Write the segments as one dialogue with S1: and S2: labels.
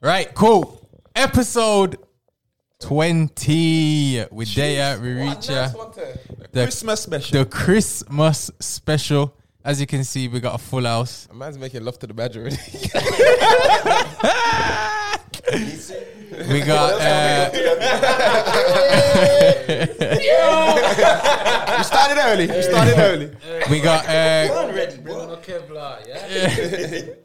S1: Right, cool. Episode 20 with Daya Riricha, the,
S2: Christmas special.
S1: uh, the Christmas special. As you can see, we got a full house.
S2: A man's making love to the badger already.
S1: We got uh,
S2: you started early. You started early.
S1: we got uh,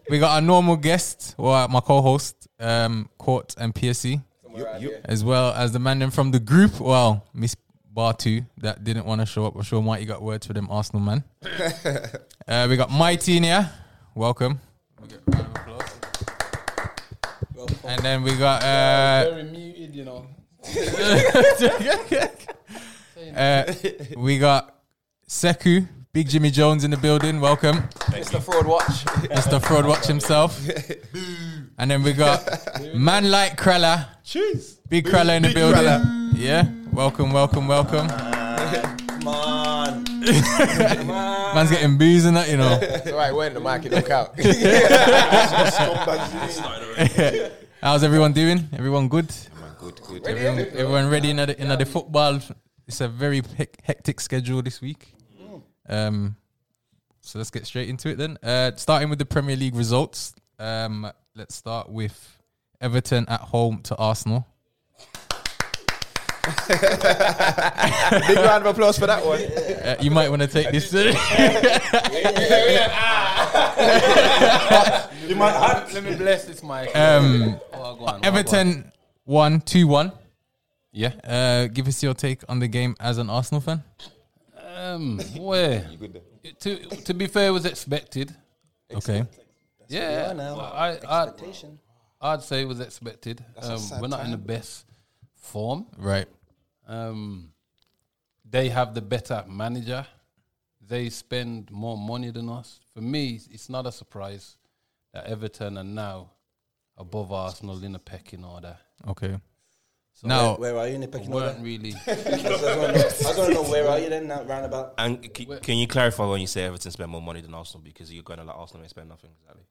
S1: we got a normal guest, well, my co-host, um, Court and E. PSC, as well as the man them from the group. Well, Miss Bartu that didn't want to show up. I'm sure Mighty got words for them Arsenal man. uh, we got Mighty in here. Welcome. We get a round of applause. And then we got uh,
S3: very muted, you know.
S1: uh, we got Seku, Big Jimmy Jones in the building. Welcome.
S2: Mr. Fraud Watch.
S1: Mr. Fraud Watch himself. and then we got Man Like Krella,
S2: Cheers.
S1: Big Krella in the
S2: Big
S1: building.
S2: Krella.
S1: Yeah. Welcome, welcome, welcome.
S4: Come on.
S1: Man's getting booze and that, you know.
S2: It's alright, we're in the mic, it look out.
S1: How's everyone doing? Everyone good?
S4: Good, good.
S1: Everyone, everyone ready in the, in the football? It's a very hec- hectic schedule this week.
S3: Mm.
S1: Um, so let's get straight into it then. Uh, starting with the Premier League results. Um, let's start with Everton at home to Arsenal.
S2: Big round of applause for that one.
S1: Uh, you might want to take this.
S3: You might let me bless this mic.
S1: um,
S3: Oh, go on,
S1: Everton won 2 1. Yeah. Uh, give us your take on the game as an Arsenal fan.
S3: Um, where It- to to be fair, it was expected.
S1: Okay.
S3: Yeah,
S4: now.
S3: I, I I'd say it was expected. Um, we're not in the best form.
S1: Right.
S3: Um, they have the better manager. They spend more money than us. For me, it's- it's not a surprise that Everton are now above Arsenal in the pecking order.
S1: Okay. now,
S4: Where are you in the pecking order?
S3: Weren't really.
S4: I don't know where are you then, that roundabout.
S5: And c- can you clarify when you say Everton spend more money than Arsenal because you're going to let Arsenal and spend nothing exactly?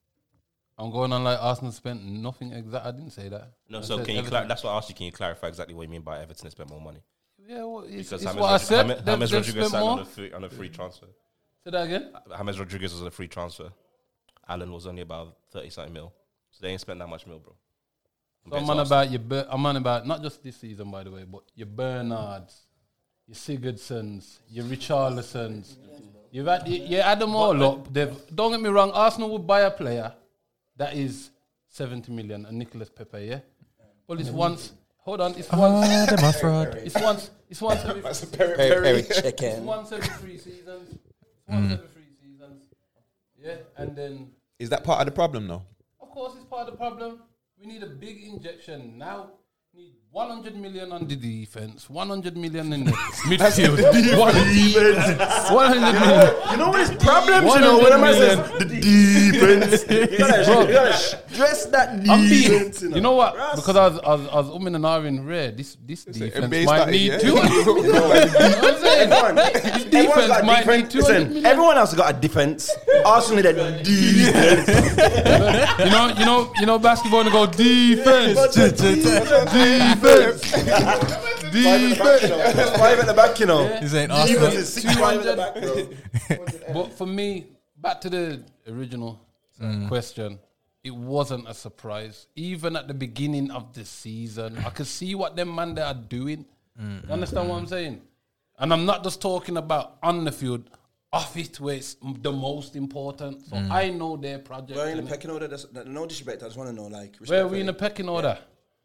S3: I'm going on like Arsenal spent nothing. Exact. I didn't say that. I
S5: No, so
S3: said
S5: can you?
S3: everything.
S5: Cla- that's what I asked you. Can you clarify exactly what you mean by Everton spend more money?
S3: yeah, well, it's,
S5: Because
S3: it's
S5: James
S3: what I
S5: Rodri-
S3: said.
S5: James-
S3: They've-
S5: James
S3: they've
S5: Rodriguez
S3: spent
S5: signed on
S3: more.
S5: a, free, on a free transfer.
S3: Say that again.
S5: James Rodriguez was on a free transfer. Allen was only about thirty something mil, so they ain't spent that much mil, bro.
S3: So
S5: Compared
S3: I'm
S5: to
S3: on
S5: Arsenal.
S3: about your. Ber- I'm on about not just this season, by the way, but your Bernards, your Sigurdsons, your Richarlisons. You've had you, you add them all up. They've, don't get me wrong. Arsenal would buy a player that is 70 million, and Nicolas Pepe. Yeah, well, it's once. Hold on, it's once.
S1: Ah, they're my fraud.
S3: It's once. It's once every
S2: Perry.
S3: It's
S4: Chicken.
S3: once every three seasons. It's once every three seasons. Yeah, and then
S2: Is that part of the problem, though?
S3: of course it's part of the problem. We need a big injection now. We Need 100 million on the defense, 100 million in the midfield. 100 million.
S4: You know what his problems,
S3: you know, when a man says,
S4: the defense. you gotta dress that
S3: I'm being-
S4: defense.
S3: You know what? Because I was, I was, I was umming and ahhing rare. This this defense
S2: amazing
S3: might
S2: that-
S3: need
S2: yeah.
S3: 200 million. You know what I'm saying?
S4: Everyone's
S3: defense
S4: got
S3: might need
S4: defense.
S3: 200
S4: Listen, everyone else got a defense. Arsenal need a defense.
S3: You know, you know, you know, basketball to go defense,
S4: defense. Five at the back, you know.
S1: He's saying
S4: Defense
S1: Arsenal.
S4: is six five at the back, bro.
S3: But for me, back to the original question, it wasn't a surprise. Even at the beginning of the season, I could see what them man there are doing. You understand what I'm saying? And I'm not just talking about on the field, off it where it's m- the most important. So I know their project.
S4: Where are you in
S3: innit?
S4: the pecking order? That's, that- no disrespect. I just want to know, like,
S3: Where are we in the pecking order?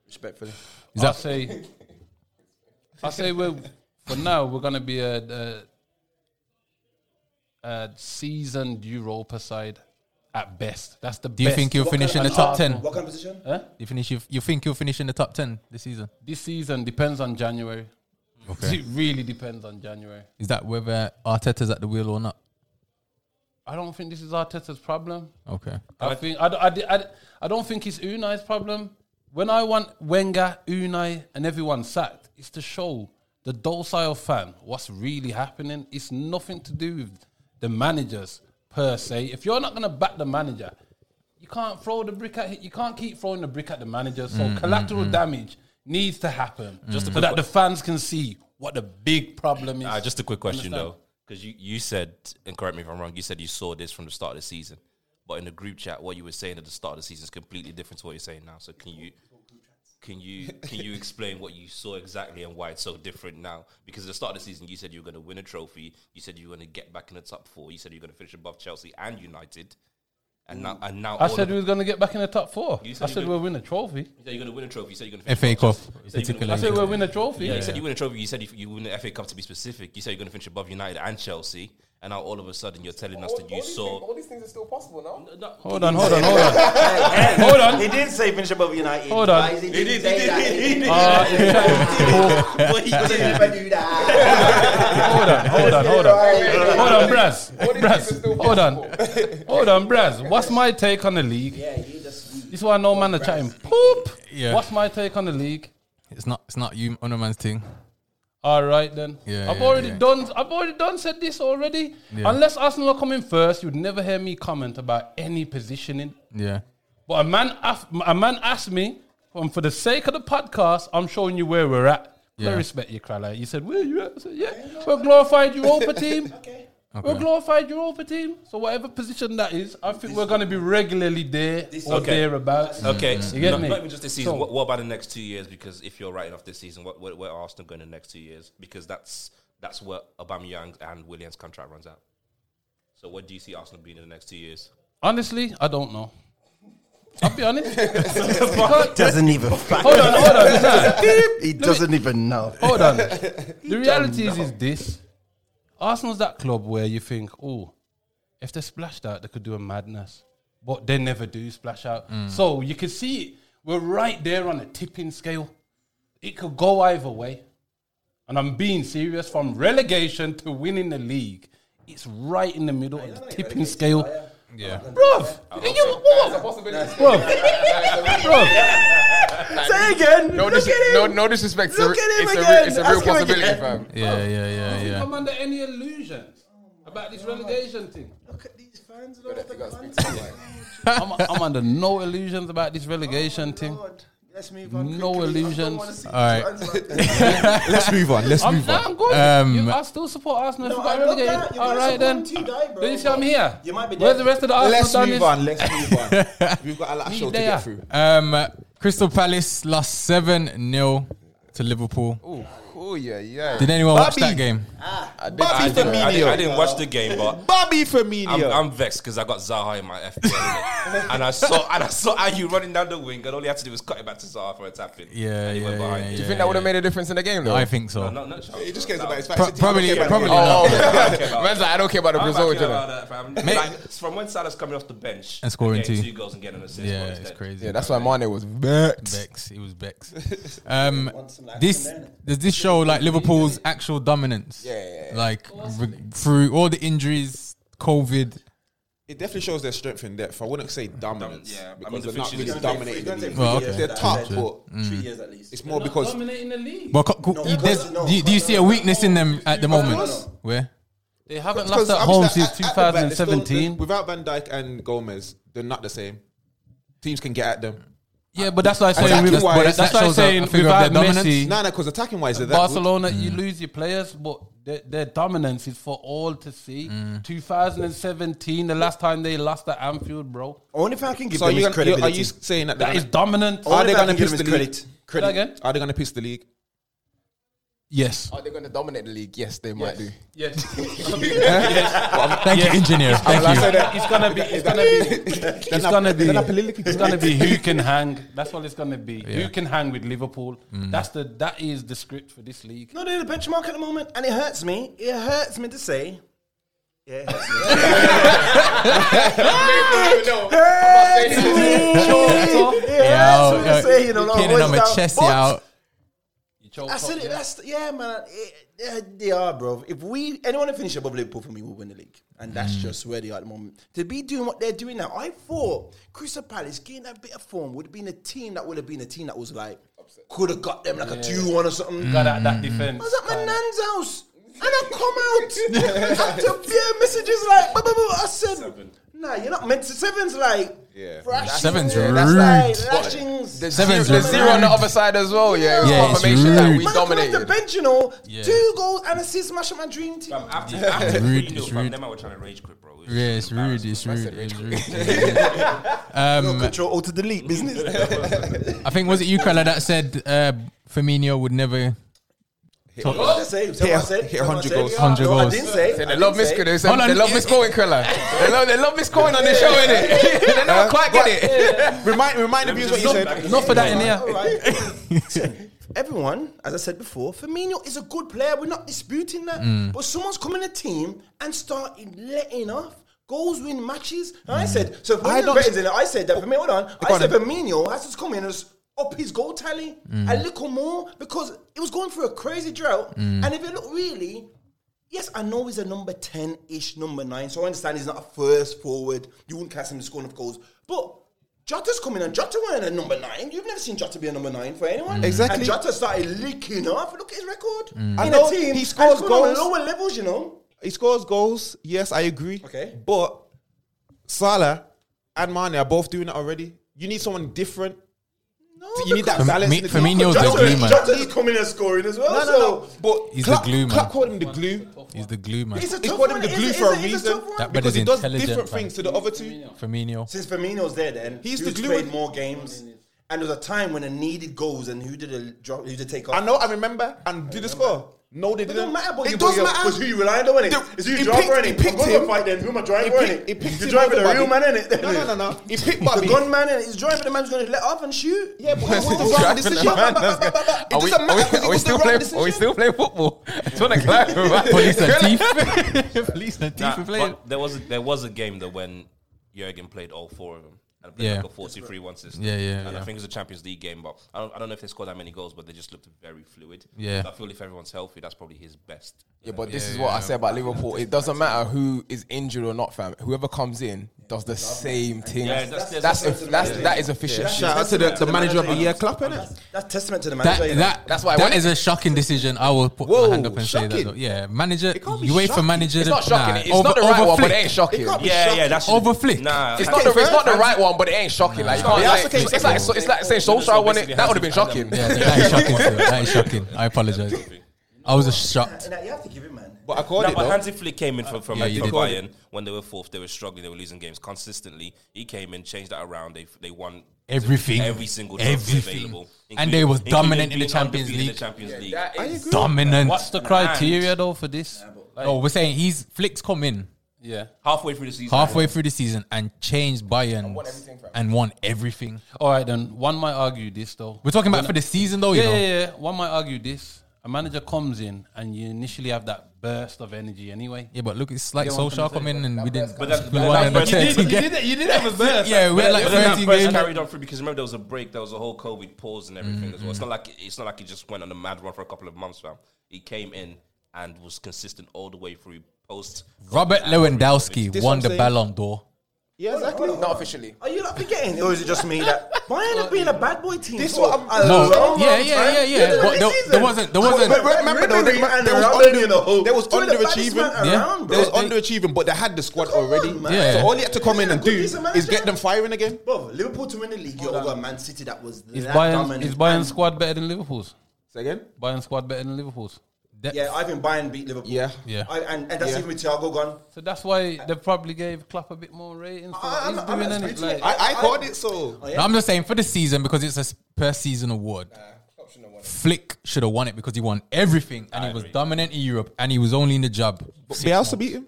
S4: respectfully.
S1: Is that-
S3: I say, I say, well, for now we're gonna be a, a, a seasoned Europa side at best. That's the.
S1: Do you think you'll finish in the top ten?
S4: What kind of position?
S1: You finish. You, you think you'll finish in the top ten this season?
S3: this season depends on January? It really depends on January.
S1: Is that whether Arteta's at the wheel or not?
S3: I don't think this is Arteta's problem.
S1: Okay.
S3: I think I, d- I, d- I, d- I don't think it's Unai's problem. When I want Wenger, Unai, and everyone sacked, it's to show the docile fan what's really happening. It's nothing to do with the managers per se. If you're not going to back the manager, you can't throw the brick at you can't keep throwing the brick at the manager. So
S5: Mm,
S3: collateral damage needs to happen
S5: Just a
S3: so
S5: quick
S3: that
S5: que-
S3: the fans can see what the big problem is.
S5: Ah, just a quick question
S3: Understand?
S5: though, because you, you said, and correct me if I'm wrong, you said you saw this from the start of the season, but in the group chat, what you were saying at the start of the season is completely different to what you're saying now. So can you can you can you explain what you saw exactly and why it's so different now? Because at the start of the season, you said you were going to win a trophy, you said you were going to get back in the top four, you said you were going to finish above Chelsea and United, and now and now
S3: Mm. I
S5: all
S3: said
S5: of
S3: we
S5: the-
S3: was going to get back in the top four.
S5: You said
S3: I
S5: you
S3: said
S5: could-
S3: we'll win a trophy.
S5: you said you're going to win a trophy, you said you're going to finish
S1: FA
S5: above
S1: Cup,
S5: Chelsea, you said you're gonna-
S1: particularly.
S3: I said we'll win a trophy.
S5: Yeah, you said you win a trophy. You said you, you win the FA Cup to be specific. You said you're going to finish above United and Chelsea, and now all of a sudden you're telling us that you saw.
S2: all these things are still possible now.
S3: Hold on, hold on, hold on. Hold on.
S4: He did say finish above United.
S3: Hold on.
S4: Why is He did.
S5: he
S4: He did.
S5: But
S4: do that.
S3: Hold on, hold on, hold on. Hold on, Braz.
S2: All these things are
S3: Braz,
S2: still
S3: hold on.
S2: possible.
S3: Hold on, Braz. What's my take on the league?
S4: Yeah, you just.
S3: This is why no man are chatting. Poop.
S1: Yeah.
S3: What's my take on the league?
S1: It's not. It's not you, other man's thing.
S3: All right then.
S1: Yeah,
S3: I've
S1: yeah,
S3: already
S1: yeah.
S3: done. I've already done. Said this already.
S1: Yeah.
S3: Unless Arsenal are coming first, you'd never hear me comment about any positioning.
S1: Yeah.
S3: But a man, af- a man asked me, and for the sake of the podcast, I'm showing you where we're at. I
S1: Yeah.
S3: respect you, Crowley. You said, "Where you at?" I said, "Yeah, we're glorified Europa team. We're glorified Europa team. So whatever position that is, I think we're going to be regularly there or
S5: Okay.
S3: thereabouts.
S5: okay,
S3: You get
S5: not,
S3: me?
S5: not even just this season.
S3: So-
S5: what, what about the next two years? Because if you're writing off this season, what, where, where are Arsenal going in the next two years? Because that's that's where Aubameyang and Williams' contract runs out. So what do you see Arsenal being in the next two years?
S3: Honestly, I don't know. I'll be honest. Because-
S6: Doesn't even.
S3: hold on, hold on, listen.
S6: He doesn't even know.
S3: Hold on. The reality is, is this: Arsenal's that club where you think, oh, if they splashed out, they could do a madness, but they never do splash out.
S1: Mm.
S3: So you can see it. we're right there on a tipping scale. It could go either way, and I'm being serious. From relegation to winning the league, it's right in the middle of the tipping scale.
S1: Yeah.
S3: Bruv, you- what?
S2: Possibilities.
S3: Bruv,
S6: Say again.
S2: No, dis- no, no disrespect. It's a
S6: Look
S2: re-
S6: at him
S2: it's a re-
S6: again.
S2: It's a
S6: Ask
S2: real
S6: him again.
S2: possibility, fam.
S1: Yeah. Yeah. Yeah. Yeah.
S3: I'm under any illusions about this relegation thing.
S6: Look at these fans. Look at the fans.
S3: I'm, I'm under no illusions about this relegation thing.
S6: Lord, Let's move on.
S3: No
S6: quickly. I don't
S3: illusions.
S6: wanna see
S1: All right.
S6: these fans like that.
S2: Let's move on. Let's
S3: I'm, nah, I'm good.
S1: Um,
S3: You- I still support Arsenal.
S6: No,
S3: if we got
S6: I love
S3: relegated.
S6: that. You're
S3: All
S6: gonna
S3: right then.
S6: support him till you die, bro.
S3: Do you see I'm here?
S6: You might be
S3: Where's the
S6: dead.
S3: rest of the
S2: Let's
S3: Arsenal
S2: move
S3: Let's
S2: on. Let's move on. We've got a lot of
S3: Me
S2: show to
S3: there.
S2: get through.
S1: Um, Crystal Palace lost seven 0 to Liverpool.
S2: Oh yeah, yeah.
S1: Did anyone watch
S2: Bobby.
S1: that game?
S2: I did,
S5: I,
S2: Bobby
S5: didn't, I, didn't, I
S2: Firmino.
S5: didn't watch the game, but.
S2: Bobby
S5: I'm,
S2: Firmino.
S5: I'm vexed because I got Zaha in my FPL, and I saw and I saw Ayu running down the wing, and all he had to do was cut it back to Zaha for a tap in.
S1: Yeah,
S5: and he
S1: yeah,
S5: went
S1: yeah,
S5: behind.
S1: yeah.
S2: You think that would have made a difference in the game, though?
S1: I think so.
S5: No, no, no,
S2: He just cares
S5: no.
S2: about his
S1: Pro-
S2: facts.
S1: probably, probably
S2: Oh,
S1: not.
S2: man's like, I don't care about the
S5: I'm
S2: result.
S5: not
S2: you
S5: care
S2: know.
S5: about that, fam. Like, from when Salah's coming off the bench
S1: And scoring
S5: getting
S1: two.
S5: two goals and getting an assist,
S1: Yeah,
S5: bro, he's
S1: it's
S5: dead.
S1: crazy.
S2: Oh, Yeah, that's why Mane was vexed.
S1: Bex. He was Bex. Um, this does this show like Liverpool's actual dominance?
S2: Yeah, yeah, yeah.
S1: Like re- through all the injuries, COVID.
S7: It definitely shows their strength in depth. I wouldn't say dominance.
S5: yeah, I mean,
S7: because
S5: the
S7: they're not
S5: fixtures
S7: really
S5: is-
S7: dominating the league.
S1: Well, okay.
S7: They're top,
S1: Yeah.
S7: but
S4: Three years at least.
S7: it's more because
S3: Dominating the league.
S1: But co- co-
S4: No,
S1: you-
S4: no,
S1: there's-
S4: no,
S1: do, you- do you
S4: no,
S1: see a
S4: no,
S1: weakness in them at the moment?
S4: course.
S1: Where?
S3: They haven't
S7: because
S3: lost at
S7: obviously
S3: home
S7: at-
S3: since
S7: at the back, they're still- they're-
S3: 2017.
S7: Without Van Dijk and Gomez, they're not the same. Teams can get at them.
S3: Yeah, but that's like saying
S7: Attacking
S3: with-
S7: wise-
S3: that's,
S1: that
S3: like
S1: shows a-
S3: saying
S1: a figure of
S3: without
S1: their dominance.
S3: Messi,
S7: Nah, nah, because attacking wise, they're that
S3: Mm. Barcelona, you lose your players, but their, their dominance is for all to see. 2017, the last time they lost at Anfield, bro,
S6: Only thing I can
S7: good.
S6: give
S7: So
S6: them
S7: are you,
S6: is
S7: gonna, you- are
S6: credibility.
S7: you saying that?
S3: that
S7: they're
S3: is
S7: gonna-
S3: dominant.
S7: are they
S6: Only thing
S7: going
S6: I can
S7: to
S6: give
S7: piss
S6: them
S7: the
S6: is
S7: league?
S6: credit.
S7: Credit.
S3: again?
S7: Are they going to piss the league?
S3: Yes,
S2: Are they going to dominate the league? Yes, they might do.
S3: yes.
S1: Thank you, engineer. Thank you.
S3: It's gonna be. It's gonna be. It's gonna be. It's gonna be who can hang. That's what it's gonna be. Who can hang with Liverpool?
S1: Mm.
S3: That's the. That is the script for this league.
S6: No, they're in the benchmark at the moment, and it hurts me. It hurts me to say. Yeah, it hurts me.
S1: Yo,
S6: Yeah,
S1: yo,
S6: that's what I'm saying. You know,
S1: kidding
S6: voice
S1: uh, on my
S6: down.
S1: chest
S6: But
S1: out.
S3: You choke
S6: I said
S3: up,
S6: it.
S3: yeah.
S6: That's yeah, man. It, yeah, they are, bro. If we anyone to finish above Liverpool for me, will win the league, and that's just where they are at the moment. To be doing what they're doing now, I thought Crystal Palace getting that bit of form would have been a team that would have been a team that was like could have got them like a two-one or something.
S3: Got that,
S1: Mm.
S3: that
S6: I
S3: defense.
S6: was at my nan's house and I come out. I had to hear messages like, blah, blah, blah. I said, Nah, you're not meant to. Seven's like.
S7: Yeah.
S6: thrashing,
S1: Seven's
S6: that's
S1: rude.
S6: Like, lashings.
S2: There's
S1: Sevens
S2: zero, there's
S1: is
S2: zero on the
S1: rude.
S2: other side as well. Yeah,
S1: Yeah, it's
S2: confirmation that
S1: rude.
S2: we
S6: Man, I come off the
S2: dominated.
S6: bench, you know,
S1: Yeah.
S6: two goals and assists, mash up my dream team.
S5: Fam, After, after
S1: It's rude,
S5: you
S1: it's
S5: know, fam,
S1: rude.
S5: them I were trying to rage quit, bro. It was
S1: Yeah, it's rude.
S5: embarrassing.
S1: It's rude. It's rude.
S6: Control O oh, to delete business.
S1: I think was it you, Kala, that said uh, Firmino would never.
S6: What? Say, say what I said.
S7: hit
S6: say what
S7: 100
S6: I said.
S7: goals.
S6: Yeah,
S1: 100
S6: no,
S1: goals.
S6: I didn't say.
S2: They
S6: I
S2: love
S6: didn't
S2: Miss
S6: say.
S2: They,
S1: Hold on,
S2: they love
S1: it-
S2: Miss Cohen Quiller. They love they love Miss Cohen on the show, innit? They never quite get it.
S7: Remind remind the viewers what you said.
S3: Enough of that in here.
S6: All right. Listen, Everyone, as I said before, Firmino is a good player. We're not disputing that. But someone's come in a team and started letting off. Goals win matches. And I said, so when I
S7: don't-
S6: the in it, I said that Firmino, hold on. I
S7: on
S6: said
S7: then.
S6: Firmino has to come in and just up his goal tally a little more because it was going through a crazy drought. And if you look really, yes, I know he's a number 10 ish, number 9. So I understand he's not a first forward. You wouldn't cast him as scoring of goals. But Jota's coming and Jota weren't a number 9. You've never seen Jota be a number 9 for anyone.
S7: Mm. Exactly. Mm.
S6: And Jota started leaking off. Look at his record.
S7: I
S6: In
S7: know
S6: a team.
S7: he scores
S6: and he's coming on
S7: goals.
S6: lower levels, you know.
S7: He scores goals. Yes, I agree.
S6: Okay.
S7: But Salah and Mane are both doing it already. You need someone different.
S6: No,
S7: You need that
S6: because-
S7: balance.
S1: Me-
S7: in the team.
S1: Firmino's the glue man.
S6: Jota's coming and scoring as well.
S7: No,
S6: so
S7: no, no. But
S1: He's the
S7: Klopp,
S1: glue man.
S7: Klopp called him the glue.
S1: He's the glue man.
S6: It's a
S7: He's
S6: tough
S7: called
S6: one.
S7: him the
S6: It's
S7: glue
S6: a-
S7: for a
S6: it's it's
S7: reason.
S6: tough one.
S1: That
S7: Because he does
S1: intelligent,
S7: different
S1: fam.
S7: things to the other two.
S1: Firmino.
S6: Since Firmino's there, then
S7: He's the
S6: who's
S7: glue
S6: played
S7: in-
S6: more games. And there was a time when I needed goals, and who did a drop? Who did take off?
S7: I know, I remember. And did the score. No, they
S6: It
S7: didn't.
S6: doesn't matter about
S7: It
S6: you,
S7: does
S6: but
S7: matter.
S6: It's who you relying on, innit?
S7: The-
S6: It's who
S7: he
S6: you drive
S7: picked-
S6: for, innit?
S7: he picked
S6: I'm going
S7: him.
S6: to fight then. Who am I driving
S7: He
S6: for,
S7: picked- he
S6: innit?
S7: picked
S6: You're
S7: him
S6: driving the
S7: over
S6: real man,
S7: Bobby.
S6: innit?
S7: No, no, no, no. He picked
S6: The
S7: Bobby.
S6: gunman, innit? He's driving the man who's going to let off and shoot.
S7: Yeah, but it was the
S2: Driving
S7: wrong
S2: the
S7: decision.
S2: man,
S7: Ba- ba- ba- ba- ba- It
S2: Are we,
S7: doesn't
S2: are we,
S7: matter because
S2: are
S7: it
S2: we
S7: was the
S2: still
S7: wrong
S2: playing? Are
S7: decision.
S2: we still playing football? It's on a climb, right?
S1: Police Latif. Police Latif
S5: Nah,
S1: were playing.
S5: but there was a, there was a game that when Jurgen played all four of them and played
S1: Yeah.
S5: like a 43-1 system.
S1: Yeah, yeah,
S5: And
S1: yeah.
S5: I think it was a Champions League game, but I don't, I don't know if they scored that many goals, but they just looked very fluid.
S1: Yeah.
S5: I feel if everyone's healthy, that's probably his best.
S2: Yeah, but this is what I say about Liverpool. It doesn't matter who is injured or not, fam. Whoever comes in does the same thing.
S5: Yeah,
S2: that's
S5: that's-
S2: that's
S5: that's-
S2: that's- that is efficient.
S7: Shout out to the, the manager of the year, Klopp, innit?
S6: That's testament to the
S1: That,
S6: manager. you know?
S1: that,
S2: That's why I
S1: that
S2: wanted-
S1: is a shocking decision. I will put
S7: Whoa,
S1: my hand up and say
S7: shocking.
S1: that. though. Yeah, manager,
S7: can't be
S1: you wait for
S7: shocking.
S1: manager.
S2: It's not
S1: to- nah,
S2: shocking. it's
S1: over-
S2: not the right
S1: over
S2: one, but
S1: Flick.
S2: it ain't shocking.
S5: Yeah, yeah, that's
S1: Over Flick.
S5: Nah,
S2: It's
S5: I
S2: not,
S5: think
S2: the, it's not the right one, but it ain't shocking. Like, you can't,
S7: Yeah,
S2: like,
S7: that's okay,
S2: it's,
S7: it's
S2: like,
S7: okay.
S2: so, it's like saying
S5: So
S2: Solskjaer won it.
S5: basically
S2: That would have
S5: Hazard
S2: been
S5: and
S2: shocking.
S5: them.
S1: Yeah, that is shocking. still. That is shocking. I apologize. I was just shocked.
S6: And that- You have to give it, man.
S7: But I called
S5: Nah,
S7: it,
S5: but
S7: though.
S5: Hansi Flick came in from, from,
S1: Yeah, you
S5: from
S1: did.
S5: Bayern when they were fourth. They were struggling. They were losing games consistently. He came in, changed that around. They they won
S1: Everything.
S5: every single trophy
S1: Everything.
S5: available,
S1: And they was
S5: including
S1: dominant in the
S5: being
S1: Champions
S5: undefeated in
S1: League.
S5: the Champions League.
S1: Dominant.
S3: What's the criteria though for this? Like,
S1: Oh, we're saying he's Flick's come in
S3: yeah.
S5: halfway through the season,
S1: halfway through the season and changed Bayern and won everything.
S3: All right then. One might argue this though.
S1: We're talking about
S3: When-
S1: for the season though, you
S3: Yeah,
S1: know.
S3: yeah, yeah. One might argue this. A manager comes in and you initially have that burst of energy anyway.
S1: Yeah, but look, it's like
S3: Yeah, what I'm
S1: Solskjaer
S3: trying to
S1: come in and we didn't.
S5: But that-
S1: we
S5: but
S1: won
S5: that
S1: another
S5: first- You did-
S1: 13 games.
S3: you did have a burst.
S1: Yeah, we had like
S5: But then that
S1: 13
S5: burst
S1: games.
S5: carried on through because remember there was a break, there was a whole COVID pause and everything as
S1: Mm-hmm.
S5: well. It's not like it's not like he just went on a mad run for a couple of months, fam. He came in and was consistent all the way through post.
S1: Robert Lewandowski
S7: This
S1: won
S7: I'm
S1: the
S7: saying.
S1: Ballon d'Or.
S7: Yeah, exactly.
S2: Not officially.
S6: Are you not forgetting? Or is it just me that Bayern have been a bad boy team?
S7: This
S6: for
S7: what I'm-
S6: a
S1: No,
S6: long,
S1: yeah,
S6: long
S1: yeah,
S6: time?
S1: yeah, yeah.
S6: Look at
S1: But
S6: this
S1: there-
S6: season.
S1: there wasn't- there wasn't-
S6: But- but
S7: Remember, though, they-
S6: Ribery and
S7: they was
S6: Robin,
S7: under-
S6: you know,
S7: they was
S6: two of the baddest
S7: underachieving.
S6: man
S1: Yeah.
S6: around,
S7: They
S6: bro.
S7: was underachieving, but they had the squad
S6: Come on,
S7: already.
S6: man.
S1: Yeah.
S7: So all you had to come in and
S6: Good
S7: do
S6: decent
S7: is
S6: manager.
S7: get them firing again.
S6: Bro, Liverpool to win the league, you're over Man City that was
S3: Is
S6: that
S3: Bayern
S6: dominant.
S3: is Bayern
S6: And-
S3: squad better than Liverpool's?
S7: Say again?
S3: Bayern squad better than Liverpool's.
S1: That-
S6: Yeah, I think Bayern beat Liverpool.
S7: Yeah.
S1: Yeah.
S6: I, and, and that's
S7: Yeah.
S6: even with Thiago gone.
S3: So that's why they probably gave Klopp a bit more ratings. For
S6: I-
S3: what
S6: I'm
S3: he's
S6: not- I'm
S3: doing,
S6: not
S3: innit?
S6: disputing it.
S3: Like,
S7: I, I called it, so.
S1: No, I'm just saying for the season because it's a s- per season award. Flick should have won it because he won everything and he was dominant in Europe and he was only in the job.
S7: Bielsa beat him.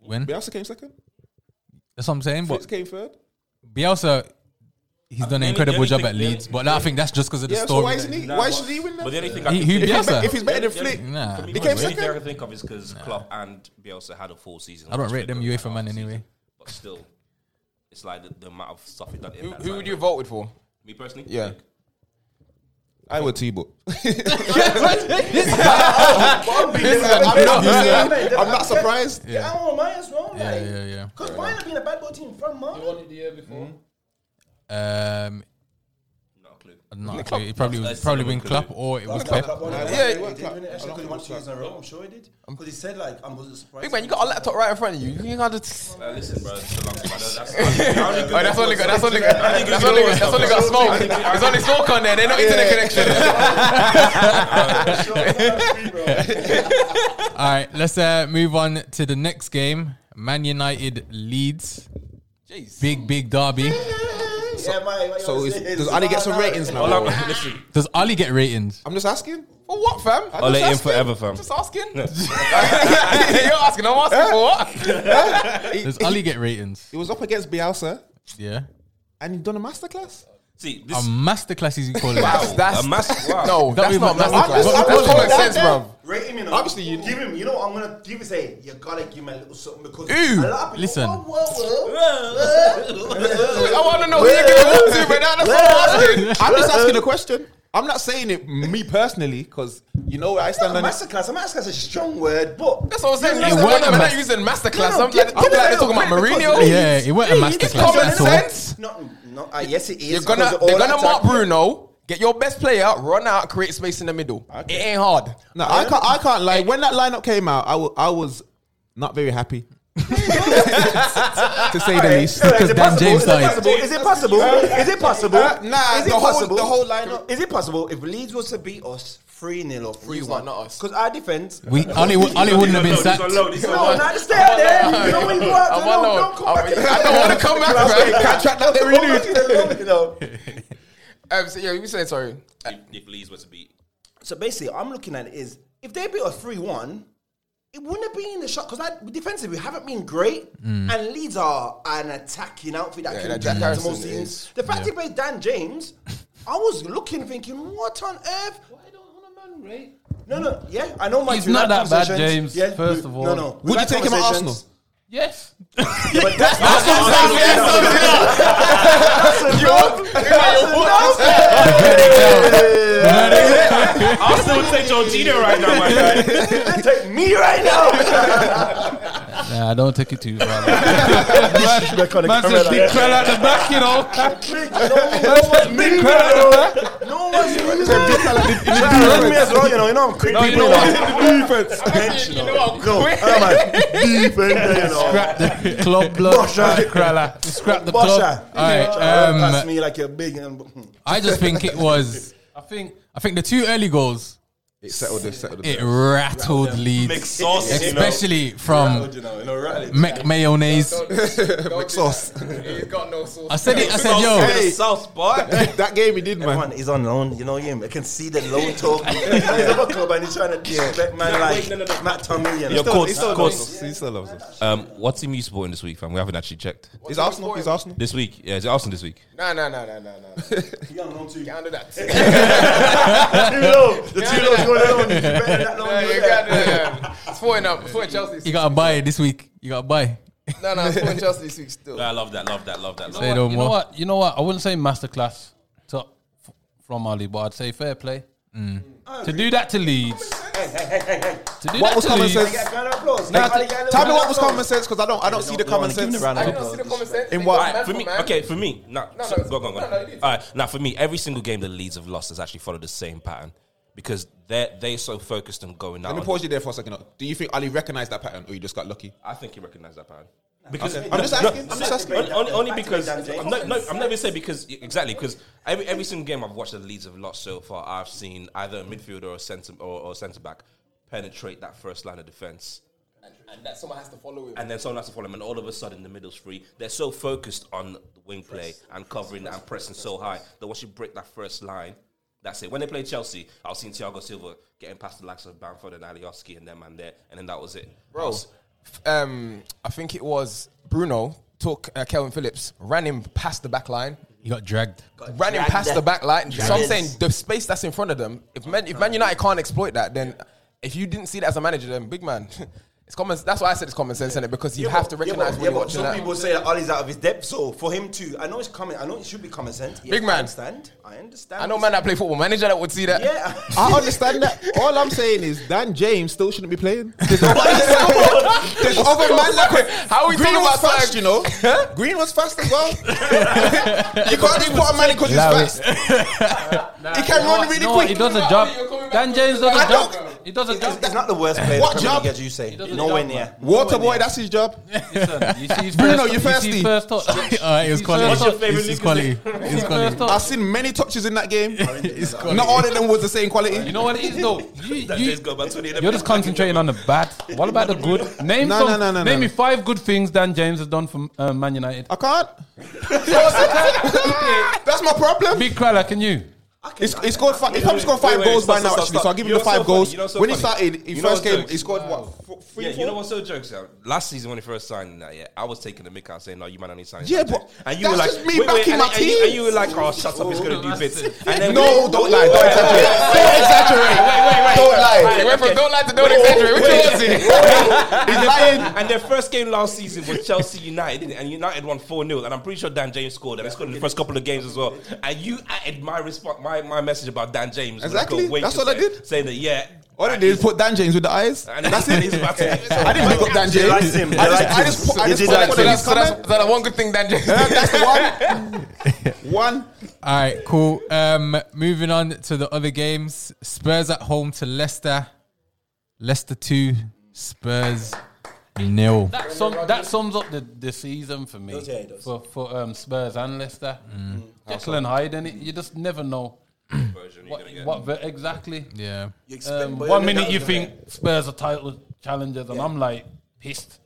S1: When
S7: Bielsa came second.
S1: that's what I'm saying.
S7: Fritz
S1: But
S7: came third.
S1: Bielsa, he's done an
S5: only-
S1: incredible
S5: the only
S1: job at
S5: thing- the
S1: Leeds,
S5: only-
S1: but I think that's just because of the
S7: Yeah, so
S1: story.
S7: why isn't
S1: that-
S7: he? Why should he win
S5: But the
S7: that?
S5: only thing
S1: He-
S5: I can
S1: he
S5: think
S1: Bielsa.
S5: the only-
S7: If he's better than
S5: the only-
S7: Flick,
S1: Nah.
S5: for me,
S7: He
S5: the
S7: came
S5: only thing I
S7: second.
S5: can think of is because Klopp and Bielsa had a full season.
S1: I don't
S5: which
S1: rate them
S5: they couldn't
S1: UEFA
S5: have
S1: man
S5: last season.
S1: anyway.
S5: But still, it's like the, the amount of stuff he done. in
S2: Who,
S5: that
S2: who
S5: time.
S2: would you have voted for?
S5: Me personally,
S7: Yeah.
S5: Flick.
S7: I would T but
S6: Bayern beat Liverpool.
S7: I'm not
S6: Yeah.
S7: saying- I'm not surprised.
S6: Yeah, I don't mind as well. Like,
S1: Yeah, yeah, yeah.
S6: Because Bayern have been a bad boy team from March.
S3: the year before.
S1: Um,
S5: Not a clue.
S1: I'm not sure. It probably was probably been Klopp or it was Pep.
S2: Yeah,
S6: Yeah,
S2: it
S6: he
S2: was
S6: did,
S2: Klopp.
S6: wasn't it? Actually, because he won two years in a row. I'm sure he did. Because he said like, I wasn't surprised.
S2: Big man, you got a laptop right in front of you. You gotta. T-
S5: Uh, listen, bro, it's a long time. That's, that's, that's,
S2: oh, that's only got. That's only got. That's only got. That's only got smoke. There's only smoke on there. They're not internet connection.
S1: All right, let's uh, move on to the next game. Man United leads. Big big derby.
S6: Yeah, mate. what you
S7: So
S6: wanna
S7: is,
S6: say?
S7: does
S6: It's
S7: Ali get
S6: about
S7: some
S6: that.
S7: ratings now?
S5: listen,
S1: Does Ali get ratings?
S7: I'm just asking.
S2: For what, fam?
S5: I'll let him forever, fam.
S2: Just asking. You're asking. I'm asking for what?
S7: Eh?
S1: Does Ali get ratings?
S7: He was up against Bielsa
S1: Yeah.
S7: and he done a masterclass.
S5: See,
S1: A
S5: this
S1: masterclass is called
S2: That's that's
S5: a massive. Wow.
S2: no. Oh, That's
S1: even-
S2: not
S1: that's
S2: masterclass.
S1: not-
S7: I'm
S2: That's
S7: just-
S2: common
S7: I'm
S2: sense,
S7: just-
S2: bro.
S6: Rate him, you know.
S7: Obviously, you-
S6: give him. You know, what I'm gonna give him say you gotta give him a little something because
S1: Ew,
S6: a lot of people.
S1: listen.
S6: Whoa, whoa, whoa.
S2: I want to know who you're giving what to, but that's not asking.
S7: I'm just asking a question. I'm not saying it me personally because you know where I stand
S6: Not a
S7: on it.
S6: masterclass. A masterclass is a strong word, but
S2: That's what I'm saying.
S6: You know,
S2: They're
S1: It wasn't
S2: not- they're
S1: a
S2: not
S1: mas-
S2: using masterclass.
S6: No,
S2: I'm like,
S6: give- give
S2: I'm like
S6: it
S2: they're
S6: a
S2: talking about
S6: little credit
S2: Mourinho.
S6: because
S1: Yeah, it weren't a
S2: It's
S1: masterclass.
S2: common
S1: That's all.
S2: sense.
S6: No, no. Uh, yes, it is.
S2: You're gonna,
S6: because all
S2: they're gonna
S6: that
S2: mark
S6: time-
S2: Bruno, get your best player, run out, create space in the middle. It ain't hard.
S7: No, I can't. I can't lie. When that lineup came out, I wa- I was not very happy. to say the least.
S6: Alright,
S1: because
S6: is it
S1: Dan
S6: possible?
S1: James
S6: Is it
S1: died.
S6: possible? Is it possible? Is it possible?
S7: Uh, nah,
S6: Is
S7: the
S6: it
S7: whole-
S6: possible?
S7: the whole lineup.
S6: Is it possible if Leeds was to beat us three 0 or three
S2: 3-1, not us.
S6: Because our defense.
S1: We Ali, would- Ali wouldn't have been sacked.
S6: No, not just stay out there. You know when you go out,
S2: I'm
S6: no,
S2: alone.
S6: don't come
S2: I'm-
S6: back.
S2: I don't wanna come back, man. Contract that they
S6: Come back in the room, you know.
S2: Um, so, yeah, you were saying sorry.
S5: If, if Leeds were to beat,
S6: So basically, I'm looking at it is if they beat us three one, it wouldn't have been in the shot because defensively we haven't been great,
S3: Mm.
S6: and Leeds are an attacking outfit that
S2: Yeah,
S6: can
S2: that
S6: jack out to
S2: Jack
S6: most
S2: Harrison
S6: teams.
S2: is-
S6: The fact he played Dan James, I was looking thinking, what on earth?
S3: Why don't want a man rate?
S6: No, no, yeah, I know my.
S3: He's not that bad, James, first of all.
S6: no, no.
S7: Would you take him at Arsenal?
S3: Yes.
S5: I'll still take Jorginho right now, my guy.
S6: Take me right now.
S3: Nah, don't take it too far.
S1: at the back, you know.
S6: No one's using Run me as well, you know. You know I'm quick.
S7: you know what? Defense.
S1: Scrap the club blood.
S6: Bosha.
S1: Krala. Scrap the club.
S6: Bosha.
S1: All right.
S6: Run past
S1: Um,
S6: me like you're big and.
S1: I just think it was.
S3: I think
S1: I think the two early goals
S7: It settled this. Settled
S1: it rattled
S5: Make
S1: Leeds,
S5: sauce, you know.
S1: especially from
S6: you know, you know, right?
S1: Mac Mayonnaise.
S7: sauce.
S2: He's got no sauce.
S1: I said it. I said,
S5: Sauce,
S1: yo,
S5: bit of sauce, boy.
S7: that game he did, man.
S6: Everyone is on loan, you know him. I can see the loan talk. he's at a club and he's trying to disrespect man like Matt Tommy. You know?
S5: Your course, course.
S7: He still loves us.
S5: Um, what team are you supporting this week, fam? We haven't actually checked.
S7: He's Arsenal. He's Arsenal.
S5: This week, yeah, is it Arsenal this week?
S2: Nah, nah, nah, nah, nah, nah.
S6: He on loan too.
S2: Get under that.
S6: Two low. The two lows going on. He's better than that loan
S2: Nah,
S6: you
S2: you
S6: got.
S2: got that. It's four and up. It's four in Chelsea.
S1: you gotta buy this week. You gotta buy.
S2: No, no, it's four in Chelsea this week still.
S5: I love that, love that, love that.
S1: Say no
S3: you know
S1: more.
S3: what? You know what? I wouldn't say masterclass to, f- from Ali, but I'd say fair play.
S7: Mm.
S3: To do that to Leeds. To
S7: What
S3: do that
S7: was
S3: to
S7: common
S3: Leeds.
S7: sense?
S6: Yeah, round of applause.
S7: Nah,
S6: Everybody
S7: t-
S6: get a little
S7: Tell me
S6: round
S7: what
S6: of
S7: was
S6: applause.
S7: common sense because I don't. I don't see the common sense.
S2: I don't see the common sense.
S7: In
S2: They
S7: what-
S2: got mad
S5: for me,
S2: man.
S5: okay, for me, nah,
S2: No,
S5: so-
S2: no,
S5: go on, go on, go on.
S2: no, no, you did.
S5: All right, now for me, every single game the Leeds have lost has actually followed the same pattern because they're they so focused on going out.
S7: Let me
S5: on-
S7: pause you there for a second. Do you think Ali recognized that pattern, or you just got lucky?
S5: I think he recognised that pattern. Because
S7: I'm just asking. I'm just asking.
S5: only, only, only
S6: Back to
S5: because
S6: Dan James.
S5: I'm not, no, I'm not even saying because exactly because every every single game I've watched the Leeds have lost so far, I've seen either a midfielder or a centre or, or centre back penetrate that first line of defence.
S2: And that someone has to follow him.
S5: and then someone has to follow him, and all of a sudden the middle's free. They're so focused on the wing play and covering and pressing so high that once you break that first line, that's it. When they played Chelsea, I was seeing Thiago Silva getting past the likes of Bamford and Alioski and them and there, and then that was it. I
S2: Bro,
S5: was-
S2: um, I think it was Bruno took uh, Kelvin Phillips, ran him past the back line,
S1: You got dragged.
S2: ran him
S6: Dragged
S2: past
S6: that.
S2: the back line. So I'm
S6: Yes.
S2: saying the space that's in front of them, if Man, if Man United can't exploit that, then if you didn't see that as a manager, then big man, It's common. That's why I said it's common sense, innit? Because you
S6: Yeah,
S2: have
S6: but-
S2: to recognize
S6: yeah,
S2: when you're
S6: but, yeah,
S2: watching
S6: but some
S2: that.
S6: people say that Ali's out of his depth. So for him too, I know it's common. I know it should be common sense. Yes,
S2: Big man.
S6: I understand. I understand.
S2: I know man that play football manager that would see that.
S6: Yeah.
S7: I understand that. All I'm saying is Dan James still shouldn't be playing. There's other, there's other man that could.
S2: How we
S7: Green
S2: talking
S7: was
S2: about
S7: fast, you know. Green was fast as well. you can't just put a man because he's fast. he can run really
S3: no,
S7: quick.
S3: he does a job. Dan James does
S7: I
S3: a job.
S7: don't-
S3: He does a
S6: It's, it's
S3: job.
S6: not the worst player.
S7: What
S6: What job?
S7: job?
S6: As you say,
S3: doesn't
S6: nowhere
S3: jump,
S6: near.
S7: Water boy, that's his job.
S3: Listen, you see his
S7: Bruno,
S3: first-
S7: you
S3: you see
S7: thirsty?
S3: his first touch.
S1: All right, it was
S3: You see his
S1: quality.
S3: first touch.
S1: It's his quality.
S3: You see
S1: It's
S3: his first
S1: quality.
S7: I've
S3: touch.
S7: seen many touches in that game.
S1: It's quality.
S7: Not all of them was the same quality.
S3: You know what it is though? You, you,
S6: You're
S3: You're just concentrating on the bad. What about the good? Name
S7: No,
S3: some,
S7: no, no, no,
S3: Name
S7: no.
S3: me five good things Dan James has done for uh, Man United.
S7: I can't. that's my problem.
S3: Big Crowler, can you?
S7: He's, he scored five, he probably scored five
S5: wait, wait,
S7: goals
S5: stop,
S7: by now,
S5: stop,
S7: actually.
S5: stop.
S7: So I'll give him
S5: You
S7: the
S5: know what's
S7: five
S5: so
S7: goals.
S5: funny? You know what's so
S7: when he
S5: funny?
S7: started, his
S5: You know
S7: first
S5: what's
S7: game,
S5: so-
S7: he scored what? four- Three,
S5: Yeah,
S7: four?
S5: you know what's so jokes out? Last season when he first signed that, yeah, I was taking the mick out saying, no, you might not need signing.
S7: Yeah,
S5: Dan
S7: but
S5: James." and you
S7: that's
S5: were like,
S7: just me backing
S5: and,
S7: my
S5: and you-
S7: team.
S5: and you were like, oh, shut up, he's gonna do bits. And then
S7: No, don't lie. Don't exaggerate. Don't exaggerate. Don't
S2: Hey,
S7: lie.
S2: wait, bro, don't like to don't exaggerate. Which one was it?
S7: He's lying.
S5: And their first game last season was Chelsea United, didn't it? and United won 4 0. And I'm pretty sure Dan James scored, and he scored in the first couple of games as well. And you added my response, my, my message about Dan James. when I got
S7: Exactly.
S5: way
S7: That's
S5: too
S7: what I
S5: late,
S7: did.
S5: Saying that, yeah.
S7: All they did is put Dan James with the eyes.
S5: And
S7: That's
S5: and
S7: it.
S5: he's about to.
S7: I didn't pick up Dan James. I
S6: liked
S7: just,
S6: him. They liked
S7: I
S6: him.
S7: just put, I
S6: They
S7: just
S6: did
S7: put
S6: like
S7: one of
S2: So
S7: his
S6: him.
S2: that's, so that's,
S7: comments.
S2: so that's one good thing, Dan James.
S7: That's the one. One.
S1: All right, cool. Um, moving on to the other games. Spurs at home to Leicester. Leicester two, Spurs nil.
S3: That, sum, that sums up the, the season for me.
S6: yeah, it does.
S3: For, for um, Spurs and Leicester. Jekyll and Hyde, innit? You just never know. What, what ver- exactly?
S1: Yeah.
S3: Um, one minute you think Spurs are title challengers, and I'm like pissed.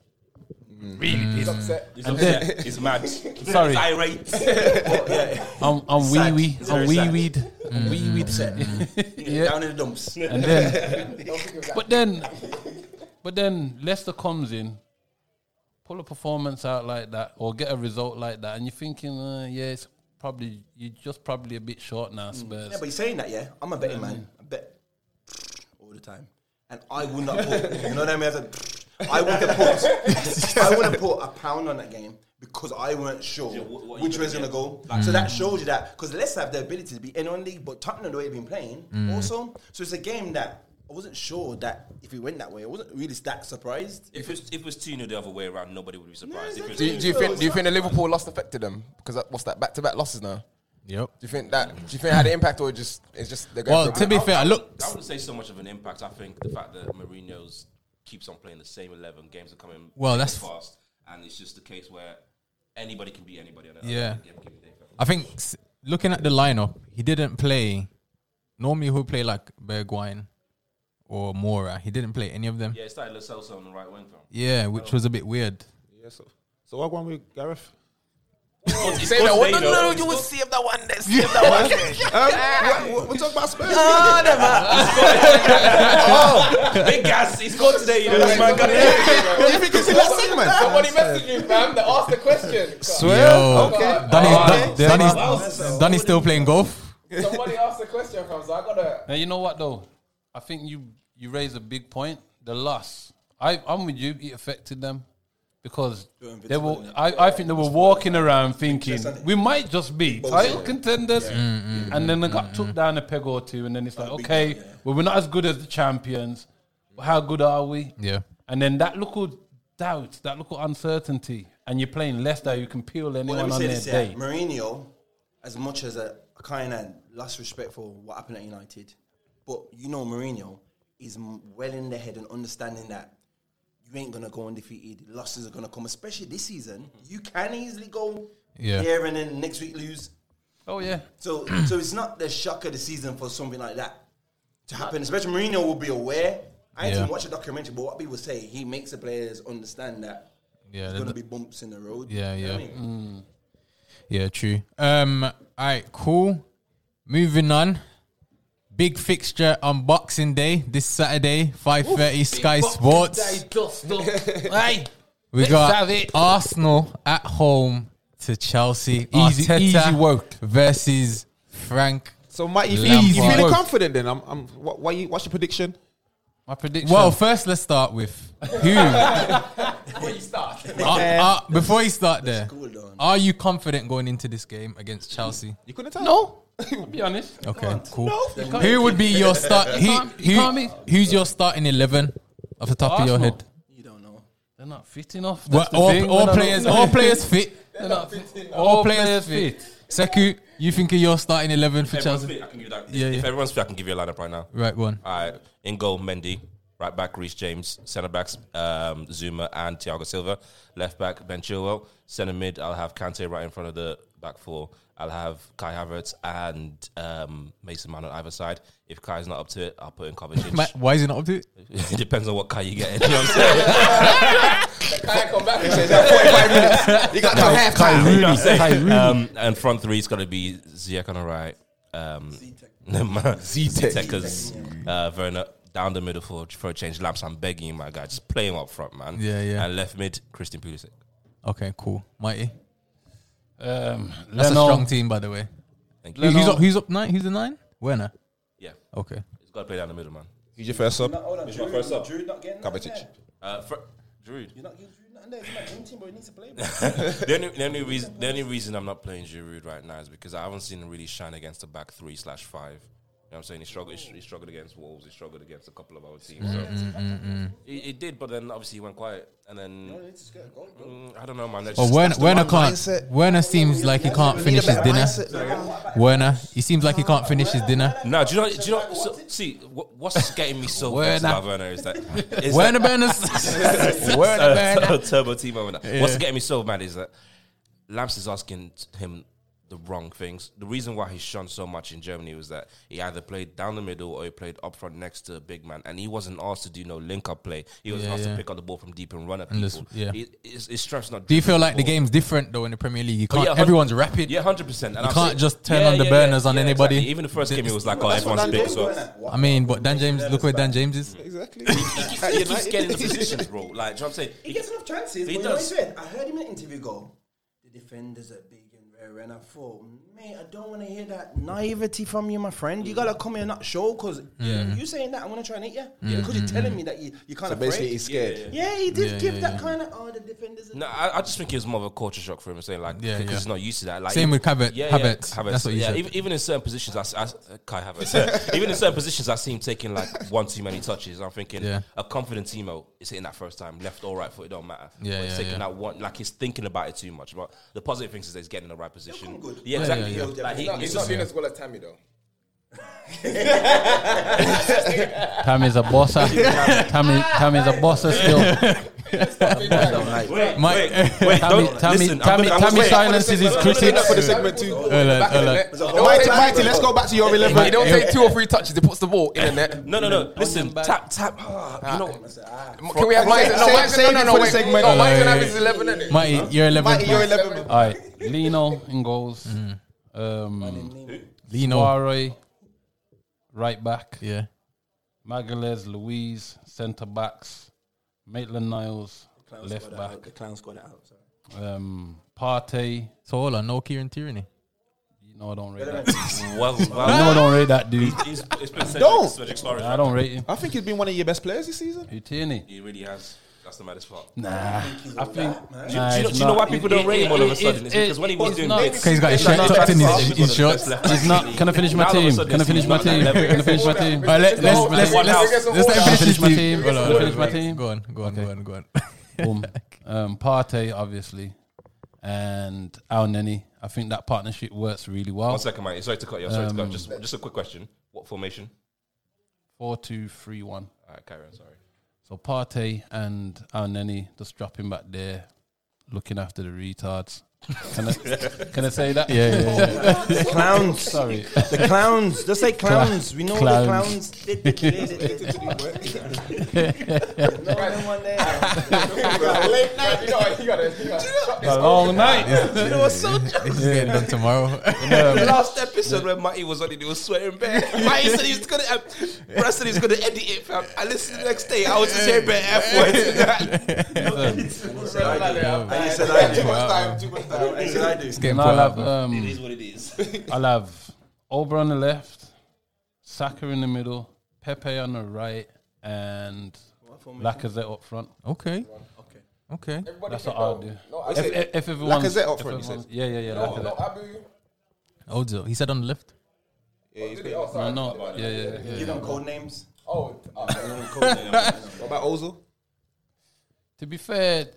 S6: Mm.
S3: Really pissed. And then,
S5: He's mad.
S3: Sorry.
S5: He's irate.
S3: I'm, I'm wee
S6: Sad.
S3: wee.
S6: It's
S3: I'm
S6: very
S3: wee
S6: sad.
S3: weed. I'm wee weed. Yeah.
S6: down in the dumps.
S3: And then, but then, but then Leicester comes in, pull a performance out like that, or get a result like that, and you're thinking, uh, yeah, it's probably you're just probably a bit short now, Spurs.
S6: Mm. Yeah, but you're saying that, yeah. I'm a betting man. I bet all the time, and I will not put. you know what I mean? I, said, I would have put. I would have put a pound on that game because I weren't sure which way's gonna go. So that shows you that because Leicester have the ability to be in on league, but Tottenham the way they've been playing also. So it's a game that. I wasn't sure that if we went that way, I wasn't really that surprised.
S5: If it was 2 0 the other way around, nobody would be surprised. If it was
S2: Do you, do you think? Do you think the Liverpool loss affected them? Because that, what's that back-to-back losses now?
S1: Yep.
S2: Do you think that? Do you think it had an impact or just it's just they're going
S1: Well,
S2: for
S1: to
S2: a-
S1: be fair, look,
S5: I wouldn't say so much of an impact. I think the fact that Mourinho's keeps on playing the same eleven games are coming.
S1: Well, that's-
S5: fast, and it's just the case where anybody can beat anybody. On a-
S1: Yeah.
S5: on a given day.
S1: I think s- looking at the lineup, he didn't play. Normally, he'll play like Bergwijn or Mora. He didn't play any of them.
S5: Yeah, it started Lo Celso on the right wing. From.
S1: Yeah, which was a bit weird.
S7: So what one with Gareth?
S2: Say that one. No,
S5: They
S2: no,
S5: know.
S2: no, you will see if that one. There, see if that one. There.
S7: Um, We're talking about Spurs.
S5: Big gas. He's gone today. You know this man got
S7: you think it's in that segment?
S2: Somebody messaged me, fam. They asked the question.
S1: Yo, Danny's,
S7: Okay.
S1: Danny's, Danny's still playing golf.
S2: Somebody asked the question, fam. So I gotta.
S3: Now you know what though, I think you you raise a big point. The loss, I I'm with you. It affected them because they were. I, I think they were walking around thinking we might just be title contenders,
S6: Mm-hmm.
S3: and then they got took down a peg or two, and then it's like okay, well we're not as good as the champions. But how good are we?
S1: Yeah.
S3: And then that little doubt, that little uncertainty, and you're playing Leicester, you can peel
S6: Well, let
S3: anyone
S6: me
S3: on
S6: say
S3: their
S6: this, yeah.
S3: day.
S6: Mourinho, as much as a I kind of lost respect for what happened at United, but you know Mourinho is m- well in the head and understanding that you ain't gonna go undefeated. Losses are gonna come, especially this season. You can easily go
S1: Yeah.
S6: here and then next week lose.
S3: Oh yeah.
S6: So, so it's not the shock of the season for something like that to happen. Especially Mourinho will be aware. I ain't
S1: Yeah.
S6: even watch a documentary, but what people say, he makes the players understand that
S1: Yeah,
S6: there's
S1: the-
S6: gonna be bumps in the road.
S1: Yeah,
S6: You know what I
S1: yeah.
S6: mean?
S1: Yeah, true. Um, all right, cool. Moving on. Big fixture on Boxing Day this Saturday, five thirty. Sky Sports.
S3: hey,
S1: We
S3: Let's
S1: got
S3: have it.
S1: Arsenal at home to Chelsea.
S3: Easy- easy work.
S1: versus Frank.
S7: So Mike, you,
S1: Lampard.
S7: feel, you feeling
S1: Lampard.
S7: confident then? I'm, I'm, what, what you, what's your prediction?
S3: My prediction.
S1: Well, first let's start with who. Are- are- before you start there, are you confident going into this game against Chelsea?
S2: You couldn't tell.
S3: no. I'll be honest.
S1: Okay, cool.
S3: can't.
S1: Who would be your start? Who,
S3: can't- you
S1: who-
S3: can't be-
S1: who's your starting eleven off the top of your
S3: Arsenal.
S1: head?
S6: You don't know.
S3: They're not fit enough.
S1: Well,
S3: That's the
S1: all,
S3: thing,
S1: all
S3: man, I don't
S1: players,
S3: know.
S1: all players fit.
S3: They're not fit.
S1: All players fit. Seku, you think of your starting eleven for
S5: Everyone's
S1: Chelsea?
S5: fit, I can give you that.
S1: Yeah,
S5: if
S1: yeah.
S5: everyone's fit, I can give you a lineup right now.
S1: Right one.
S5: All right, in goal, Mendy. Right back, Reece James. Centre backs, um, Zuma and Thiago Silva. Left back, Ben Chilwell. Centre mid, I'll have Kante right in front of the back four. I'll have Kai Havertz and um, Mason Mount on either side. If Kai's not up to it, I'll put in Kovacic.
S1: Ma- why is he not up to it?
S5: it depends on what Kai you get. You know what I'm saying?
S7: You got no half time.
S5: Um, and front three is going to be Ziyech on the right. Um, Zitekers, uh, Werner down the middle for, for a change. Lamps, I'm begging you, my guy. Just play him up front, man.
S1: Yeah, yeah.
S5: And left mid, Christian Pulisic.
S1: Okay, cool. Mighty.
S3: Um,
S1: That's
S3: Leno,
S1: a strong team, by the way.
S5: Thank
S1: Who-
S5: you.
S1: Who's up? Who's up nine? Who's the nine? Werner.
S5: Yeah,
S1: Okay.
S5: he's got to play down the middle, man.
S7: Who's your first sub?
S6: Hold on,
S5: Who's my first up?
S6: Drew not getting nothing
S7: Kovacic.
S6: there.
S5: Uh, fr- Drew.
S6: You're not giving Drew nothing there. He's my dream team, but he needs to play. bro.
S5: the, only, the only reason the only reason I'm not playing Giroud right now is because I haven't seen him really shine against the back three slash five. You know what I'm saying? He struggled. He struggled against Wolves. He struggled against a couple of other teams.
S1: Mm,
S5: So He, he did, but then obviously he went quiet. And then Mm, I don't know, man. That's
S1: Well,
S5: just-
S1: Werner,
S5: that's the
S1: Werner
S5: one
S1: can't.
S7: mindset.
S1: Werner seems like he can't finish his dinner. Werner, he seems like he can't finish his dinner.
S5: No, do you know? Do you know? So, see, what, what's getting me so
S1: Werner.
S5: vexed about Werner is that is
S1: Werner Berners. Werner
S5: that,
S1: Berners.
S5: turbo team moment. What's getting me so mad is that Lamps is asking him the wrong things. The reason why he shone so much in Germany was that he either played down the middle or he played up front next to a big man, and he wasn't asked to do no link up play. He was
S1: Yeah,
S5: asked
S1: yeah.
S5: to pick up the ball from deep and run at
S1: And this-
S5: people.
S1: yeah.
S5: He- his, his strength's not.
S1: Do you feel
S5: dribbling
S1: like the
S5: ball.
S1: game's different though in the Premier League? You can't.
S5: Oh, yeah, hun-
S1: everyone's rapid.
S5: Yeah, hundred percent. You
S1: can't just turn on the burners on anybody.
S5: Even the first game, it was like, oh, everyone's big. So
S1: I mean, but Dan James, look where Dan James is.
S7: Exactly.
S5: he keeps getting the positions, bro. Like, do you know what I'm saying?
S6: He gets enough chances. but
S5: He
S6: you know what
S5: does.
S6: he said? I heard him in an interview go, the defenders are big and rare. And I thought, mate, I don't want to hear that naivety from you, my friend. You got to come here and not show because you saying that, I'm going to try and hit you. Because
S3: Mm-hmm.
S6: you're telling me that you, you can't
S7: Basically, he's scared.
S6: Yeah, he did give that kind of, oh, the defenders are
S5: No, I, I just think it was more of a culture shock for him. Saying like,
S1: Yeah,
S5: because
S1: yeah.
S5: he's not used to that. Like,
S1: Same
S5: even-
S1: with Havertz. Havertz. That's what you
S5: yeah,
S1: said.
S5: Even, even in certain positions, I, s- I s- uh, Kai Havertz. even in certain positions, I see him taking like one too many touches. I'm thinking,
S1: Yeah.
S5: a confident teamo is hitting that first time, left or right foot, it don't matter.
S1: Yeah,
S5: But he's
S1: yeah,
S5: taking
S1: yeah.
S5: that one, like he's thinking about it too much. But the positive thing is that he's getting in the right position.
S6: good.
S5: Yeah, exactly. Like, he- he's
S2: He's
S5: just-
S2: not doing as well as Tammy though.
S3: Tammy's a bosser. Tammy, Tammy's a bosser still.
S5: Wait,
S1: Mike-
S5: wait,
S3: Tammy,
S5: wait, don't
S3: Tammy,
S5: listen. I'm
S3: Tammy,
S5: gonna- I'm
S3: Tammy
S5: gonna-
S3: silences his critics.
S2: for the segment two.
S1: Hold on,
S2: Back of
S1: hold
S2: the
S1: on.
S2: net. Don't
S7: Mighty,
S2: take-
S7: mighty, let's go back to your
S2: But he
S7: 11.
S2: don't take two or three touches. He puts the ball in the net.
S5: No, no, no. Listen, tap, tap. Ah, you know,
S2: Can we have Mike? No,
S7: Save-
S2: Mike's
S7: save
S2: no,
S7: it
S2: no,
S7: for
S2: no,
S7: the
S2: wait. Oh,
S7: segment.
S2: No, Mike's gonna have
S1: Uh,
S2: his eleven in it.
S1: Mighty, you're eleven.
S7: Mighty, you're
S1: man.
S7: 11.
S3: All right, Lino in goals.
S1: Mm-hmm.
S3: Um,
S1: Lino.
S3: Suarez, right back.
S1: Yeah.
S3: Magalhaes, Louise, centre backs. Maitland Niles, left back.
S6: The clown's got it out. sorry.
S3: Um, Partey.
S1: So hold on, no Kieran Tierney.
S3: No, I don't rate that.
S5: well,
S3: no,
S5: well,
S3: I don't rate that dude.
S5: he's, it's been Cedric,
S7: Don't.
S5: Cedric Suarez.
S3: I don't rate him.
S7: I think he's been one of your best players this season.
S3: Who Tierney?
S5: He really has. That's the maddest part.
S3: Nah, I think.
S5: Do you, do you know, do you know why people don't rate him all of a sudden? It's because when he was doing this,
S1: Because he's got his shirt
S3: not
S1: tucked in
S3: Trafford.
S1: his, his shorts. All
S3: He's not. Can I finish my
S5: Now all of a
S3: team?
S5: sudden
S3: Can I
S5: he's
S3: finish my
S5: not that
S3: team?
S5: level.
S3: Can I finish my team?
S1: right, let, let's let's let's
S5: One house.
S1: let's, let's let him
S3: Finish
S1: finish
S3: my
S1: this
S3: team.
S1: team. Hold on,
S3: Finish
S1: finish
S3: my
S1: my
S3: team.
S1: team. Go on, go on, go on, go on.
S3: Boom. Um, Partey, obviously, and Al Nenny. I think that partnership works really well.
S5: One second, mate. Sorry to cut you. off, Sorry to
S3: Um,
S5: cut. Just, just a quick question. What formation?
S3: Four, two, three, one.
S5: All right, carry on. Sorry.
S3: So Partey and Al Nenny just dropping back there, looking after the retards. Can I, can I say that?
S1: Yeah, yeah, yeah.
S6: The clowns.
S3: Sorry.
S6: The clowns. Just say clowns. We know the clowns.
S3: clowns.
S6: They did play, they did do work. No, no one there.
S2: Late night. You know, you gotta- you gotta shut this
S3: A
S5: Oh,
S3: long night.
S6: You know what's so
S1: This is getting done tomorrow.
S5: The last episode when Matty was on it, he was sweating bare. Matty said he was gonna, um, Brad said he was gonna edit it. Fam. I listened the next day. I was just hearing bare F words.
S6: I just said I do.
S7: time, too much time.
S6: I said I do.
S1: It's getting
S3: And I'll
S1: put out,
S3: have,
S1: man.
S3: um,
S5: what it is.
S3: I'll have Ober on the left, Saka in the middle, Pepe on the right, and Lacazette up front.
S1: Okay. Okay.
S3: That's what I'll do.
S2: No, I
S3: If,
S2: said,
S3: if, if everyone's-
S7: Lacazette up
S3: if
S7: front, you
S3: everyone's- Yeah, yeah, yeah.
S2: no,
S3: Lacazette.
S2: no, Abu.
S1: Ozil. He said on the left.
S7: Yeah, he's great.
S3: No, no, yeah, yeah, yeah.
S6: Give them code names.
S2: Oh,
S7: What about Ozil?
S3: To be fair,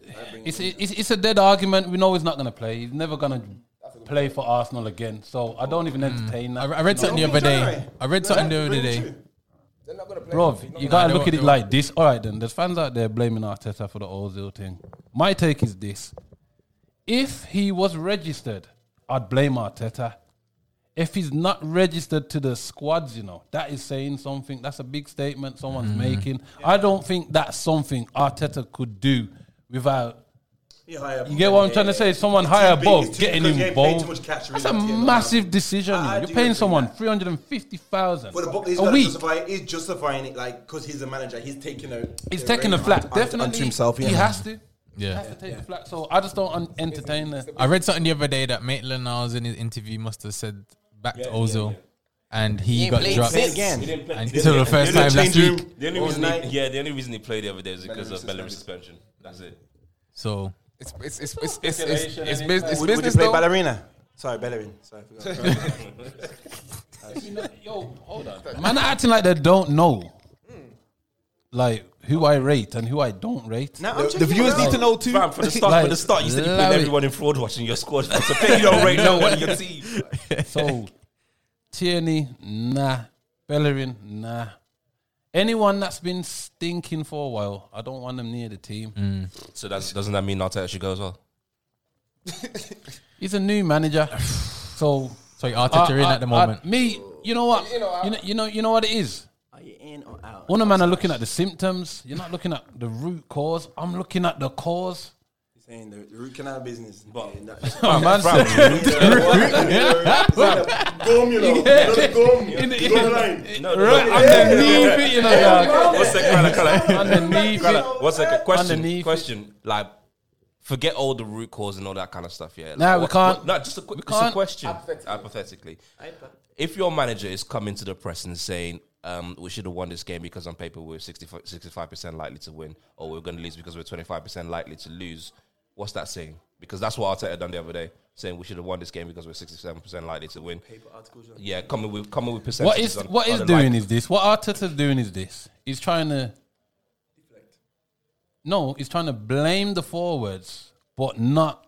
S3: it's, it's it's a dead argument. We know he's not going to play. He's never going to play for Arsenal again. So I don't even entertain
S1: I,
S3: that.
S1: I read something the
S6: Don't
S1: other
S6: be
S1: day.
S6: January.
S1: I read something the other day.
S2: they're not gonna play.
S3: Bro, you gotta
S1: they
S3: look at
S1: won't-
S3: it
S1: they
S3: like this. All right, then. There's fans out there blaming Arteta for the Ozil thing. My take is this: if he was registered, I'd blame Arteta. If he's not registered to the squads, you know that is saying something. That's a big statement someone's making. I don't think that's something Arteta could do without. You get what I'm trying to say? Someone higher
S6: big,
S3: above
S6: it's too-
S3: getting
S6: because you ain't paying
S3: involved.
S6: too much cash,
S3: That's a
S6: really, at the end of the
S3: massive
S6: month.
S3: decision.
S6: I- I
S3: You're
S6: do
S3: paying
S6: agree
S3: someone
S6: with that.
S3: three hundred and fifty thousand
S6: But the book is
S3: a week.
S6: justifying. He's justifying it like because he's the manager. He's taking a.
S3: He's taking the flat, definitely.
S6: Unto himself, yeah.
S3: He has to. He
S1: Yeah.
S3: has to take the flat. So I just don't un- entertain that.
S1: I read something the other day that Maitland Niles in his interview must have said back to Ozil, and he, got dropped
S5: didn't play.
S1: until the first time last week.
S5: The only
S6: All
S5: reason, he,
S6: night.
S5: yeah, the only reason he played the other day is because of Bellerin suspension. That's it.
S1: So
S2: It's it's it's it's it's it's,
S3: Speculation,
S2: it's,
S3: innit?
S2: bus- it's
S6: Would, would you
S2: business
S6: play
S2: though.
S6: ballerina? Sorry, ballerina. Sorry, I forgot.
S3: Yo, hold on. Man, are acting like they don't know, like who I rate and who I don't rate.
S6: Now, I'm
S7: The
S6: checking
S7: viewers
S6: it
S7: need
S6: out.
S7: to know too.
S5: Fam, from the start,
S3: Like,
S5: from the start, you said you
S1: love
S5: put
S1: it.
S5: everyone in fraud watching your squad. fam. So pick you don't rate no one in your team.
S3: So Tierney, nah. Bellerin, nah. Anyone that's been stinking for a while, I don't want them near the team.
S1: Mm.
S5: So that's, doesn't that mean Arteta should go as well?
S3: He's a new manager, so
S1: so Arteta
S2: Uh,
S1: in
S3: I-
S1: at the
S3: I-
S1: moment.
S3: me, you know what? You know, you know, you know, what it is.
S6: Are you Oh, in or out?
S3: One man are looking at the symptoms. You're not looking at the root cause. I'm looking at the cause.
S6: Saying the root canal business.
S5: But-
S6: Yeah, that-
S3: My man
S5: Fam,
S4: Gum, you know. Just Gum. Gum line.
S5: no, no,
S3: right
S5: no.
S3: underneath it, you know, yeah.
S5: One second, Grana, Grana.
S3: underneath it.
S5: Grana, one second. Question,
S3: Underneath it.
S5: question. Like, forget all the root cause and all that kind of stuff. Yeah. Like,
S3: Nah, we
S5: what-
S3: can't.
S5: what- no, just a, quick,
S3: We
S5: just a
S3: can't.
S5: question. Hypothetically, if your manager is coming to the press and saying, um, "We should have won this game because on paper we're 65 percent likely to win, or we're going to lose because we're twenty five percent likely to lose," what's that saying? Because that's what Arteta done the other day, saying we should have won this game because we're sixty seven percent likely to win. Yeah, coming with coming with percentages.
S3: What is
S5: on-
S3: what
S5: on
S3: is
S5: the
S3: doing
S5: like-
S3: is this. What Arteta's doing is this. He's trying to No, he's trying to blame the forwards, but not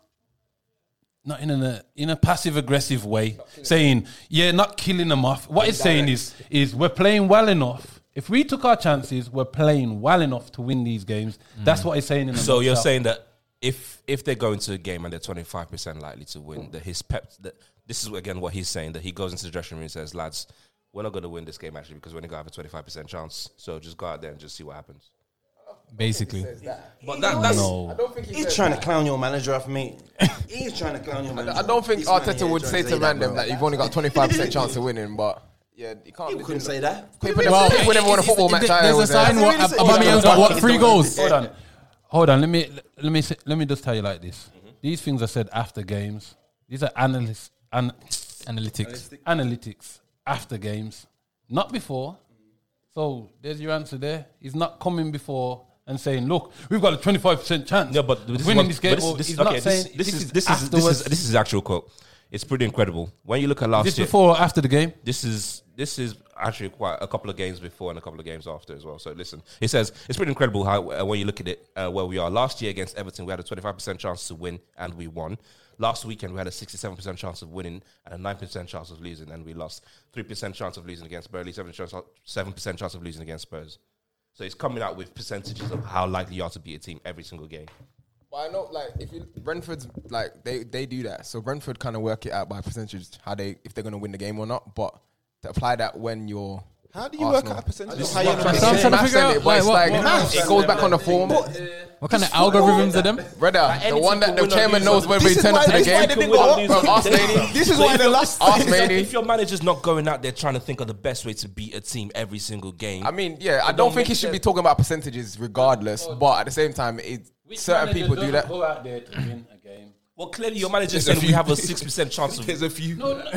S3: not in a in a passive aggressive way. Saying, yeah, not killing them off. What he's saying is is we're playing well enough. If we took our chances, we're playing well enough to win these games. That's what he's saying in a
S5: Mm. So you're
S3: nutshell.
S5: saying that if if they go into a game and they're 25 percent likely to win, that his pep. That this is again what he's saying that he goes into the dressing room and says, "Lads, we're not going to win this game actually because we're only going to have a 25 percent chance. So just go out there and just see what happens."
S1: Basically,
S5: But that, that's
S2: I don't think he
S6: He's
S2: said-
S6: trying to clown your manager off me. He's trying to clown your manager.
S2: I don't think
S6: This man
S2: Arteta
S6: here
S2: would
S6: trying
S2: say to
S6: that,
S2: random
S6: bro.
S2: that you've only got twenty five percent chance of winning, but yeah, you can't.
S6: He couldn't say that.
S2: Pick when well, pick whenever won a football match. I
S1: There's a
S2: was there.
S1: sign. What
S6: That's really
S1: Aubameyang's
S6: sick.
S1: got what
S6: Yeah.
S1: three goals?
S3: hold on, hold on. Let me let me say- let me just tell you like this.
S1: Mm-hmm.
S3: These things are said after games. These are analysts and
S1: Analytics.
S3: analytics after games, not before. So there's your answer there. He's not coming before and saying, "Look, we've got a 25% chance."
S5: Yeah, but this
S3: of
S5: is
S3: winning
S5: what-
S3: this game.
S5: but
S3: or he's
S5: okay,
S3: not saying
S5: this, this is this is this
S3: afterwards.
S5: is this is his actual quote. It's pretty incredible when you look at last
S3: This
S5: year.
S3: before or after the game.
S5: This is this is actually quite a couple of games before and a couple of games after as well. So listen, it says it's pretty incredible how uh, when you look at it uh, where we are. Last year against Everton, we had a twenty five percent chance to win and we won. Last weekend, we had a sixty seven percent chance of winning and a nine percent chance of losing, and we lost three percent chance of losing against Burnley, seven chance seven percent chance of losing against Spurs. So it's coming out with percentages of how likely you are to beat a team every single game.
S2: But I know, like, if you Brentford's like they they do that, so Brentford kind of work it out by percentage how they if they're gonna win the game or not. But to apply that when you're
S7: How do you
S2: Arsenal.
S7: work out percentage?
S2: This is
S7: How you
S2: what
S7: know
S2: I'm
S7: that?
S1: trying to figure
S2: saying. Maths,
S1: out,
S2: innit? But
S1: like,
S2: it's
S1: what-
S2: like
S1: what
S2: maths, it goes back on the form.
S1: What kind of algorithms are them?
S2: Brother, the one that the chairman knows when
S7: This
S2: we
S7: is
S2: turn
S7: why-
S2: up to the
S7: this is why
S2: game.
S7: they didn't go up.
S2: Bro, ask Lady.
S7: This is why the last.
S2: Ask
S5: If-
S2: Lady.
S5: If your manager's not going out there trying to think of the best way to beat a team every single game,
S2: I mean, yeah, I
S5: don't
S2: don't think
S5: make
S2: he should be
S5: sense.
S2: talking about percentages regardless, but at the same time, it, certain people do that.
S3: Go out there to win a game.
S5: well, clearly your manager's
S7: There's a
S5: saying we
S7: few-
S5: have a six percent chance of.
S7: There's a few.
S3: No, no, no,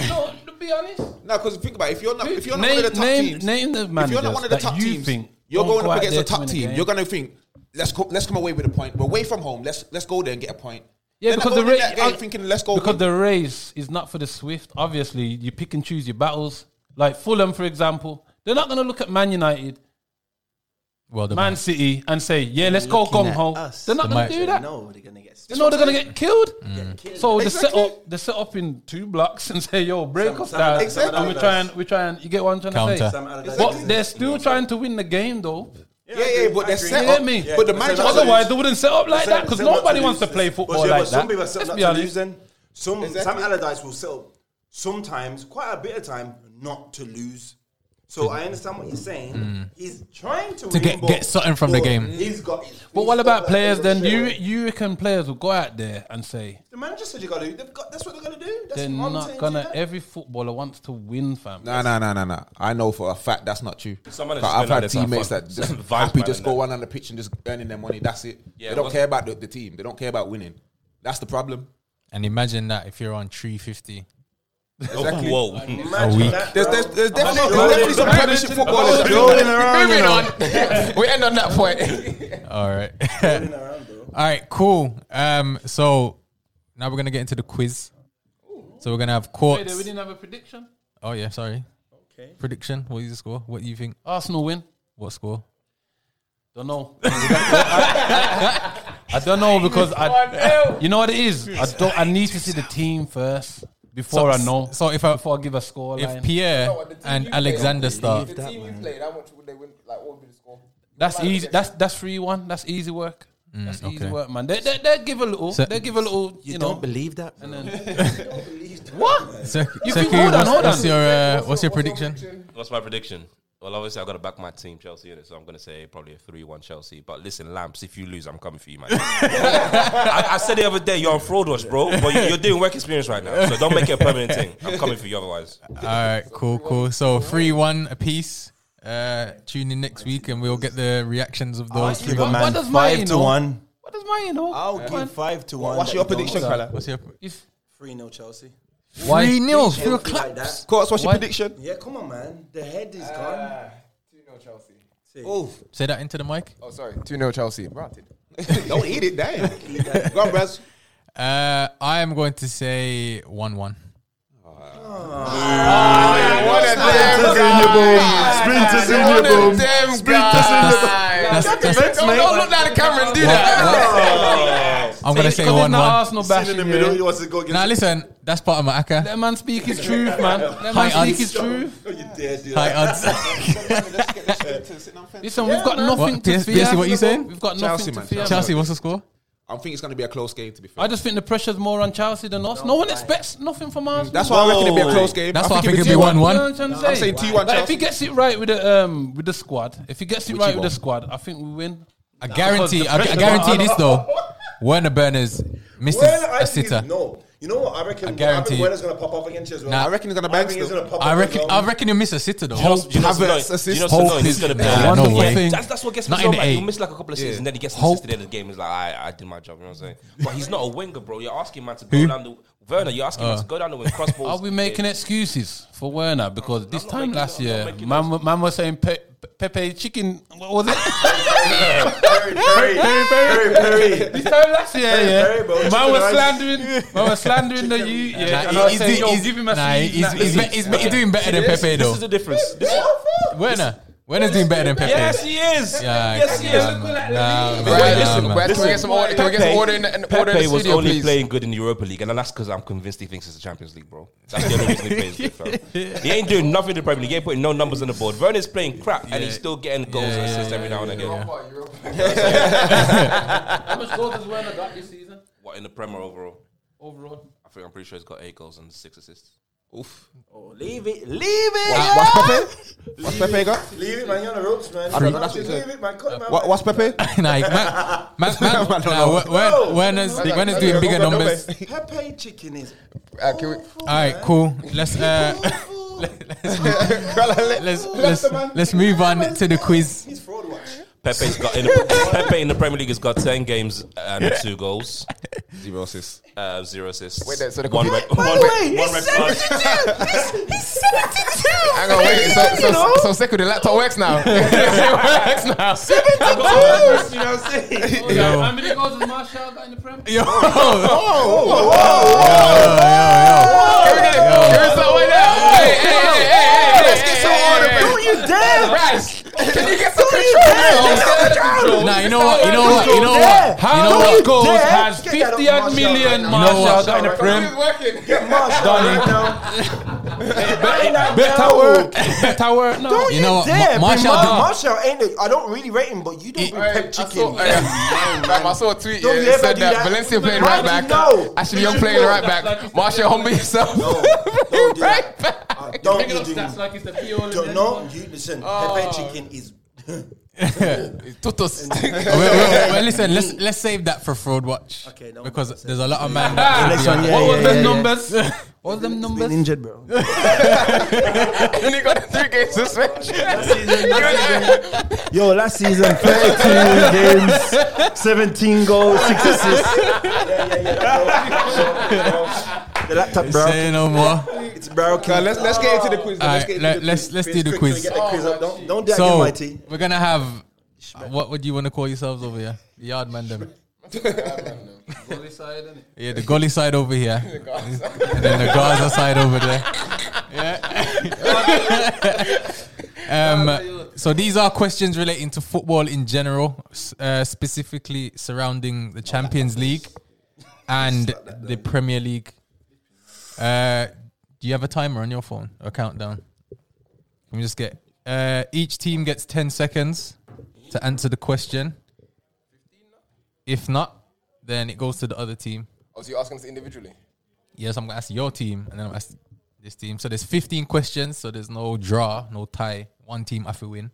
S3: to be honest.
S7: No, because think about it, if you're not if you're not
S3: name,
S7: one of the top
S3: name,
S7: teams,
S3: name the
S7: if
S3: managers
S7: you're not one of the
S3: that
S7: top
S3: you
S7: teams,
S3: think
S7: You're
S3: Don't
S7: going
S3: go
S7: up
S3: out
S7: against
S3: there
S7: a top
S3: to win the
S7: team.
S3: game.
S7: You're going to think, let's co- let's come away with a point. We're away from home. Let's let's go there and get a point.
S3: Yeah,
S7: Then I
S3: because
S7: go
S3: the
S7: in
S3: race.
S7: that game thinking, let's go.
S3: Because
S7: win.
S3: the race is not for the swift. Obviously, you pick and choose your battles. Like Fulham, for example, they're not going to look at Man United,
S1: Well, the
S3: Man City, and say, "Yeah, let's go
S6: Looking
S3: gung
S6: at
S3: ho."
S6: us.
S3: They're not
S1: They
S3: going
S1: might-
S3: to do that.
S6: No, they're gonna get.
S3: They know they're going to get killed.
S6: killed.
S3: So
S7: Exactly.
S3: they set up. They set up in two blocks and say, "Yo, break
S6: Some-
S3: us
S6: some-
S3: down."
S6: Exactly.
S3: And we try and we try and you get what I'm trying to say.
S1: Counter.
S6: Some Allardyce
S3: But
S6: is-
S3: they're still trying to win the game, though.
S7: yeah, yeah, but they're set
S3: You
S7: up.
S3: hear me?
S7: But the
S6: Yeah,
S7: manager.
S6: that's
S3: Otherwise, they wouldn't set up like that because
S4: Some- some
S3: nobody
S4: want
S3: wants
S4: to
S3: to
S4: lose.
S3: play
S4: But
S3: football
S4: yeah, but
S3: like
S4: Some
S3: that.
S4: people are set
S3: Let's
S4: up
S3: be
S4: to lose.
S3: honest.
S4: Then some
S7: Exactly.
S4: Sam Allardyce will sell sometimes quite a bit of time not to lose. So I understand what you're saying.
S3: Mm.
S4: He's trying to, win,
S1: get-
S4: but-
S1: get something from the
S4: but
S1: game.
S4: He's got. He's
S3: But what
S4: got
S3: about
S4: that
S3: players
S4: little
S3: then? You
S4: shit.
S3: you reckon players will go out there and say
S4: The manager said you got to. They've got. That's what they're gonna do. That's
S3: they're
S4: what I'm
S3: not
S4: saying
S3: gonna?
S4: to you.
S3: Every footballer wants to win, fam.
S7: No, no, no, no, no. I know for a fact that's not true.
S5: Some managers
S7: 'Cause I've
S5: been like
S7: had
S5: this, like,
S7: teammates
S5: fuck,
S7: that just
S5: vibe
S7: happy
S5: man
S7: just
S5: and
S7: go
S5: that.
S7: on on the pitch and just earning their money. That's it.
S5: Yeah,
S7: they
S5: it
S7: don't
S5: was-
S7: care about the, the team. They don't care about winning. That's the problem.
S1: And imagine that if you're on 350.
S7: Exactly.
S5: Whoa.
S4: Imagine
S1: week.
S4: that,
S7: There's,
S4: bro.
S7: there's, there's definitely,
S4: sure
S7: there's definitely
S4: they-
S7: some Premiership footballers. that do it.
S2: Moving on. we end on that point.
S1: All right. All right, cool. Um, so now we're gonna get into the quiz. So we're gonna have
S3: Hey, there, we
S1: courts.
S3: didn't have a prediction.
S1: Oh yeah, sorry.
S6: Okay.
S1: Prediction. What is the score? What do you think?
S3: Arsenal win.
S1: What score?
S3: Don't know. I don't know because I. You know what it is. I don't. I need to see the team first before I know.
S1: So if I,
S3: Before I give a score
S1: if
S3: line.
S1: Pierre
S2: what, the team
S1: and
S2: you play,
S1: Alexander
S2: I
S1: start,
S2: The team you played, how much would they win? Like, what would be the score?
S3: that's easy. That's that's three one. That's easy work. That's easy
S1: okay.
S3: work, man. They they, they give a little.
S1: So-
S3: they give a little. You,
S6: You
S3: know.
S6: don't believe that? And
S3: what?
S1: so,
S3: You
S1: so
S3: think-
S1: who-
S3: hold on,
S1: what's,
S3: hold
S1: what's
S3: on.
S1: your uh, what's your prediction?
S5: What's my prediction? Well, obviously, I've got to back my team, Chelsea, in it, so I'm going to say probably a 3 1 Chelsea. But listen, Lamps, if you lose, I'm coming for you, man. I, I said the other day, you're on fraud watch, bro, but you- you're doing work experience right now, so don't make it a permanent thing. I'm coming for you otherwise.
S1: All right, cool, cool. So three one apiece. Uh, tune in next week and we'll get the reactions of those.
S6: give
S1: Three.
S6: a
S3: What- what
S6: man
S3: does
S6: five
S3: mine
S6: to
S3: know?
S6: one.
S3: What does mine know?
S6: I'll
S3: Come on.
S6: give five to one.
S7: What's
S6: that
S7: your
S6: you don't
S7: prediction,
S6: sell.
S7: fella?
S1: What's your
S3: If
S6: Three nil Chelsea.
S1: three nil? Three
S6: Chelsea like
S1: claps.
S6: that.
S7: Courts, what's your
S3: What?
S7: prediction?
S6: Yeah, come on, man. The head is gone.
S2: Two 0 Chelsea.
S6: Oh,
S1: Say that into the mic.
S2: Oh, sorry, two 0 Chelsea. Granted.
S7: don't eat it, damn. Go on, Braz.
S1: Uh, I am going to say one one.
S4: Splinters in your boom.
S2: Damn
S1: That's,
S2: guys.
S1: that's, that's, that's,
S2: Don't, don't look down the camera and do
S1: what-
S2: that.
S5: Oh.
S1: what- I'm gonna say
S3: Because
S1: one
S3: in the
S1: one.
S3: Arsenal
S4: Seen in the
S3: bashing,
S4: middle,
S3: yeah.
S4: he wants Oh, to go against.
S1: Now listen, that's part of my acca.
S3: Let a man speak his truth, man. Let
S1: High
S3: a man speak
S1: odds.
S3: his truth.
S4: Oh, you dare do
S1: High
S4: that.
S1: odds.
S3: Listen, we've got nothing
S1: What,
S3: to
S1: PS-
S3: fear.
S1: PSC, what you saying?
S3: We've got
S7: Chelsea,
S3: nothing to
S7: man,
S3: fear.
S1: Chelsea, what's the score?
S7: I think it's going to be a close game, to be fair.
S3: I just think the pressure's more on Chelsea than us. No one expects nothing from Arsenal.
S7: That's why I reckon it'll be a close game.
S1: That's
S7: I
S1: why I
S7: think
S1: think
S7: if
S1: it'll be one
S7: it's
S3: You know
S1: one.
S3: what I'm trying to say?
S7: saying T1
S3: Like, if
S7: Chelsea.
S3: he gets it right with the um with the squad, if he gets it
S7: Which
S3: right
S7: he
S3: with the
S7: won't.
S3: squad, I think we win.
S1: I guarantee.
S3: the
S1: I, gu- I
S3: pressure
S1: guarantee
S3: on-
S1: this though. Werner Berners misses
S4: Well, I
S1: a
S4: think
S1: sitter.
S4: it's- no. You know what? I reckon. I
S1: guarantee
S4: guarantee.
S1: you.
S4: Werner's gonna pop up against you as well.
S1: Nah,
S7: I reckon he's gonna bang
S4: think he's
S7: still.
S4: gonna pop
S1: I
S4: up
S1: reckon.
S4: as well.
S1: I reckon you miss a sitter though.
S5: Hope, you know, what's
S7: Havertz
S5: annoying? Do you know
S7: assist.
S5: what's annoying?
S1: Hope
S5: He's
S1: is-
S5: going to be
S1: Nah,
S5: like,
S1: no
S5: that's-
S1: way.
S5: That's, that's what gets
S1: Not
S5: me.
S1: in
S5: so mad.
S1: the
S5: He'll
S1: eight.
S5: miss like a couple of assists and then he gets
S1: Hope.
S5: assisted at the end of the game. He's like, I, I did my job. You know what I'm saying? But he's not a winger, bro. You're asking man to go down the Werner. You're asking man to go down the wing, cross balls.
S3: Are we making excuses for Werner? Because this
S5: not
S3: time
S5: making-
S3: last
S5: I'm not
S3: year,
S5: making
S3: man, wa- man was saying Pe- Pe- Pepe chicken. What was it?
S4: Perry, Perry, Perry, Perry, Perry.
S3: This time last year, yeah.
S4: very well.
S3: Man
S4: Chicken
S3: was
S4: rice.
S3: slandering, man was slandering the youth, yeah.
S1: Nah,
S3: and I was
S1: he's
S3: saying,
S1: doing-
S3: yo,
S1: he's-
S3: give him a
S1: nah,
S3: seat,
S1: he's-
S3: nah,
S1: he's be- he's be- he's doing better than Pepe
S5: This is
S1: though.
S5: the difference. This is-
S1: Werner. Werner's doing better than Pepe.
S5: yes, he is.
S1: Yeah,
S5: yes, he is.
S1: come on, man. Nah,
S2: Brad,
S1: bro,
S2: listen,
S1: nah, man.
S2: Brad, can we get some order? Can we get some order in the, in the, order in
S5: um, Pepe
S2: the
S5: was
S2: studio,
S5: only
S2: please?
S5: playing good in the Europa League, and that's because I'm convinced he thinks it's the Champions League, bro. That's the only reason he plays good, fam. He ain't doing nothing in the Premier League. He ain't putting no numbers on the board. Werner's playing crap, and he's still getting goals and assists every now and again.
S2: Oh, you're up.
S3: How much goals has Werner got this season
S5: What in the Premier overall?
S3: overall?
S5: I think I'm pretty sure he's got eight goals and six assists.
S6: oh, leave it, leave it.
S7: What's Pepe? What's Pepe got?
S4: Leave it, man. You're on the ropes, man.
S7: don't know, that's what
S4: Just
S7: he
S4: leave
S7: said.
S4: it, man. Cut him out.
S7: What,
S4: man.
S7: what's
S1: Nah, man,
S7: Pepe?
S1: man, man,
S7: don't
S1: nah,
S7: know.
S1: Wer- Wer- Werner's Werner's doing bigger numbers.
S6: Pepe chicken is.
S2: Uh, can we,
S1: All right, cool. Let's uh,
S6: awful.
S1: let's let's let's move on to the quiz.
S4: He's fraud watch.
S5: Pepe's got in the, Pepe in the Premier League has got ten games and two goals,
S7: Zero assists.
S5: uh, zero assists.
S2: Wait, so the
S5: one
S2: computer-
S5: red, one red,
S6: Wait,
S5: one
S6: it's
S5: red card.
S2: hang on, wait. so, so, so, so Sekou, the laptop works now. it works now.
S4: you know what I'm saying?
S3: Oh, yeah. How many goals has Marshall got in the Prem?
S1: Yo,
S6: Don't you dare!
S2: Can you get some control?
S1: Nah, you know what? You know what? You know what?
S3: How
S1: You know
S3: many
S1: what?
S3: goals
S6: Dare?
S3: has
S6: Get that
S3: 50 odd
S6: Martial
S3: million
S6: right now.
S1: You know
S3: Marshall
S1: what?
S3: got in the Prem?
S6: Get Marshall right now. Right now,
S3: Better
S6: now.
S3: work. Better work. No.
S6: Don't
S1: You
S6: you,
S1: know what?
S6: dare!
S1: Ma-
S6: bring
S1: Martial
S6: Mar-
S1: don't-
S6: Martial ain't. A, I don't really rate him, but you don't bring pep chicken.
S2: Fam, um, I saw a tweet.
S6: Don't
S2: Yeah,
S6: you
S2: it
S6: ever
S2: said
S6: do
S2: that,
S6: that.
S2: Valencia playing
S6: How do
S2: right
S6: you
S2: back.
S6: know?
S2: Ashley Young playing right
S3: Like
S2: back.
S3: you
S2: Marshall, humble yourself.
S6: No, don't do
S2: Right
S6: that.
S2: back.
S6: I don't
S3: Bring it
S6: you
S3: up
S6: do
S3: stats like it's the P.O.
S6: Don't, no, you listen. Pepe chicken is.
S2: Tutus.
S1: Well, well, well, well, listen, let's let's save that for fraud watch.
S6: Okay, no one
S1: because
S6: wants it.
S1: there's a lot of man. that
S6: Next one, yeah,
S3: What was
S6: yeah,
S3: the
S6: yeah,
S3: numbers? What was them
S6: Been
S3: numbers?
S6: injured, bro.
S2: And he got a three game suspension.
S8: Yo, last season, 32 games, 17 goals, 6 assists.
S6: The laptop, bro.
S1: Say no more.
S6: It's barrel
S7: Nah, let's let's get into the quiz.
S1: All
S7: let's
S1: right,
S7: get into
S1: let-
S7: the
S1: let's
S7: quiz.
S1: let's do the quiz.
S6: Don't don't do that,
S1: So
S6: Mighty.
S1: we're gonna have uh, what would you want to call yourselves over here? The yard man, them.
S3: Goalie side, innit?
S1: Yeah, the goalie side over here, and then the Gaza side over there. Yeah. um, so these are questions relating to football in general, s- uh, specifically surrounding the Champions League and the Premier League. Uh, do you have a timer on your phone? A countdown? Can we just get? Uh, each team gets ten seconds to answer the question. If not, then it goes to the other team.
S2: Oh, so you asking us individually?
S1: Yes, I'm gonna ask your team and then I'm gonna ask this team. So there's 15 questions, so there's no draw, no tie. One team have to win.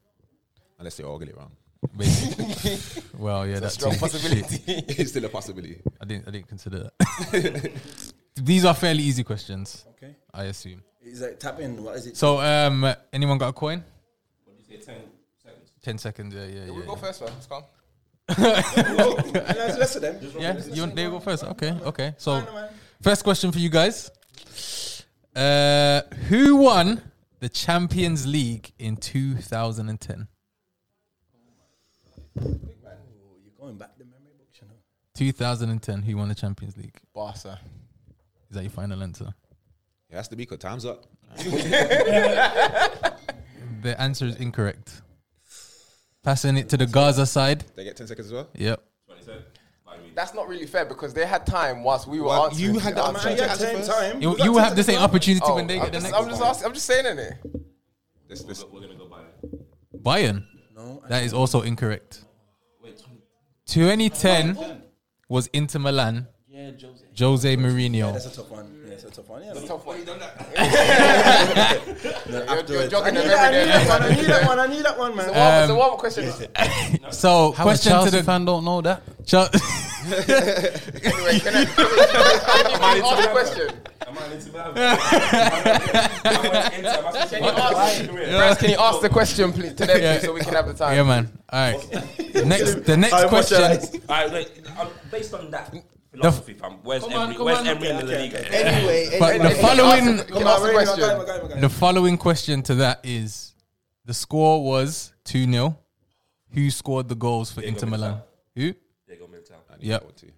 S7: Unless they all get it wrong,
S1: Basically. well, yeah, that's
S2: Strong possibility.
S7: it's still a possibility.
S1: I didn't I didn't consider that. These are fairly easy questions. Okay. I assume.
S6: He's like tapping. What is it?
S1: So um anyone got a coin? Ten seconds, yeah, yeah, yeah.
S2: Go first, man. Let's go.
S6: Let's listen to them.
S1: Yeah, you want, they go first. Okay, okay. So, first question for you guys: uh, Who won the Champions League in 2010?
S6: Going back to memory books, you know.
S1: 2010. Who won the Champions League?
S2: Barca.
S1: Is that your final answer?
S7: It has to be. Cause time's up.
S1: The answer is incorrect. Passing it to the Gaza side.
S7: They get ten seconds as well.
S1: Yep.
S2: That's not really fair because they had time whilst we were
S7: Well,
S2: answering.
S7: you had the opportunity to answer first.
S6: time.
S1: You, you will have the same opportunity
S2: Oh,
S1: when they
S2: I'm,
S1: get the
S2: just,
S1: next.
S2: I'm just asking, I'm just saying it.
S7: Let's- let's-
S1: Bayern.
S6: No,
S1: That is also incorrect. 2010 was Inter Milan. Jose Mourinho.
S6: that's a tough one. Yeah, that's a tough one. Yeah,
S2: Tough one.
S6: afterwards.
S2: jogging
S6: I
S2: them
S6: knew that,
S2: every
S6: I knew
S2: day,
S6: that one. I knew that one. I knew that Um, one, man.
S2: What was the one question?
S1: So,
S3: How a
S1: question to
S3: Chelsea
S1: the
S3: fan don't know that.
S1: Chel-
S2: Anyway, can I, can I ask the question?
S4: Am I into that? Am I into that?
S2: Press, can you ask the question please, to them
S1: Yeah.
S2: please, so we can have the time?
S1: yeah, man. All right. Next, the next question.
S5: All right, wait, um, based on that philosophy, fam, where's
S3: on,
S5: Emery?
S3: come
S5: Where's
S3: on.
S5: Emery in the league?
S6: Anyway,
S1: But the
S6: anyway.
S1: following,
S2: Can you ask the question?
S1: the following question to that is: the score was two 0 Who scored the goals for Inter Milan? Who?
S5: Diego Militao.
S1: Yep,
S7: Two.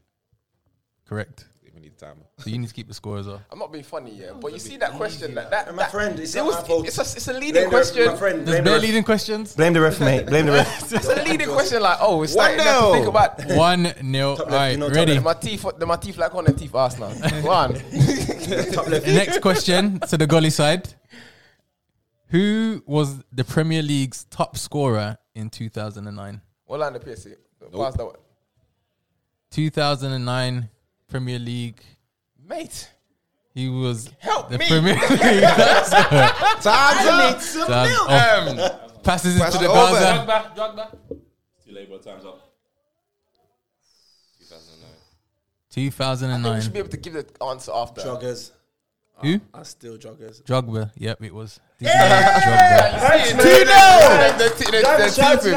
S1: correct.
S7: We need time.
S1: So you need to keep the score as well.
S2: I'm not being funny, yeah, but you see that question, like that,
S6: My
S2: that-
S6: friend, it's
S2: it
S6: not
S2: was,
S6: my fault.
S2: it's a, it's a
S6: Blame
S2: leading
S6: the ref,
S2: question.
S6: my friend.
S1: There's
S6: Blame the
S1: bare
S6: ref.
S1: leading questions.
S8: Blame the ref, mate. Blame the ref.
S2: It's a leading question, like, oh, it's starting to have to think about.
S1: One 0 All
S6: left,
S1: right,
S6: you know, top
S1: ready.
S2: My teeth, the, my teeth like on the teeth arse now. One.
S1: Next question to the goalie side: Who was the Premier League's top scorer in 2009?
S2: What line the PSC? Pass that one.
S1: 2009 Premier League.
S2: Mate.
S1: He was
S2: Help
S1: the
S2: me.
S1: Premier League. That's
S7: Time's up.
S1: that's off. passes it
S7: Pass
S1: to
S7: it
S1: the
S7: over.
S1: Gaza.
S3: Drogba, Drogba.
S5: Too late, bro. Time's up. 2009.
S2: You should be
S1: 2009.
S2: able to give the answer after.
S6: joggers.
S1: Who?
S6: Are still joggers.
S1: Drogba. Yep, it was. Drogba.
S2: The t- the- the teeth in.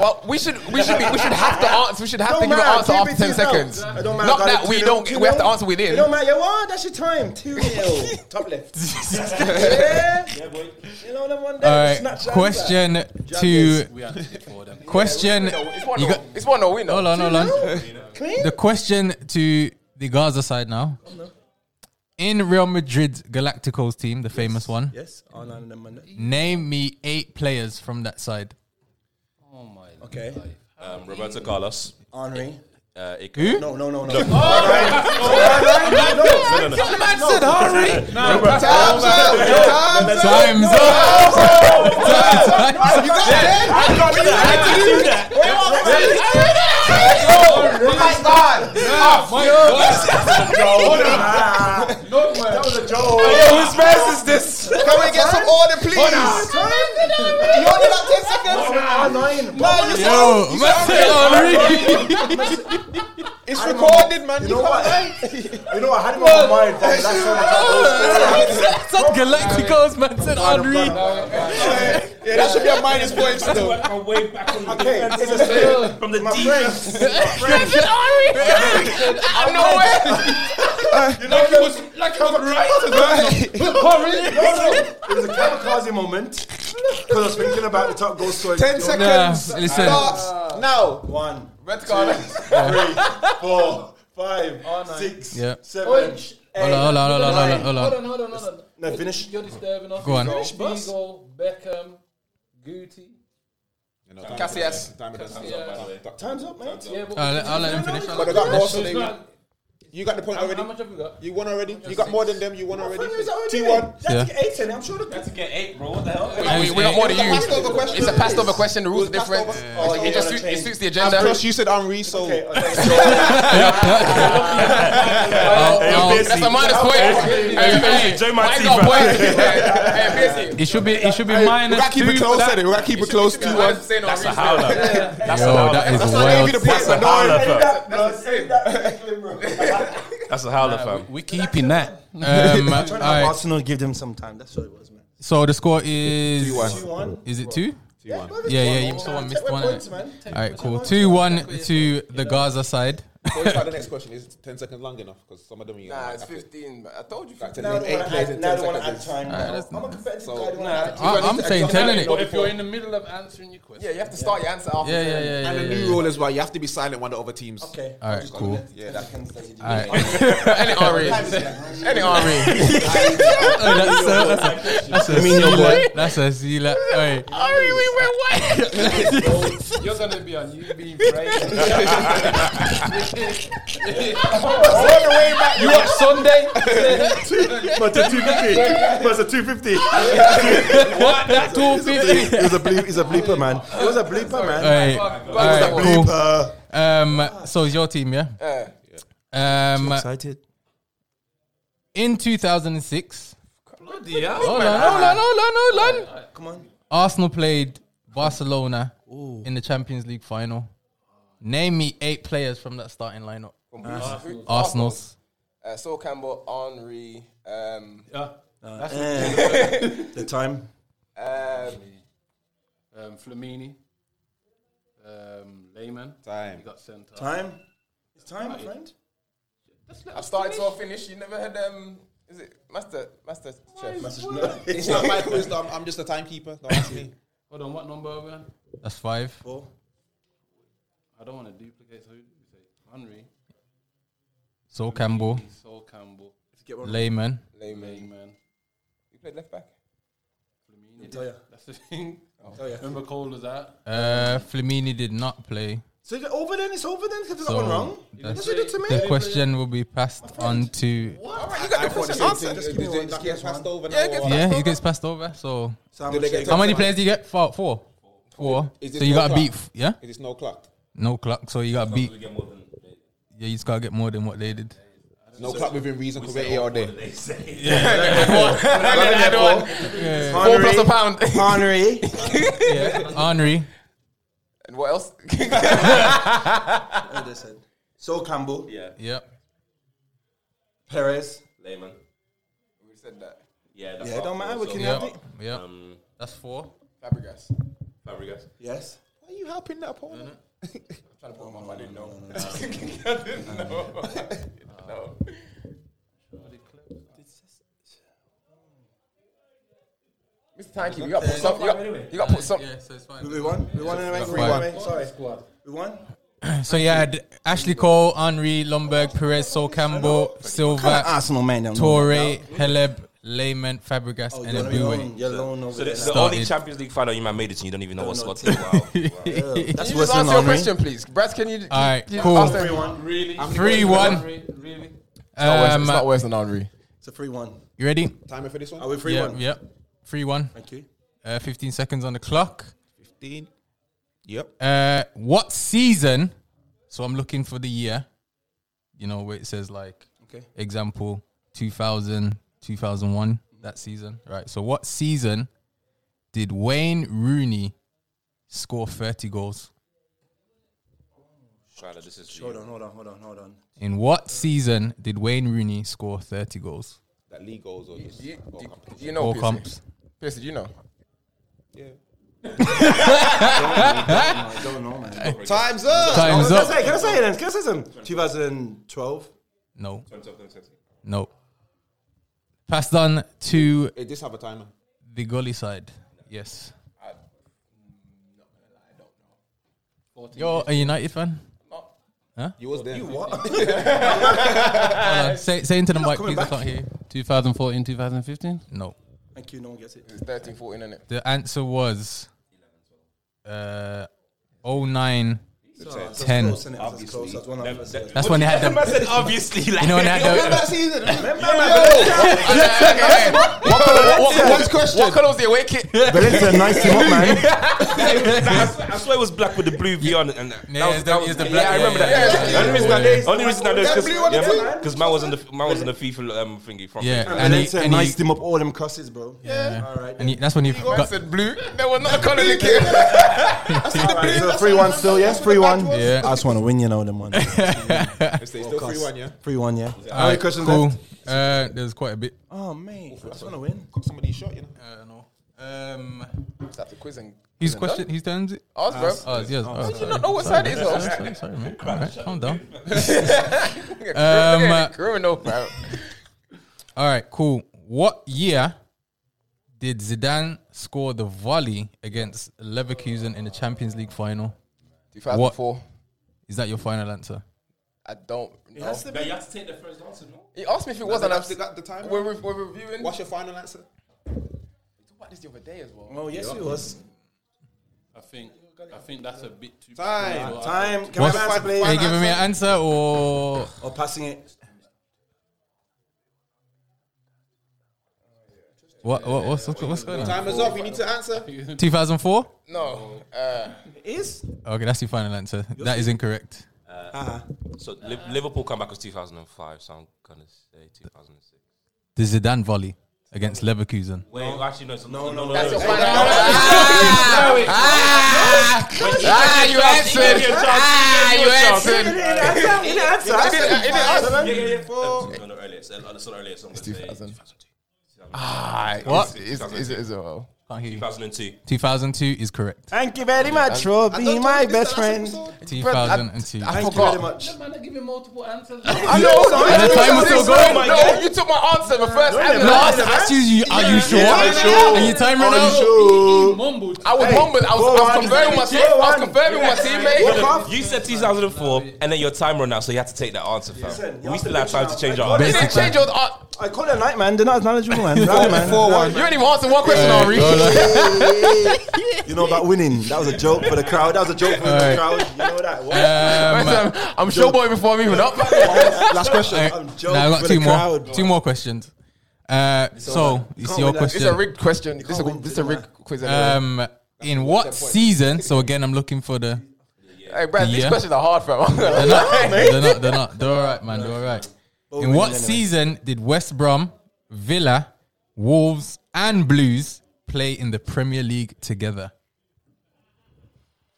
S2: Well, we should we should be, we should have to answer. We should have to give an answer after ten seconds. Not that we don't. We have to answer
S6: It
S2: within.
S6: don't matter. You are. That's your time. Two nil. Top left. Yeah.
S4: Yeah, boy.
S6: You know them one day.
S1: All right. Question two.
S3: We answered it for them.
S1: Question.
S2: It's one
S1: You
S2: or-
S1: got-
S2: It's one or winner.
S1: Hold on, hold on.
S6: Clean.
S1: The question to the Gaza side now. In Real Madrid Galacticos team, the famous one,
S6: Yes, R9 and them man.
S1: name me eight players from that side.
S3: Oh my
S6: Okay.
S5: Um, Roberto Carlos.
S6: Henri.
S5: Uh, Iker-
S1: Who?
S6: No, no, no, no.
S1: Time's up. Time's up.
S7: whose verse is this? Can we get some order, please? You order like 10 seconds?
S6: R9.
S7: Man, you
S1: Yo,
S7: sound- you
S1: man
S7: sound-
S1: said Henry.
S7: It's recorded, man.
S6: You
S7: You
S6: know
S7: can't
S6: what?
S7: lie.
S6: You know, I had him on my mind from last time.
S1: It's not Galacticos, man said Henry.
S7: Yeah, that should be a minus point still.
S4: Work my way back from the
S6: Okay,
S4: defense
S6: it's
S4: to- from the defense.
S6: Oh, It was a kamikaze moment because I was thinking about the top goal scorer.
S7: 10 seconds.
S1: Nah, listen.
S7: Starts now.
S6: One,
S7: Red card.
S6: three, four, five, six,
S1: Yeah.
S6: seven,
S1: Hold on, hold on, hold on, hold on, hold on.
S3: Hold on, hold on, hold on.
S6: No, finish.
S3: You're disturbing us.
S1: Go on.
S3: Finish,
S1: Finish,
S6: boss.
S3: Beagle, Beckham, Guti.
S2: Cassius.
S6: Time's up, man.
S3: Yeah, but
S1: I'll, Uh, let- I'll let him finish. I'll
S7: But I
S1: let
S7: got
S1: him
S7: more,
S1: finish.
S7: so they-
S3: how,
S7: you got the point
S3: how
S7: already.
S3: much have we got?
S7: You won already. You got more than them. You won already.
S6: What is that
S7: Two
S6: already?
S7: one.
S6: You have to get eight in it. I'm sure the
S4: That's to get eight, bro. What the hell?
S2: We, we got more than you.
S7: It's a passed over question.
S2: It's a passed over question. The rules are
S7: It was
S2: different.
S7: passed over.
S2: It just suits, it suits the
S7: And
S2: agenda.
S7: plus, Oh, you said Henri, so
S6: Okay, okay.
S1: I'll- I'll-
S2: That's a minus point. Hey, hey, hey,
S4: Joe Marti,
S2: Mike got
S4: bro.
S2: point. Hey, hey, Piercy.
S1: It should be. It should be minus
S7: we gotta keep
S1: two.
S7: it close.
S1: for
S7: Said it.
S1: that.
S7: We gotta keep it close. Two one.
S2: That's a
S5: That's a howler. That's a
S1: Yo,
S5: howler.
S1: that is
S5: That's
S7: I gave you the
S1: wild.
S7: point, but no
S5: howler,
S7: one.
S5: fam.
S6: Arsenal
S5: That's a howler, fam.
S3: We're keeping that.
S1: Um, all right.
S6: give them some time. That's what it was, man.
S1: So the score is.
S6: Two one.
S1: Is it two?
S6: Yeah,
S1: Yeah, yeah. You saw one, missed one.
S6: Points,
S1: All
S6: man.
S1: right, cool. Two one to the Gaza side.
S9: Before we start the next question, is 10 seconds long enough? Because some of them you
S2: Nah,
S9: have
S2: it's
S9: to-
S2: 15. but I told you.
S7: Back to
S2: 15.
S6: Now they
S7: Eight
S6: want to
S7: players
S6: add,
S7: in
S6: now
S7: 10
S6: they want to add
S7: seconds.
S6: time. now. I'm a competitive guy. I don't want to add
S1: I, I'm saying telling
S3: But
S1: it.
S3: if you're in the middle of answering your question,
S2: Yeah, you have to start your answer after.
S1: Yeah, yeah, yeah,
S9: And
S1: yeah.
S9: the
S1: yeah,
S9: new rule as well, you have to be silent when the other teams.
S6: Okay.
S1: All right, cool.
S6: Yeah, that can.
S1: All right.
S2: Any Henry. Any Henry.
S1: that's a that's a C lap. That's a C lap. All right.
S3: you're going to be on you being brave.
S7: You up Sunday?
S6: But a 250. But a 250.
S1: What? That two fifty.
S6: It was a bleep. It's a bleeper, man. It was a bleeper,
S1: All
S6: man. Uh,
S1: right. All right. Cool. Um. So it's your team, yeah. Um.
S8: Excited.
S1: In 2006. Hold on, hold on, hold on, hold on.
S6: Come on.
S1: Arsenal played Barcelona in the Champions League final. Name me eight players from that starting lineup.
S6: Oh,
S1: Arsenal's.
S2: Uh, Saul Campbell, Henry, um,
S3: Uh,
S6: The time.
S2: um,
S3: um, Flamini, um, Lehman.
S9: Time.
S3: You got sent off.
S6: Time. It's time, my friend.
S2: I started to finish. You never heard um, is it Master Master Chef?
S9: It's not my quiz, though. I'm, I'm just a timekeeper. Don't ask me.
S3: Hold on, what number are we on?
S1: That's five.
S6: Four.
S3: I don't want to duplicate. So who did we say? Henry,
S1: Sol Campbell,
S3: Sol Campbell,
S1: Layman.
S2: Layman.
S3: Lehman,
S2: You played left back.
S3: Flamini.
S6: tell ya.
S3: That's the thing.
S6: Oh, yeah.
S3: Remember Cole was out.
S1: Uh, Flamini did not play.
S6: So is it over then? It's over then? Because I got
S1: So
S6: one wrong?
S1: that's-
S6: That's what you did to me.
S1: The question will be passed on to.
S6: All right, you got the question answered. Just give me one. Just give us one.
S9: Passed over
S2: Yeah,
S9: now.
S2: it gets
S1: Yeah,
S2: passed
S1: it
S2: over.
S1: gets passed over. So,
S6: So I'm gonna check.
S1: how many players do you get? Four. Four. Four.
S9: Is it
S1: So you
S9: no
S1: got to
S9: clock?
S1: beat. f- Yeah.
S9: It's no clock.
S1: No clock. So you got to beat.
S5: We get more than
S1: Yeah, you just got to get more than what they did.
S9: No clock within reason. Because we're here all day.
S5: they say.
S2: Four plus a pound.
S6: Henry.
S1: Yeah. Henry.
S2: and what else?
S6: Anderson. So Campbell.
S5: Yeah,
S1: Yep.
S6: Perez.
S5: layman.
S2: we said that.
S5: Yeah, that's
S6: Yeah, it don't matter. We can have
S1: Yep.
S6: it.
S1: Yep.
S5: Um,
S1: That's four.
S2: Fabregas.
S5: Fabregas.
S6: Yes.
S9: Why are you helping that opponent?
S2: Mr. Tanky, you got put some. You got, you got put some.
S1: Yeah, so it's fine.
S6: We won. We won anyway. We
S1: fine.
S6: won. mate. Sorry. We won.
S1: So you had Ashley Cole, Henri, Lomberg, Perez, Sol Campbell, Silva,
S6: Arsenal man. them.
S1: Torre, Heleb, Lehman, Fabregas,
S6: Oh,
S1: and
S6: you're alone.
S1: Abue.
S6: You're alone over
S5: So
S6: there.
S5: this is the
S1: Started.
S5: only Champions League final you man made it, and you don't even know what squad. Wow.
S2: Can
S6: That's
S2: you just
S6: than
S2: answer your
S6: Henry.
S2: question, please, Brad? Can you? Can
S1: All right,
S2: you
S1: cool.
S2: ask them-
S3: Really?
S1: Three one.
S3: Really?
S2: Not worse- It's not
S1: Um,
S2: worse than Henry.
S6: It's a free one.
S1: you ready?
S9: Timer for this one?
S6: Are we free
S1: Yep,
S6: one?
S1: yep. Three one.
S6: Thank you.
S1: Uh, Fifteen seconds on the clock.
S9: 15. Yep.
S1: Uh, what season? So I'm looking for the year. You know where it says like
S6: Okay.
S1: example 2000 2001 that season right so what season did wayne rooney score 30 goals
S5: Tyler, this is
S6: Hold on. Hold on. Hold on. Hold on.
S1: in what season did wayne rooney score 30 goals
S9: That league goals or just.
S2: Do you,
S9: or
S2: do,
S9: competition?
S2: do you
S1: All
S2: know?
S1: comps.
S2: Pierce? Pierce, do you know?
S9: Yeah.
S6: I don't know, man.
S9: Time's up.
S1: time's
S6: Can I
S1: up
S6: say? Can I say it? then? Can I say something? 2012.
S1: no no passed on to
S9: It just have a timer.
S1: the goalie side yes you're a united fan
S9: You was there. You what?
S1: Hold on, say, say into the mic
S6: coming
S1: please i can't hear you
S3: 2014, 2015?
S1: no
S6: Thank you. No one gets it.
S2: It's 13, 14, isn't it?
S1: The answer was uh, 09.
S6: That's
S1: Ten.
S6: close, innit? That's close. That's one of us.
S1: That's when they had the.
S5: said obviously.
S1: You know when they had the.
S6: season. Remember?
S2: What colour- what- what- What color was the away kit?
S8: Valencia, nice team up, man.
S5: I, swear, I swear it was black with the blue V on, it, and that
S1: Yeah,
S5: was,
S1: it's
S5: that
S1: the-
S5: was
S1: it's the
S5: yeah,
S1: black-
S5: I remember
S1: yeah,
S5: that.
S1: yeah, yeah.
S5: Only reason I know, is- only reason I know is
S6: That
S5: because
S6: blue one, too.
S5: yeah, because man was on the man was on the FIFA um thingy front.
S1: Yeah,
S5: page.
S1: and he,
S6: Valencia,
S1: and
S6: nice
S1: he,
S6: team up. All them crosses, bro.
S1: yeah.
S6: All right.
S1: and he, that's when he
S2: I
S1: got.
S2: said blue. There was not a color in the kit.
S6: All right, So free one still. Yes, free one.
S1: Yeah.
S6: I just want to win. You know them one.
S9: It's still 3 1, yeah?
S6: Free one. Yeah. How
S1: Alright,
S6: many questions
S1: cool.
S6: left?
S1: Uh, there's quite a bit.
S6: Oh man, I just want to win.
S9: Got somebody shot, you know?
S1: Uh, no. Um,
S2: That's a quiz and
S1: whose question? Whose turn is it?
S2: ask, bro.
S1: Oh, it's yours. Oh,
S2: You
S1: sorry.
S2: not know what side it is, though.
S1: Sorry, sorry, sorry, man. All right, calm down.
S2: Yeah,
S1: Um,
S2: Criminal, bro.
S1: all right, cool. What year did Zidane score the volley against Leverkusen in the Champions League final?
S2: 2004.
S1: Is that your final answer?
S2: I don't know.
S9: You have to take the first answer, no?
S2: He asked me if it was, and I
S9: They got the time.
S2: we're, re- we're reviewing.
S9: What's your final answer?
S2: about this the other day as well.
S6: Oh yes, it was.
S3: I think, I think that's a bit too.
S9: Time.
S6: Time. Can
S1: What's-
S6: I have an
S1: Are you
S6: answer,
S1: giving me an answer or
S6: please? Or Oh, passing it.
S1: what? what what's, what's, what's going on?
S9: Time is up. You need to answer. You
S1: 2004.
S2: No, uh,
S6: It is.
S1: Okay, that's your final answer. That is incorrect.
S5: So Li- Liverpool come back was 2005. So I'm gonna say 2006.
S1: The Zidane volley against Leverkusen.
S5: Wait, actually no, it's no, no, no.
S2: that's your
S5: no.
S2: final answer. Ah, you
S5: Give me a
S2: answered.
S5: chance.
S2: Ah,
S5: Give me
S2: you
S5: a chance.
S2: answered.
S6: In answer. I said
S2: In answer.
S5: Yeah, yeah, yeah. No, no, earlier. It's a lot- it's a lot earlier. So I'm gonna say
S2: 2000.
S5: 2002.
S2: Ah,
S1: What?
S2: Is, is, is, is it oh. well?
S1: Can't hear you.
S5: 2002.
S1: 2002 is correct.
S6: Thank you very much for being my best friend.
S1: 2002.
S2: I
S6: Thank you
S2: forgot.
S6: very much.
S3: Man, I give you multiple answers.
S2: I know.
S1: the time was still going.
S2: No, no, you took my answer, the first and the
S1: No, I
S2: last.
S1: asked you, you- are you sure?
S6: Yeah, I'm sure.
S1: Are you timing
S6: Are you
S1: out?
S6: sure?
S3: Mumbled.
S2: I was humbled. I was, I was
S6: on.
S2: confirming my team.
S6: Go
S2: I was
S6: on.
S2: confirming my teammate.
S6: Walk off.
S5: You said 2004, and then your time ran out, so you had to take that answer,
S6: Listen,
S5: fam.
S6: you
S5: We
S6: have
S5: still
S6: to
S5: have time to
S6: reach
S5: change
S6: out.
S5: our
S2: You
S5: answer.
S2: didn't change your answer.
S6: I call it night, man. They're not as knowledgeable, man. Right, man.
S2: You didn't even answer one question,
S1: Uh,
S2: Henri.
S1: no, no.
S6: You know about winning. That was a joke for the crowd. That was a joke for the
S1: Alright.
S6: crowd. You know that. What?
S1: Um,
S2: I'm- I'm showboy before I'm even up.
S6: Last question.
S1: alright,
S6: I'm
S1: now
S6: joking
S1: I've got
S6: for
S1: two
S6: the
S1: more.
S6: crowd.
S1: Two more questions. Uh, so it's
S6: Can't
S1: your
S6: win that. It's
S1: question.
S2: It's a rigged question. This is a, this is a rigged quiz. Anyway.
S1: um, in what season? So again, I'm looking for the.
S2: hey, Brad, these
S1: yeah.
S2: questions are hard, fam.
S1: They're not. they're not. They're not. They're all right, man. They're all right. In what season did West Brom, Villa, Wolves, and Blues play in the Premier League together?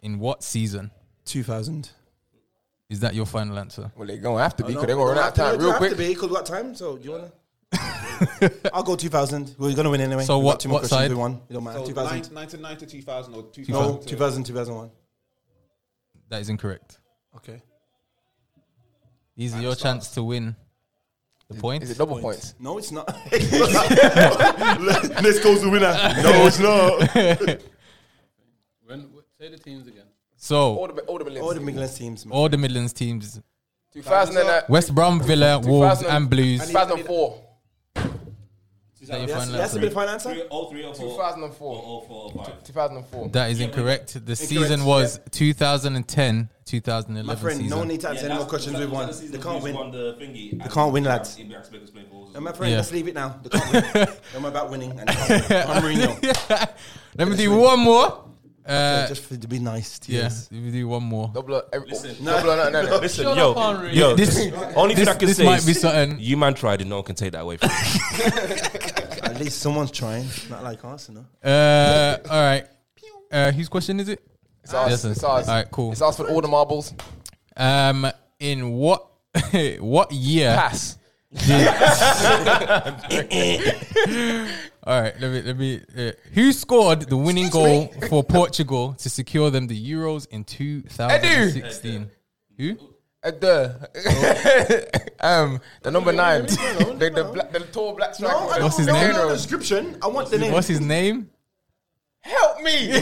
S1: In what season
S6: 2000.
S1: is that your final answer?
S2: well, they're going to have to be because they're going to run out of time real
S6: Have to
S2: quick.
S6: be, 'cause we got time. So do you wanna? I'll go 2000. We're gonna win anyway.
S1: So
S6: We've
S1: what-
S6: got Two more
S1: what
S6: questions.
S1: side?
S6: We won. It don't matter. 2000.
S9: 1990, 2000, or 2000.
S6: No, 2000, 2001.
S1: That is incorrect.
S6: Okay.
S1: These are your chance to win The point.
S2: Is it double points?
S4: No, it's not.
S7: Let's go the winner. No, it's not.
S3: When, say the teams again.
S2: All
S1: So
S2: the all the
S4: All the
S2: Midlands.
S4: Midlands teams, man.
S1: all the Midlands teams:
S2: 2000 and, uh,
S1: West Brom, Villa, Wolves,
S2: 2000
S1: and Blues.
S2: 2004.
S1: Is that your
S4: That's,
S1: final
S4: that's a
S1: answer?
S4: bit of finance.
S5: Oh, Three, all three or four?
S2: 2004.
S5: Or all four or five?
S2: 2004.
S1: That is incorrect. The season was 2010, 2011
S4: My friend,
S1: season.
S4: no need to
S5: Yeah,
S4: answer any
S5: that's-
S4: more questions.
S5: that's
S4: We've
S5: the
S4: won.
S5: season
S4: They can't
S5: Blues
S4: win.
S5: won the thingy and
S4: can't win, lads.
S5: Ibrahim Speck was playing for Wolves as
S4: And
S5: well.
S4: my friend,
S1: Yeah.
S4: let's leave it now. They can't win. I'm about winning. And they can't win. I'm Mourinho.
S1: Let me do one more. Uh,
S4: Just for, to be nice to
S1: yeah,
S4: you.
S1: let me do one more.
S2: Double. Every, double. No, no, no.
S5: Listen,
S3: Shut
S5: yo,
S3: up, Henry.
S5: yo.
S1: This-
S5: only
S1: this-
S5: thing I can
S1: this
S5: say
S1: might
S5: is
S1: be something.
S5: You man tried, and no one can take that away from you.
S4: At least someone's trying. Not like Arsenal.
S1: Uh, all right. Uh, whose question is it?
S2: It's ours.
S1: Yes, sir.
S2: it's ours.
S1: All right, cool.
S2: It's ours for all the marbles.
S1: Um, in what what year?
S2: Pass.
S1: All right, let me let me. Uh, who scored the winning goal for Portugal to secure them the Euros in 2016? Who?
S2: Uh, duh. um, the number nine. the, the, black, the tall black striker.
S4: No, I
S1: What's
S4: don't
S1: his
S4: know
S1: name?
S4: the description. I want the name.
S1: What's his name?
S2: Help me!
S6: Why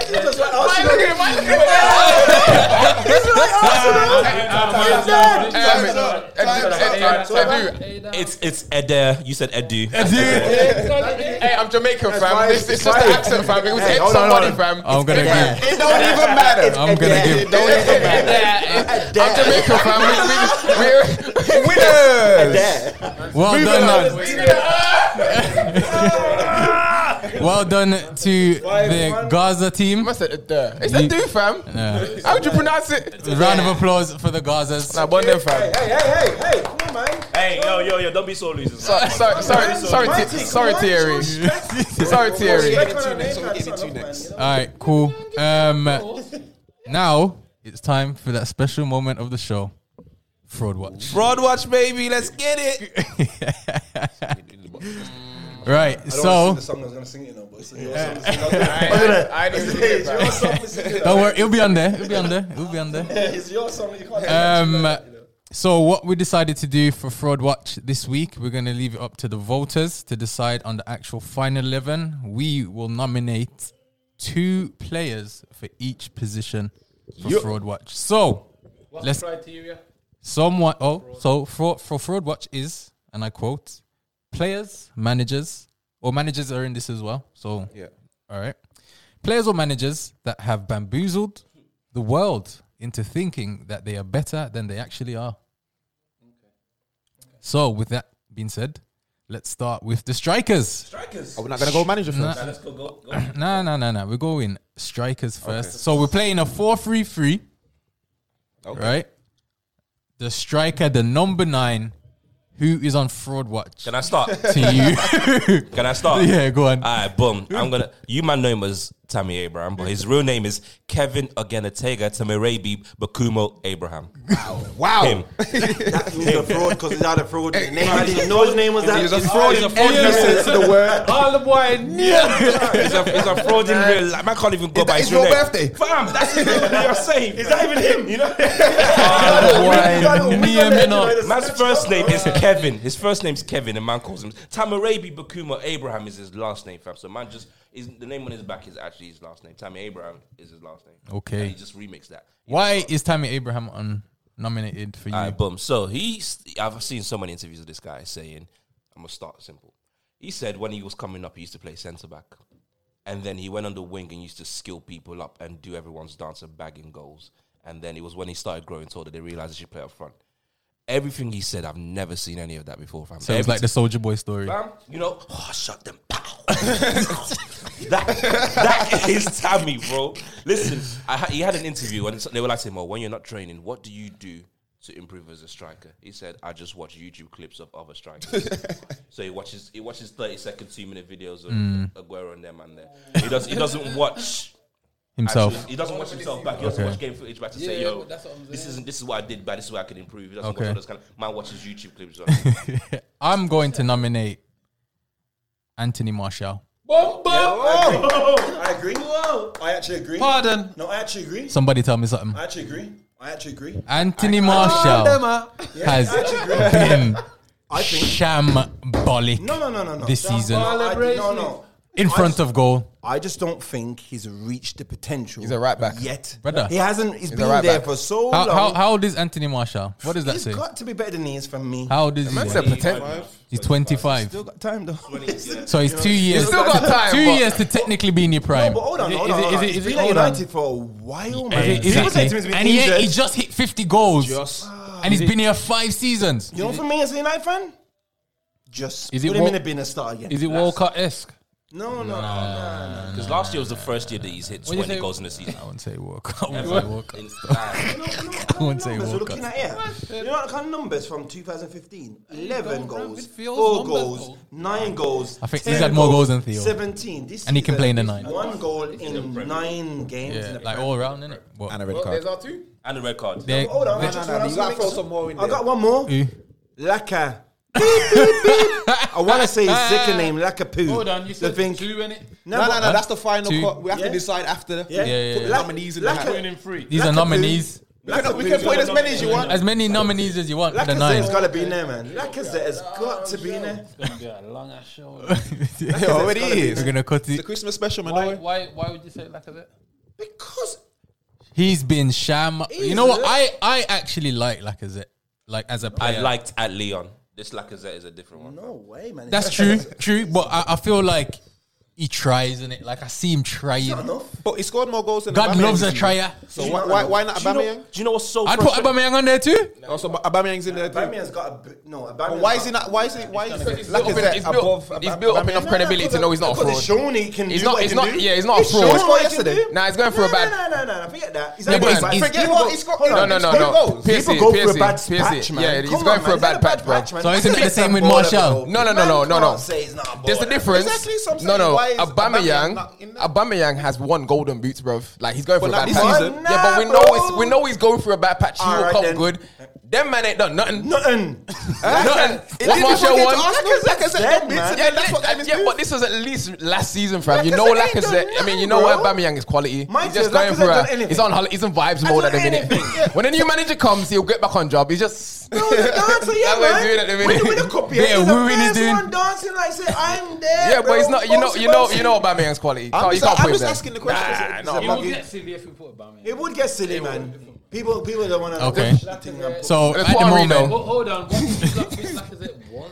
S6: did you just
S4: oh,
S6: like ask you?
S5: It's it's Eder. You said Edu.
S2: Hey, I'm Jamaican, fam. This is just the accent, fam. It was hit
S4: hold on,
S2: somebody,
S4: hold
S2: fam.
S1: I'm gonna give.
S4: It don't even matter.
S1: I'm gonna give.
S2: I'm Jamaican, fam. We- we- we-
S1: Well done. Well done to the Gaza team.
S2: I said, duh. It's a
S1: You-
S2: do, fam.
S1: Yeah.
S2: How'd you pronounce it?
S1: Round of applause for the Gazas.
S2: Nah, bun them, fam.
S6: Hey, hey, hey, hey, come on, man.
S5: hey, yo, yo, yo! Don't be so losing.
S2: Sorry, sorry, sorry, sorry, Ti- sorry, Thierry. Sorry, Thierry.
S1: All right, cool. Um, now it's time for that special moment of the show, fraud watch.
S5: Broad watch, baby. Let's get it.
S1: Right, so
S6: I was gonna sing it, you know, but it's
S2: I didn't even hear it, fam.
S1: don't worry, it'll be on there. It'll be on there. It'll be on there.
S6: It's your song. You can't.
S1: Um, so what we decided to do for fraud watch this week, we're gonna leave it up to the voters to decide on the actual final eleven. We will nominate two players for each position for fraud watch. So
S3: What's
S1: Let's-
S3: the criteria?
S1: Someone, oh, so fraud, for Fraud Watch is, and I quote, players, managers, or managers are in this as well. So, yeah. All right. Players or managers that have bamboozled the world into thinking that they are better than they actually are. So, with that being said, let's start with the strikers.
S7: Are we Oh, not gonna go manager first?
S5: Let's go, go, go.
S1: No, no, no, no. We're going strikers first. So, we're playing a 4 3 3. Right? The striker, the number nine, who is on fraud watch
S5: Can I start?
S1: to you.
S5: Can I start?
S1: yeah, go on.
S5: All right, boom. I'm gonna. You man know him as Tammy Abraham, but his real name is Kevin Ogenatega Tamirebi Bakumo Abraham.
S7: Wow.
S5: Him.
S4: He's a fraud because he's out of fraud. Name, I didn't know his name was that. He's a fraud.
S5: He's a fraud.
S1: Yeah.
S4: the word.
S3: All the boy knew.
S5: He's a, he's a fraud in real life. Man can't even go by his
S7: It's
S5: real
S7: your
S5: name.
S7: birthday.
S5: Fam, that's his real name. You're saying is that even him? You know, man's first name is Kevin. His first name's Kevin, and man calls him Tamirebi Bakuma Abraham is his last name, fam. So man just is the name on his back is actually his last name. Tammy Abraham is his last name.
S1: Okay.
S5: And he just remixed that.
S1: Why is Tammy Abraham on nominated for you?
S5: All right, boom. So he's. I've seen so many interviews of this guy saying, "I'm gonna start simple." He said when he was coming up, he used to play centre back, and then he went on the wing and used to skill people up and do everyone's dance of bagging goals. And then it was when he started growing taller that they realized he should play up front. Everything he said, I've never seen any of that before, fam.
S1: so it was
S5: Every
S1: like the Soldier Boy story.
S5: Bam, you know, oh, shut them. Pow. that, that is Tammy, bro. Listen, I ha- he had an interview and it's- they were like, him, "Oh, when you're not training, what do you do to improve as a striker?" He said, "I just watch YouTube clips of other strikers." so he watches he watches thirty second, two minute videos of
S1: Mm.
S5: Aguero and them and there. He does he doesn't watch.
S1: Himself.
S5: actually- he doesn't watch himself back. He doesn't watch game footage back to say,
S3: Yeah,
S5: "Yo,
S3: that's what I'm
S5: this
S3: saying.
S5: isn't this is what I did bad. This is what I could improve." He doesn't
S1: Okay.
S5: watch all those kind of man watches YouTube clips.
S1: I'm going to nominate Anthony Marshall.
S3: Bum, bum.
S6: I agree. I actually agree.
S3: Pardon.
S6: No, I actually agree.
S1: Somebody tell me something.
S6: I actually agree. I actually agree.
S1: Uh, Anthony Marshall has been shambolic
S6: No, no, no, no, no.
S1: this
S6: No,
S1: season
S6: I, no, no.
S1: in front of goal.
S6: I just don't think he's reached the potential.
S2: He's a right back.
S6: yet.
S1: Brother.
S6: He hasn't. he's been
S2: right
S6: there
S2: back.
S6: for so
S1: How, how,
S6: long.
S1: how old is Anthony Marshall? What does that
S6: He's
S1: say?
S6: got to be better than he is from me.
S1: How old is
S2: Man said
S1: he?
S2: potential.
S1: He's 25.
S6: Still got time though.
S1: So he's two years.
S2: still got time,
S1: two
S2: but-
S1: years to technically be in your
S6: No,
S1: prime.
S6: but hold on,
S3: Is it-
S6: hold on.
S3: is it-
S6: hold on.
S3: is
S6: He's
S3: it- is it-
S6: been at
S3: hold on.
S6: United for a while, man.
S1: Exactly.
S6: People say to me he's been
S1: And he,
S6: injured.
S1: he just hit 50 goals. and he's been here five seasons.
S6: you know, for me as a United fan, just is
S3: Is it
S6: put him
S3: Wal-
S6: in a bin of star again.
S3: Is it Walcott esque?
S6: no, no, no, no, no.
S5: Because last year was the first year that he's hit
S3: do you
S5: 20
S3: say?
S5: goals in a season.
S1: I wouldn't say walk. I wouldn't say walk.
S5: Instant.
S1: I wouldn't say
S6: Numbers we're
S1: walk.
S6: looking at here. You know what kind of numbers from 2015? 11
S3: go, man,
S6: goals,
S3: midfield's
S6: 4
S3: numbers,
S6: goals,
S3: though.
S6: 9 goals.
S1: I think
S6: 10
S1: he's had more goals than Theo.
S6: 17. This
S1: And he can
S6: season,
S1: play in the
S6: he's
S1: nine.
S6: One goal in 9 games. in
S1: Yeah,
S6: the
S1: like
S6: Prem.
S1: all around, innit? What?
S7: and a red
S2: Well,
S7: card.
S2: there's our two.
S5: and a red card.
S1: They-
S6: Hold on,
S1: they-
S6: I just
S7: no, no,
S6: wanna ask
S7: you gotta
S6: something.
S7: throw some more in
S6: I
S7: there.
S6: got one more.
S1: Who?
S6: Laka. Beep, beep, beep. I want to say his second name, Lakapoo.
S3: Hold on, you said
S6: the thing.
S3: two in it.
S6: No,
S7: No, no,
S6: but-
S7: no. That's the final
S1: Two.
S7: cut. We have
S6: Yeah.
S7: to decide after.
S1: yeah,
S6: Yeah,
S1: yeah.
S7: Put the
S6: Lak-
S7: nominees in the
S6: Laka-
S7: hat.
S3: Two in three.
S1: These are
S6: Lakapoo.
S1: nominees.
S7: We can, we can
S6: Lakapoo's
S7: put in
S6: got
S7: as many as you want.
S1: As many nominees as you want for the
S6: Lacazette's got
S1: nine.
S6: to be in there, man. Lacazette's got to be in there.
S3: long ass show.
S7: It already
S1: We're
S7: is.
S1: gonna cut
S7: It's a
S1: it.
S7: Christmas special, man.
S3: Why,
S7: Don't worry.
S3: why, why would you say Lacazette?
S6: Because
S1: He's been sham. You know what?
S6: He's-
S1: I I actually like Lacazette, like as a
S5: I
S1: player.
S5: liked at Leon. This Lacazette is a different one.
S6: no way, man.
S1: That's true, true. But I, I feel like he tries, innit? Like I see him trying.
S6: Not enough.
S7: But he scored more goals than
S1: God
S7: Aubameyang
S1: loves a
S7: this year.
S1: tryer.
S7: So why, why, why not
S5: Do you, know,
S7: Aubameyang?
S5: do you know what's so
S1: I'd put
S5: frustrating?
S1: Aubameyang on there too.
S7: Also, Aubameyang's in there. too.
S6: Aubameyang's got a b- no. Aubameyang's
S7: Why is he
S6: got-
S7: not? Why is he? Why is
S2: He's built, up, he's, built,
S7: above?
S2: he's built up enough credibility to know he's not a
S6: Because
S2: fraud.
S6: he's shown he can
S2: He's
S6: do
S2: not-
S6: what he
S2: he's
S6: can
S2: not-
S6: do.
S2: yeah, he's not a
S6: He's
S2: fraud.
S6: shown
S2: He scored
S6: what he can
S2: yesterday.
S6: do.
S2: Nah, he's going for a
S6: No,
S2: bad-
S6: No, no, no, no, forget that. He's
S2: but
S6: having a
S2: he's-
S6: bad-
S2: he's-
S6: Forget
S7: people
S6: what
S7: go-
S6: he's got.
S7: hold
S2: No,
S7: on,
S2: no,
S7: he's
S2: no,
S7: got
S2: no.
S7: goals.
S2: Piercy,
S6: People go
S2: Piercy,
S6: for a bad
S2: Piercy.
S6: patch, man.
S2: Yeah, he's
S6: Come
S2: going
S6: on,
S2: for a
S6: man. He's had
S2: bad patch, bro.
S6: man.
S1: So isn't it the same with
S6: Ball at
S1: Martial?
S6: goal.
S2: No, no, no,
S6: Man
S2: no, no, no.
S6: can't say he's not a ball
S2: There's the
S6: at goal.
S2: difference.
S7: Exactly, so I'm
S2: no,
S7: saying,
S2: no.
S7: why is Aubameyang
S2: Aubameyang,
S7: not in there?
S2: Aubameyang has one golden boots, bro. Like he's going for a
S7: not
S2: bad
S7: this
S2: patch.
S7: season.
S2: Yeah, but we
S6: Nah,
S2: know
S6: bro.
S2: it's, we know he's going through a bad patch. He
S6: All
S2: will
S6: right,
S2: come
S6: then.
S2: good. Them man ain't done nothing.
S6: Nothing.
S2: Nothing.
S7: It
S2: What
S7: is
S2: Martial
S7: before
S2: won?
S7: he gets to Arsenal,
S6: Lacazette's
S7: Lacazette
S6: dead, man.
S7: admits it,
S2: Yeah,
S7: and that's what got him his
S2: yeah,
S7: move.
S2: but this was at least last season, fam. You
S6: Lacazette
S2: know
S6: ain't done
S2: Lacazette. I mean, you know what
S6: nothing, bro.
S2: Aubameyang is quality.
S6: Mine
S2: He's just
S6: says
S2: going
S6: Lacazette
S2: for
S6: done
S2: a.
S6: anything.
S2: He's on hol- he's in vibes mode at the
S6: done
S2: minute.
S6: anything, yeah.
S2: When a new manager comes, he'll get back on job. He's just.
S6: No, the dancer, yeah,
S2: That's what he's
S6: man.
S2: doing at the minute.
S6: When you win a cup, yeah,
S1: Yeah,
S6: he's the
S1: wooing is
S6: first
S1: doing-
S6: one dancing like, say, I'm there.
S2: Yeah,
S6: bro.
S2: but he's not. You know, you know, you know Aubameyang's quality. You can't-
S7: I'm
S2: You
S7: just,
S2: can't
S7: I'm
S2: put him
S7: just
S2: there.
S7: asking the question.
S2: Nah,
S7: Is-
S2: no,
S7: is it
S2: man.
S7: about-
S3: silly if we put Aubameyang.
S6: It would get silly, man. People, people don't want to.
S1: Okay. So
S2: Let's
S1: at
S2: put
S1: the
S2: on
S1: moment,
S2: Reno.
S3: Hold, hold on, what was Lacazette was?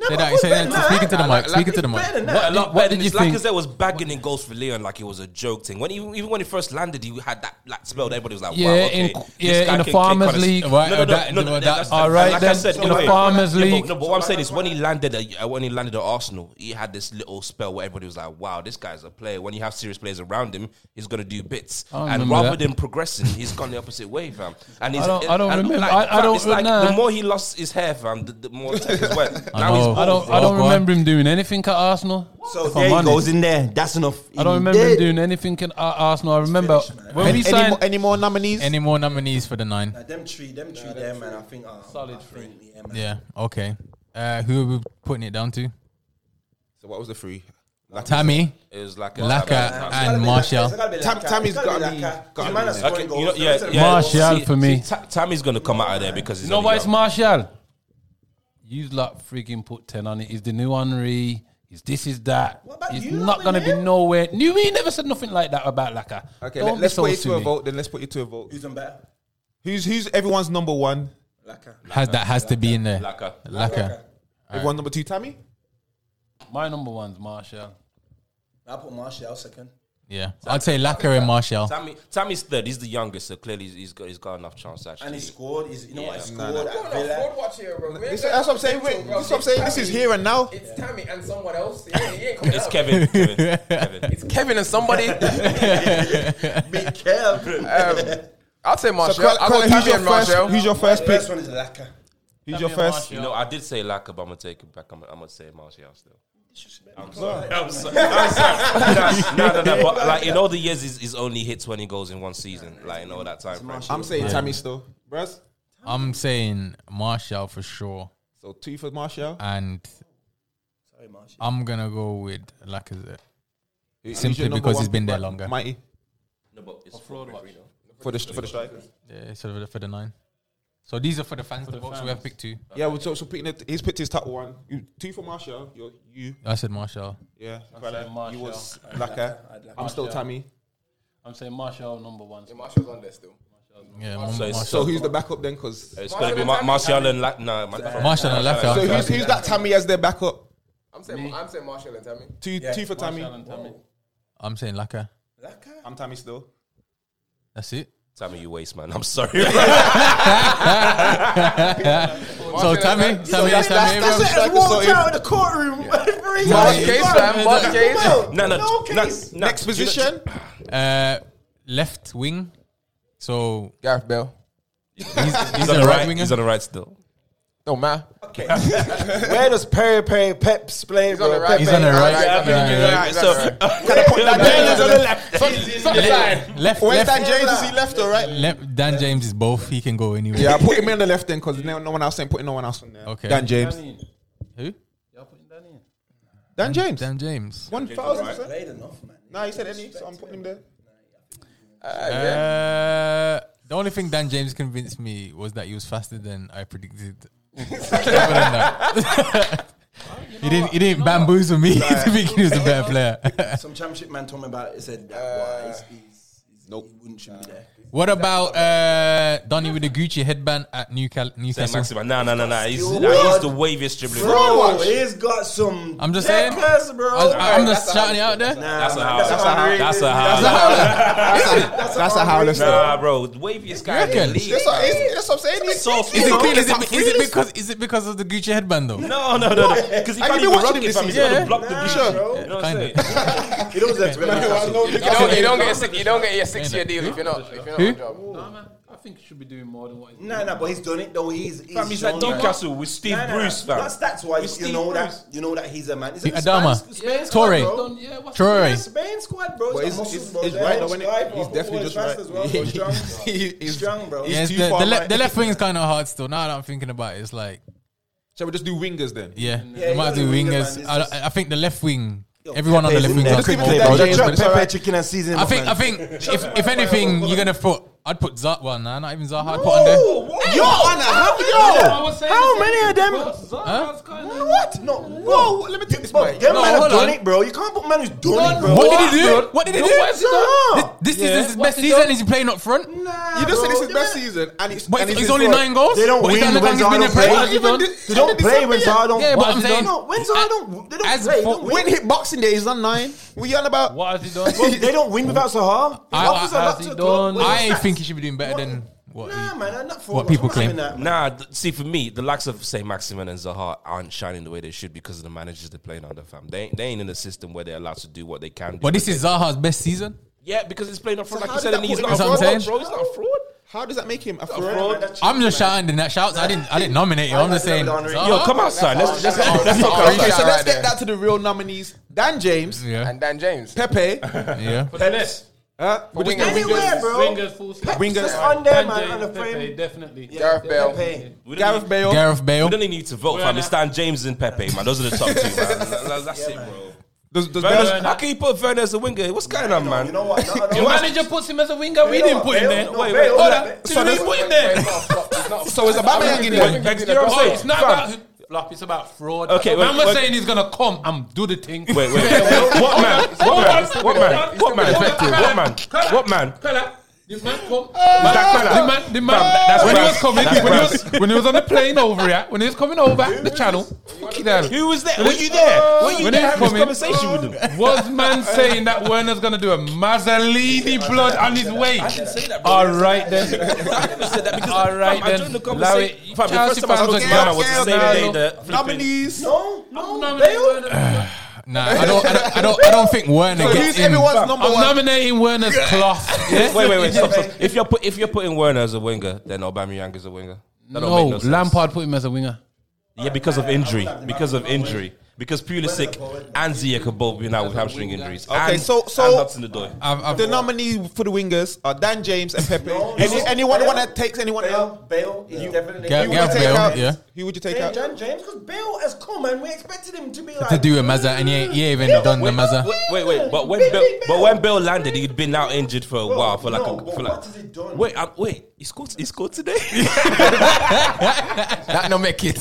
S1: say that, say that, speaking to the mic, speaking to the mic.
S6: Better than
S5: What,
S6: that.
S5: a lot
S1: what
S5: better
S1: did
S5: than
S1: you
S5: this.
S1: think?
S5: Lacazette was bagging in goals for Leon like it was a joke thing. When even, even when he first landed, he had that like spell. that Everybody was like,
S3: Yeah,
S5: wow, okay,
S3: in-
S5: this
S3: yeah,
S5: guy
S3: in the
S5: can
S3: Farmers
S5: kick on us.
S3: League. uh,
S5: No,
S1: Right,
S5: no, no,
S1: or that-
S5: no, no,
S1: or
S5: no,
S1: that-
S5: that's-
S1: all
S5: and
S1: right
S5: like I
S1: then,
S5: said,
S1: in
S5: you
S1: the
S5: know,
S1: Farmers
S5: yeah, but-
S1: League.
S5: no, but what I'm saying is, when he landed, at, uh, when he landed at Arsenal, he had this little spell where everybody was like, wow, this guy's a player. When you have serious players around him, he's gonna do bits.
S3: don't
S5: And
S3: remember
S5: rather
S3: that.
S5: than progressing, he's gone the opposite way, fam. And he's,
S3: I don't- I don't
S5: and look
S3: remember.
S5: like-
S3: I- I don't-
S5: It's like
S3: nah.
S5: the more he lost his hair, fam, the, the more attack as well.
S1: I
S5: Now he's
S1: know.
S5: bald,
S3: I don't,
S1: bro.
S3: I don't
S1: Go on.
S3: remember him doing anything at Arsenal.
S6: So
S3: If
S6: there
S3: I'm
S6: he
S3: honest.
S6: goes in there. That's enough.
S3: I don't remember him doing anything at Ar- Arsenal. I remember when we
S7: Any,
S3: signed.
S7: more, any more nominees?
S1: any more nominees for the nine?
S6: Them three, them three, there, man. I think uh, are
S3: Solid
S6: I think, Yeah, man.
S1: Yeah. Okay. Uh, who are we putting it down to?
S7: so what was the three?
S1: Tammy,
S5: It was like a
S1: Laka,
S6: It's gotta
S1: and
S6: be
S1: Martial.
S6: Lacazette, it's gotta be
S7: Tam-
S6: Lacazette,
S7: Tammy's
S6: it's gotta
S7: gotta be-
S6: Lacazette.
S7: gotta
S6: The man
S7: be
S6: that's
S7: there.
S6: scoring
S5: Okay, you know,
S6: goals.
S5: yeah,
S6: It's
S5: yeah.
S3: Martial
S5: See-
S3: for me.
S5: see, Ta- Tammy's gonna come out of there because he's
S3: You know
S5: only
S3: why it's
S5: young.
S3: Martial? You lot freaking put 10 on it. He's the new Henry. He's this, is that.
S6: What about
S3: He's
S6: you lot
S3: not going to
S6: with
S3: be
S6: him?
S3: nowhere. You he never said nothing like that about Laka.
S7: Okay,
S3: Don't
S7: let, us
S3: be so
S7: put it to a
S3: silly.
S7: vote. Then let's put it to a vote.
S6: Who's done better? uh,
S7: Who's who's everyone's number one?
S6: Lacazette.
S1: Has that has to be in there?
S5: Laka.
S1: Laka.
S7: Everyone number two, Tammy.
S3: My number one's Martial.
S6: I put Martial second.
S1: Yeah, I'd say Laka and Martial.
S5: Tammy, Tammy's third. He's the youngest, so clearly he's- he's got he's got enough chance to actually.
S6: And he scored. He's, you know what? He
S7: Yeah.
S6: scored at Villa.
S7: This, that's what I'm saying. Wait, this is what I'm saying. This is here and now.
S2: It's Tammy and someone else. Yeah, he ain't coming
S5: it's
S2: out.
S5: Kevin. Kevin. Kevin.
S2: It's Kevin and somebody.
S6: Big Kev.
S5: Um,
S2: I'll say Marshall.
S7: Carl-
S2: I'll
S7: Carl,
S2: go
S7: who's,
S2: Tammy
S7: your
S2: and
S7: first,
S2: Marshall.
S7: who's your first pick?
S6: First one is Lacazette.
S7: Who's your first?
S5: You know, I did say Laka, but I'm gonna take it back. I'm, I'm gonna say Martial still. I'm sorry. I'm sorry. I'm sorry. No, no, no. But like in all the years, he's, he's only hit 20 goals in one season. Like in all that time. frame.
S7: I'm saying Tammy still. Bruh.
S1: I'm saying Martial for sure,
S7: So two for Martial.
S1: and I'm gonna go with Lacazette.
S7: Who's
S1: Simply
S7: your number
S1: because
S7: one
S1: he's been
S7: pick,
S1: there
S7: Mike?
S1: longer.
S7: Mighty.
S5: No, but it's fraud.
S2: for the for the strikers.
S1: Yeah, so for the, for the nine. So these are for the fans. the box we have picked two.
S7: Yeah, well, so, so picking it, he's picked his top one. You, two for Marshall. You're, you,
S1: I said Marshall.
S7: yeah.
S3: saying
S7: You
S3: Martial.
S7: was Laka. I'm still Tammy.
S3: I'm saying Marshall number one.
S2: Yeah, Marshall's on there still.
S1: Yeah, Mar-
S5: So it's,
S7: So Uh, who's the backup then? Because
S5: it's going to be Mar- Martial and La- nah, man.
S1: Martial and left
S7: so
S1: out.
S7: who's, who's that Tammy as their backup?
S2: I'm saying I'm saying Marshall and Tammy.
S7: Two two for Tammy.
S3: Martial and Tammy.
S1: I'm saying Laka.
S7: I'm Tammy still.
S1: That's it.
S5: Tammy, you waste, man. I'm sorry.
S1: So Tammy, Tammy, Tammy,
S7: that's-
S1: Tammy,
S7: that's-
S1: Abraham.
S7: that's-
S6: Just walked out of the courtroom.
S2: Marsh
S1: yeah.
S2: case,
S1: Yeah.
S2: fam. Marsh
S1: Yeah.
S2: case.
S5: no, no,
S6: No
S5: no,
S6: case.
S5: no.
S7: Next
S5: Do you know-
S7: position.
S1: Uh, left wing. So
S2: Gareth Bell.
S1: he's,
S5: He's
S1: he's
S5: on
S1: a
S5: the
S1: right
S5: right.
S1: winger.
S5: He's on the right still.
S2: No man.
S6: Where does Perry Perry Peps play?
S2: He's on the right.
S1: He's on the right.
S5: Yeah,
S2: He's
S5: so-
S2: on the right.
S1: Left,
S7: Where's Dan
S1: left,
S7: James? Is he left or right?
S1: left. Dan James is both. He can go anywhere.
S7: Yeah, I put him in the left then because no, no one else ain't putting no one else on there.
S1: Okay.
S7: Dan James.
S3: Danny.
S1: Who?
S3: Y'all putting Danny in?
S7: Dan James.
S1: Dan James.
S7: One thousand percent.
S6: Played enough, man.
S7: No, he said any, so I'm putting him there.
S1: Uh, the only thing Dan James convinced me was that he was faster than I predicted. Other than that. he didn't. He didn't bamboozle me to think he was a better player.
S6: Some championship man told me about it. He said
S5: Uh,
S6: that why he's, he's, he's, nope. he wouldn't should be there.
S1: what about uh, Donny with the Gucci headband at Newcal-
S5: Saint
S1: Newcastle?
S5: Maximin. Nah, nah, nah, nah. He's,
S6: What?
S5: nah, he's the waviest dribbling.
S6: Bro, he's got some.
S1: I'm just saying.
S6: deckers, bro.
S1: I, am just shouting it out there.
S5: That's a house. That's a house. That's a house.
S7: That's a howler.
S5: Nah, bro. The waviest guy in the
S1: reckon?
S5: league.
S7: That's what it's- that's what I'm saying. He's
S5: So
S1: Is it,
S5: slow.
S1: is, it, is it because is it because of the Gucci headband though?
S5: No, no, no, because he
S7: Have
S5: can't
S7: you been
S5: even
S7: watching
S5: run it
S7: this
S5: from. He's
S1: season?
S5: got
S1: Yeah.
S5: to block the
S6: Nah, bro.
S5: vision. You know what I'm
S1: Kinda.
S5: saying?
S6: He don't deserve to be in Newcastle.
S2: You don't, you don't get a six, you don't get your six year deal if you're not if you're not on job.
S3: Nah, man. I think he should be doing more than what he's
S6: Nah, nah, but he's done it though. He's he's,
S5: Fam, he's like
S6: shown that.
S5: Newcastle with Steve
S6: Nah, nah,
S5: Bruce,
S6: nah.
S5: fam.
S6: That's that's why you
S5: With Steve
S6: know
S5: Bruce.
S6: that you know that he's a man. He's in
S1: Adama.
S6: Spain- Spain
S3: Yeah,
S6: squad,
S1: Torre.
S6: bro.
S3: yeah, what's
S1: Torre.
S3: the-
S6: He's Spain squad, bro.
S7: But
S6: He's
S7: it's,
S6: got
S7: it's,
S6: muscles,
S7: it's
S6: bro.
S7: right though,
S6: He's
S7: isn't
S6: strong,
S7: it?
S6: bro.
S7: He's definitely
S6: Football is
S7: just right.
S6: fast as well, bro. Strong.
S7: He- he's-
S6: Strong, bro.
S1: Yeah, it's
S7: too
S1: the,
S7: far
S1: the, le-
S7: right.
S1: the left wing is kind of hard still. Now that I'm thinking about it, it's like,
S7: Shall we just do wingers then?
S1: yeah,
S6: he
S1: they might
S6: was
S1: do
S6: a winger,
S1: wingers.
S6: man. It's just-
S1: I, I think the left wing, everyone on the left wing.
S7: there.
S1: is
S7: Just give it to
S1: more-
S7: Dan James, but it's
S6: Pepe,
S7: alright.
S6: chicken and seasoning.
S1: I think I think if, if anything, you're gonna put. I'd put Zaha. Well, nah, not even Zaha. I'd put on there.
S7: Yo, Anna, how yo?
S3: How many of them?
S6: What? No, whoa. Let me take this, bro. Them
S1: No,
S6: man have
S1: hold on.
S6: done it, bro. You can't put man who's done it, bro.
S1: What did he do? What did he do?
S6: Nah.
S1: This is his best season. Is he playing up front?
S7: You just said
S6: bro.
S7: this is best season, and it's
S1: But
S7: and
S1: it's, it's
S7: it's his
S1: only
S7: fault.
S1: nine goals.
S6: They don't
S1: But it's
S6: win
S1: not like
S6: when
S1: he's been
S6: Zaha
S1: in
S6: don't
S1: Premier
S6: play.
S1: League.
S6: They
S7: Even
S6: don't-
S7: this-
S6: They don't
S7: even
S6: play
S7: December,
S6: when
S7: yeah.
S6: Zaha don't.
S1: Yeah, but
S6: Why
S1: I'm
S6: they don't-
S1: saying-
S6: no, when Zaha don't, they don't
S1: As
S6: play. They
S1: for-
S6: don't win.
S7: When hit Boxing Day, he's on nine. We on about
S3: What has he done?
S6: Bro, they don't win without Sahar.
S1: I-
S6: Officer
S1: I-
S6: not
S3: has he
S6: to-
S3: done-
S6: Wait,
S1: I
S6: what's
S1: think he
S6: that?
S1: should be doing better than what.
S6: Nah,
S1: he-
S6: man, I'm not for
S1: what
S6: I'm
S1: people
S6: not having
S1: claim.
S6: that, man.
S5: Nah, th- see, for me, the likes of say Maximin and Zaha aren't shining the way they should because of the managers they're playing under, fam. They ain't, they ain't in a system where they're allowed to do what they can. do.
S1: But this is Zaha's best season.
S5: yeah, because he's playing up
S7: So
S5: front, like
S7: how
S5: you
S7: did
S5: said,
S7: that
S5: and he's
S7: put
S5: not
S1: him
S5: a
S1: in
S5: fraud,
S1: contention?
S5: bro. He's not a fraud.
S7: how does that make him a
S6: Bro,
S7: fraud?
S6: that's
S1: I'm just shouting the net shouts. I didn't. I didn't nominate you. I'm just saying. Zaha.
S5: Yo, come outside. Let's let's
S2: That's
S5: let's talk
S2: all right.
S7: Okay,
S5: outside.
S7: so
S2: Right
S7: let's
S2: there.
S7: get that to the real nominees: Dan James,
S1: Yeah,
S2: And Dan James.
S7: Pepe. uh,
S5: uh,
S1: yeah.
S7: Huh? We just
S2: Wingers.
S7: do wingers.
S6: Anywhere, bro.
S3: Wingers, full stop.
S6: Just
S7: Wingers.
S6: on there,
S3: Danny,
S6: man, on the
S3: Pepe,
S6: frame.
S3: Definitely.
S2: Gareth Bale.
S6: Pepe.
S5: We don't
S7: Gareth
S5: need-
S7: Bale.
S1: Gareth Bale.
S5: We don't even need to vote, fam. It's Dan James and Pepe, man. Those are the top two, man. That's it, bro.
S7: Does, does
S5: Werner's-
S7: Bale-
S5: how can you put Werner as a winger? What's going on, man?
S6: You know what? No, no,
S3: The
S6: no.
S3: manager puts him as a winger. We
S6: Bale,
S3: didn't put
S6: Bale,
S3: him there.
S6: no,
S5: Wait,
S6: Bale,
S5: wait, hold
S6: no,
S5: on.
S6: Bale.
S5: Did we put him there?
S7: So it's about Aubameyang in there.
S5: Like, you know what I'm saying?
S3: Oh, It's not
S5: Fam.
S3: about flop. It's about fraud.
S5: Okay,
S3: Okay,
S5: wait,
S3: man was
S5: wait.
S3: saying he's gonna come and do the thing.
S5: Wait, wait. what man? What man? What man? What man? What man?
S3: Fella, this man come.
S1: Ah.
S5: that fella?
S3: The man, the man.
S5: that's
S3: when he
S5: Brad.
S3: was coming,
S5: That's
S3: when he
S5: Brad.
S3: was, when he was on the plane over here, when he was coming over the channel, fucking hell.
S5: Who was there? Were you there? Were you
S3: When
S5: there
S3: he's
S5: having this
S3: coming-
S5: conversation with him?
S3: Was man saying that Werner's gonna do a Mazzolini blood on his way? I didn't say that. All right then. All right
S5: I joined the
S3: then. Allow it.
S5: conversation. Fam, the first
S3: Chelsea
S5: time I spoke
S3: fans
S5: to
S3: are
S5: Ghana was the
S3: scared.
S5: same
S3: Nah,
S5: day
S3: no.
S5: the flipping.
S7: Nominees.
S6: No,
S3: I'm
S6: no,
S3: nominating
S6: Bale.
S3: Werner.
S1: Nah, I don't. I don't. I don't, I don't think Werner
S7: So
S1: gets
S7: who's
S1: in.
S7: everyone's number
S3: I'm
S7: one?
S3: nominating Werner's cloth.
S5: Wait, wait, wait. Stop, stop. If you're put, if you're putting Werner as a winger, then Aubameyang is a winger. That don't
S3: No,
S5: make sense.
S3: Lampard put him as a winger.
S5: Yeah, because of injury. Because of injury. Because Pulisic and Ziyech are both now with hamstring injuries.
S9: Okay,
S5: and,
S9: so- so-
S5: and Hudson Odoi.
S1: I've, I've,
S9: The nominee for the wingers are Dan James and Pepe.
S6: No,
S9: Any,
S6: no.
S9: anyone
S6: Bale.
S9: want to take anyone out?
S6: Bale, Bale is definitely.
S1: Gav-
S9: Who would you
S1: Gav
S9: take
S1: Bale,
S9: out?
S1: yeah.
S9: Who would you take
S6: Bale,
S9: out?
S6: John James, because Bale has come and we expected him to be like
S1: to do a Mazza, and he ain't, he ain't even done the Mazza.
S5: Wait, wait, but when
S6: Big,
S5: Bill,
S6: big
S5: but
S6: Bale.
S5: when Bill landed, he'd been out injured for a
S6: Bro,
S5: while, for like
S6: no,
S5: a,
S6: but
S5: for like.
S6: what has he done?
S5: Wait, um, wait, he scored, he scored today.
S1: That no make it.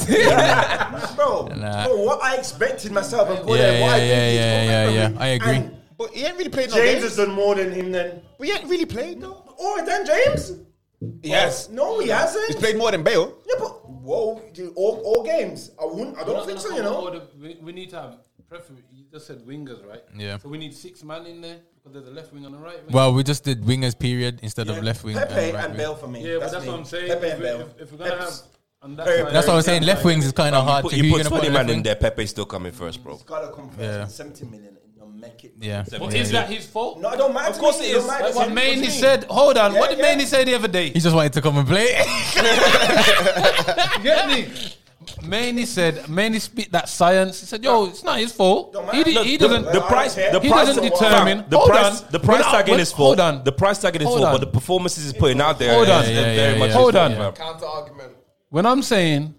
S6: bro,
S1: Nah.
S6: bro, what I expected myself and what
S1: uh, Yeah,
S6: I- what I
S1: yeah, yeah,
S6: think is
S1: yeah,
S6: what
S1: yeah,
S6: happened.
S1: yeah. I agree.
S6: And-
S9: But he ain't really played no
S4: James
S9: games.
S4: has done more than him then.
S9: But he ain't really played no.
S6: Or Dan Oh, James?
S9: Yes,
S6: No, he
S9: he's
S6: hasn't.
S9: played more than Bale.
S6: Yeah, but whoa, dude, all, all games. I wouldn't. I don't think so. You know.
S3: Order- we, we need to have preferably. You just said wingers, right?
S1: Yeah.
S3: So we need six man in there because there's a left wing and a right wing.
S1: well, we just did wingers period instead of left wing.
S6: Pepe
S1: and
S6: and,
S1: right wing.
S6: Bale for me.
S3: yeah, but that's
S6: me.
S3: what I'm saying.
S6: Pepe
S3: If,
S6: and
S3: we,
S6: Bale.
S3: if, if we're gonna
S6: Pepe's-
S3: have, on that
S6: Pepe's-
S3: side,
S1: That's what I was saying. Left wings is kind of hard.
S5: Put-
S1: to
S5: you
S1: who
S5: put
S1: you gonna
S5: twenty
S1: put
S5: man
S1: left
S5: in
S1: wing?
S5: there. Pepe's still coming first, bro.
S6: It's gotta come first.
S1: Yeah.
S6: It's Seventy million. and You'll make it.
S1: Yeah.
S3: But
S1: yeah,
S3: is
S1: yeah.
S3: that his fault?
S6: No, it don't matter.
S5: Of course it is.
S3: That's what Maney said. Hold on.
S6: Yeah,
S3: what did
S6: yeah.
S3: Maney say the other day?
S1: He just wanted to come and play.
S3: You get me? Maney said. Maney spit that science. He said, "Yo, it's not his fault.
S6: Don't
S3: He,
S6: matter.
S3: di-
S5: No,
S3: he
S5: the,
S3: doesn't.
S5: the price, the
S3: he
S5: price
S3: doesn't
S5: fam,
S3: determine.
S5: the
S3: Hold
S5: price,
S3: on.
S5: the price
S3: Hold
S5: tagging
S3: on.
S5: is full.
S3: Hold on.
S5: The price tagging is
S3: Hold
S5: full, but
S3: on.
S5: the performances he's putting out there.
S3: Hold
S5: is-
S3: on.
S5: is uh,
S3: Yeah,
S1: yeah,
S5: very
S1: yeah,
S5: much
S1: yeah.
S5: his
S1: Hold
S5: fault,
S1: on.
S5: fam.
S2: Counter argument.
S3: When I'm saying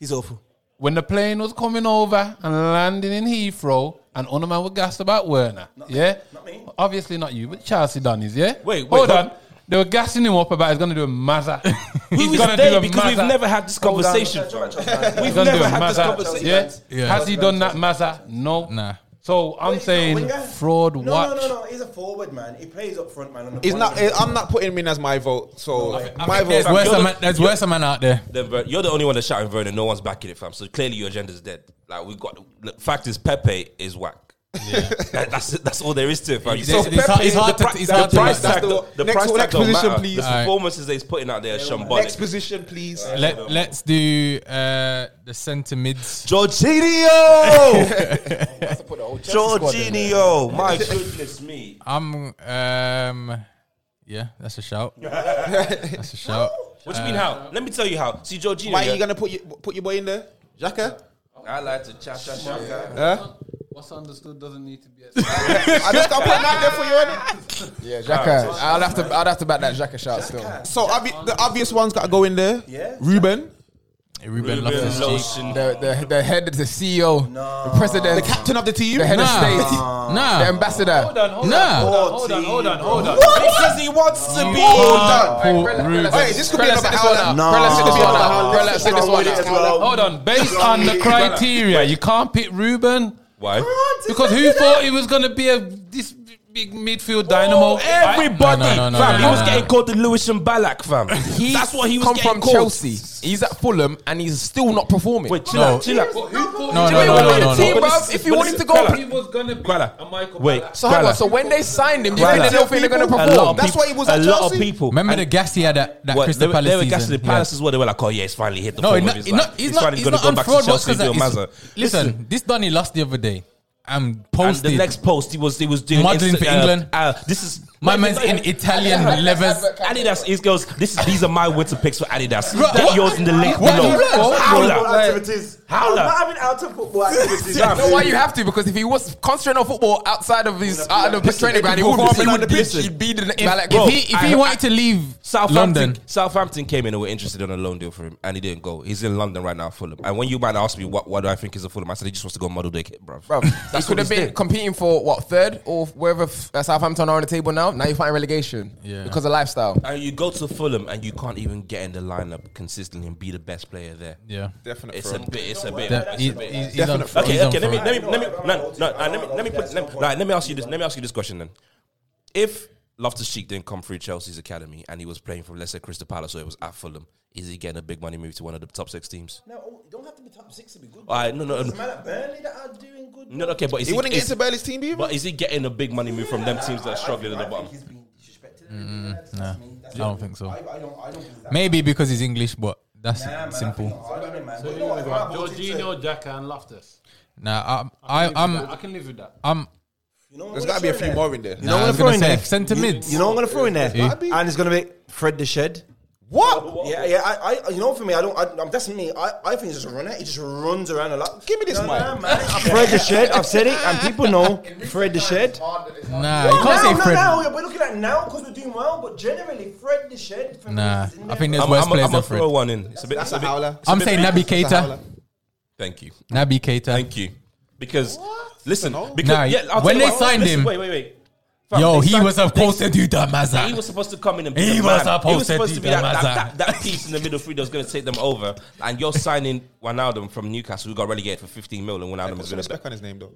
S6: He's awful.
S3: when the plane was coming over and landing in Heathrow, and on man were gassed about Werner. yeah,
S6: not me.
S3: obviously not you, but Chelsea Donnies. Yeah,
S5: Wait, wait,
S3: hold
S5: who-
S3: on. They were gassing him up about he's gonna do a mazza.
S5: Who
S3: he's
S5: is
S3: gonna
S5: they?
S3: do a
S5: Because we've
S3: mazza.
S5: never had this
S3: Hold on.
S5: conversation.
S3: He's
S5: We've
S3: gonna do
S5: never
S3: a
S5: had this
S3: mazza.
S5: conversation.
S3: Yeah?
S1: Yeah.
S3: has he done that mazza? No.
S1: Nah.
S3: So I'm saying fraud.
S6: No,
S3: watch.
S6: no, no, no. He's a forward man. He plays up front, man. On the
S9: He's
S6: front
S9: not.
S6: line.
S9: I'm not putting him in as my vote. So my
S5: think
S1: there's
S9: vote.
S5: there's-
S1: worse
S5: You're
S1: a
S5: the-
S1: man. There's worse a man out there.
S5: Then Ver- you're the only one that's shouting Vernon. No one's backing it, fam. So clearly your agenda's dead. Like we got. Look, fact is, Pepe is whack. That- that's that's all there is to it, fam.
S1: It's- it's hard- it's hard
S5: the
S1: to-
S5: pri-
S1: it's
S5: the
S1: hard to-
S5: price
S1: that's
S5: tag.
S9: the-
S5: The, the
S9: next-
S5: price
S9: next
S5: tag don't
S9: position,
S5: matter.
S9: please.
S5: The
S1: Alright.
S5: performances that he's putting out there, are
S9: Next
S5: shambolic.
S9: position, please.
S1: Let, let's do uh, the centre mids.
S5: Jorginho!
S2: Has to put the whole Chelsea squad in there.
S5: Jorginho! My goodness me.
S1: I'm um, yeah, that's a shout. that's a shout.
S5: What do you mean how? Let me tell you how. See, Jorginho.
S9: Why are
S5: yeah?
S9: you gonna put your, put your boy in there, Jaka?
S5: I like to cha cha cha.
S9: Huh?
S3: What's understood doesn't need to be.
S9: I just got put him out there for you. innit?
S2: Yeah, Xhaka. I'll have to. I'd have to back that Xhaka shout still.
S9: So obvi- the obvious one's got to go in there.
S6: Yeah.
S9: Ruben,
S1: Ruben loves his
S5: Ruben
S1: cheek.
S5: Lotion.
S2: The, the the head, the CEO, the president,
S9: the captain of the team.
S2: the head of
S1: Nah.
S2: state, the
S1: Nah,
S2: ambassador.
S3: Hold on, hold
S1: Nah.
S3: on, hold on, hold on, hold on.
S5: Because he wants to be.
S1: Paul Ruben.
S9: Hey, this could be
S2: Prella
S9: another
S2: said this
S9: hour.
S2: one
S9: now.
S2: out. Prella
S6: No.
S2: said this one out. Prella said this one
S6: Wrong with it as
S2: out.
S6: well.
S3: Hold on. Based on the criteria, you can't pick Ruben.
S5: Why?
S3: Because who thought he was going to be a this big midfield dynamo?
S5: Everybody,
S1: No, no, no, no,
S5: fam.
S1: no,
S5: he
S1: no,
S5: was
S1: no.
S5: getting called the Lewis and Balak, fam. That's what he was
S2: come
S5: getting
S2: from
S5: called.
S2: Chelsea. He's at Fulham and he's still not performing.
S5: Wait, chill
S1: No.
S5: out, chill out.
S3: But who thought
S1: No,
S3: he
S1: no, no,
S3: was gonna
S1: no,
S3: be
S1: no,
S3: a
S1: no.
S3: team?
S2: Team,
S5: But
S2: bruv,
S5: listen-
S2: if you
S5: but
S2: wanted to
S5: listen,
S2: go,
S5: Kala.
S3: He was going to be
S5: Brother,
S3: a Michael
S5: wait.
S3: Ballack.
S2: so hang on.
S5: Brother.
S2: So when they signed him, do you
S5: Brother.
S2: think they don't think they're going to
S5: A lot
S2: perform?
S5: of
S9: That's
S5: people-
S9: why he was
S5: a
S9: at
S5: lot of
S9: Chelsea.
S5: people.
S1: Remember
S5: and
S1: the gas he had at that
S5: what,
S1: Crystal
S5: they, were-
S1: Palace
S5: they were
S1: season.
S5: gassing the
S1: Yeah.
S5: Palace as well. They were like, "Oh yeah, it's finally hit the
S1: No,
S5: form
S1: he's
S5: of
S1: not.
S5: his
S1: He's
S5: life.
S1: not. He's
S5: He's
S1: not.
S5: finally
S1: He's
S5: gonna
S1: not
S5: go
S1: on
S5: back
S1: fraud.
S5: to
S1: What's
S5: Chelsea and do a
S1: because
S5: Mazza."
S1: listen, listen, this Donny lost the other day. I'm
S5: And
S1: posted.
S5: the next post, he was he was doing
S1: Modeling
S5: Insta-
S1: for
S5: uh,
S1: England.
S5: Uh, this is
S1: My man's in Italian levers.
S5: Adidas. He goes, "This is these are my winter picks for Adidas.
S1: Bro,
S5: Get
S1: what-
S5: yours in the link
S1: what-
S5: below."
S1: what-
S5: Roll
S1: what-
S5: out.
S6: activities.
S5: How
S6: I'm
S5: la-
S6: not having out of football activities.
S2: You know why you have to? Because if he was concentrating on football outside of his out of his training ground, he would
S5: perform
S2: be
S5: it on
S2: on the
S5: the
S2: pitch.
S5: pitch.
S2: He'd be the
S1: if,
S2: Balak.
S5: bro,
S1: if he if
S5: I-
S1: he
S5: I-
S1: wanted to leave
S5: Southampton,
S1: London,
S5: Southampton came in and were interested in a loan deal for him, and he didn't go. He's in London right now, Fulham. And when you man asked me what, what do I think is a Fulham, I said he just wants to go model their kit, bro.
S2: Bro, he could have been competing for what third or wherever f- uh, Southampton are on the table now. Now you're fighting relegation
S1: Yeah.
S2: because of lifestyle.
S5: And you go to Fulham and you can't even get in the lineup consistently and be the best player there.
S1: yeah,
S9: Definite
S5: It's a bit. It's a bit.
S1: That- he-
S5: it's a bit-
S1: he's- he's
S9: Definite
S1: on
S9: fraud.
S1: fraud.
S5: Okay,
S1: He's on
S5: okay. Let me
S1: fraud.
S5: let me let me no no no. Let me let me put let me, right, let me ask you this. Let me ask you this question then. If Loftus Cheek didn't come through Chelsea's academy and he was playing for let's say Crystal Palace or it was at Fulham, is he getting a big money move to one of the top six teams?
S6: No, you don't have to be top six to be good.
S5: All right, no, no,
S6: There's a
S5: no,
S6: man at Burnley that are doing good.
S5: no. Okay, but is
S9: He wouldn't get
S5: is-
S9: into Burley's team either.
S5: But is he getting a big money move from them teams that are struggling at the bottom?
S6: He's being disrespected. That's me. That's
S1: I don't
S6: me.
S1: think so.
S6: I, I don't. I don't think that.
S1: Maybe because he's English, but that's
S6: Nah, man, I
S1: simple.
S6: think- I don't know, man. But you know what? If I voted to-
S3: Jorginho, Jacka, and Loftus.
S1: Nah, I, I, I'm,
S3: I can live with that.
S1: I'm.
S6: you know what
S9: There's
S6: I'm
S9: got to be a
S6: gonna
S9: few
S6: throw
S9: more in there.
S6: You know
S1: Nah,
S6: what
S1: I
S6: I'm
S1: was gonna
S6: throwing
S1: say
S6: there?
S1: centre mids.
S6: You know what I'm gonna throw in there,
S1: Gotta
S6: and it's gonna be Fred the Shed,
S7: What?
S6: Yeah, yeah. I, I, you know, for me, I don't. I, I'm, that's me. I, I think he's just a runner. He just runs around a lot.
S7: Give me this mic.
S8: Fred the Shed, I've said it, and people know Fred the Shed.
S1: Nah, you can't
S6: now,
S1: say
S6: now,
S1: Fred.
S6: now, yeah, we're looking at now because we're doing well, but generally, Fred the Shed. for me,
S1: Nah,
S6: is in
S1: I
S6: there.
S1: think there's
S5: I'm,
S1: worse
S5: I'm,
S1: players
S5: I'm
S1: than
S5: gonna
S1: Fred.
S5: throw one in. It's a bit. It's a
S9: a howler.
S5: bit.
S1: I'm saying Nabi
S9: That's a howler.
S1: Keita.
S5: Thank you.
S1: Nabi Keita.
S5: Thank you. Because listen,
S9: No.
S5: because
S1: Nah,
S5: yeah, I'll
S1: when
S5: tell you
S1: they
S5: what,
S1: signed
S5: listen,
S1: him-
S5: wait, wait, wait. Fam,
S1: Yo,
S5: they
S1: he
S5: signed-
S1: was supposed to do that, Maza.
S5: He was supposed to come in and be
S1: He
S5: the
S1: was
S5: man.
S1: supposed
S5: he was
S1: to
S5: supposed to
S1: do
S5: be that,
S1: that,
S5: that, that, that piece in the middle three that was going to take them over. And you're signing Wijnaldum from Newcastle, who got relegated for 15 mil, and Wijnaldum is
S9: Put some
S5: going to.
S9: respect on his name though.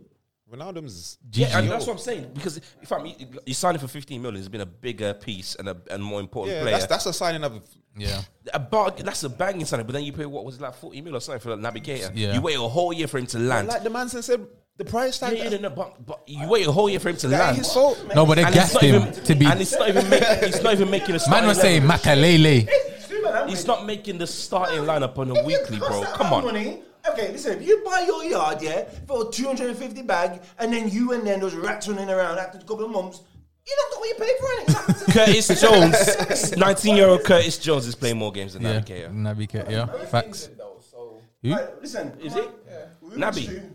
S9: Ronaldo's
S5: Yeah, and
S1: GG.
S5: that's what I'm saying. Because if I'm, you signed him for 15 million, it's been a bigger piece and a and more important
S9: yeah,
S5: player.
S9: that's, that's a signing of
S1: Yeah.
S5: a bar, that's a banging signing. But then you pay what was it like 40 mil or something for a navigator.
S1: Yeah.
S5: You wait a whole year for him to land.
S9: like the man said the price
S5: yeah,
S9: tag.
S5: yeah, no, no, but, but you wait a whole year for him to
S9: that
S5: land.
S9: ain't his fault.
S1: No, but they
S5: And it's
S1: gassed
S5: not
S1: him
S5: even-
S1: to be.
S5: and it's not even making, it's not even making a starting
S1: Man was saying
S5: lineup.
S1: Makalele.
S5: He's not making the starting lineup on a
S6: If you
S5: weekly,
S6: cost
S5: bro.
S6: that
S5: Come
S6: amount
S5: on.
S6: of money- Okay, listen. If you buy your yard, yeah, for a 250 bag, and then you and then those rats running around after a couple of months, you don't got what you paid for it. It's happened to-
S5: Curtis Jones, 19 year old Curtis Jones is playing more games than
S1: Yeah,
S5: yeah.
S1: Nabi Keita. Yeah, facts.
S6: Right, listen, is it?
S5: Nabi.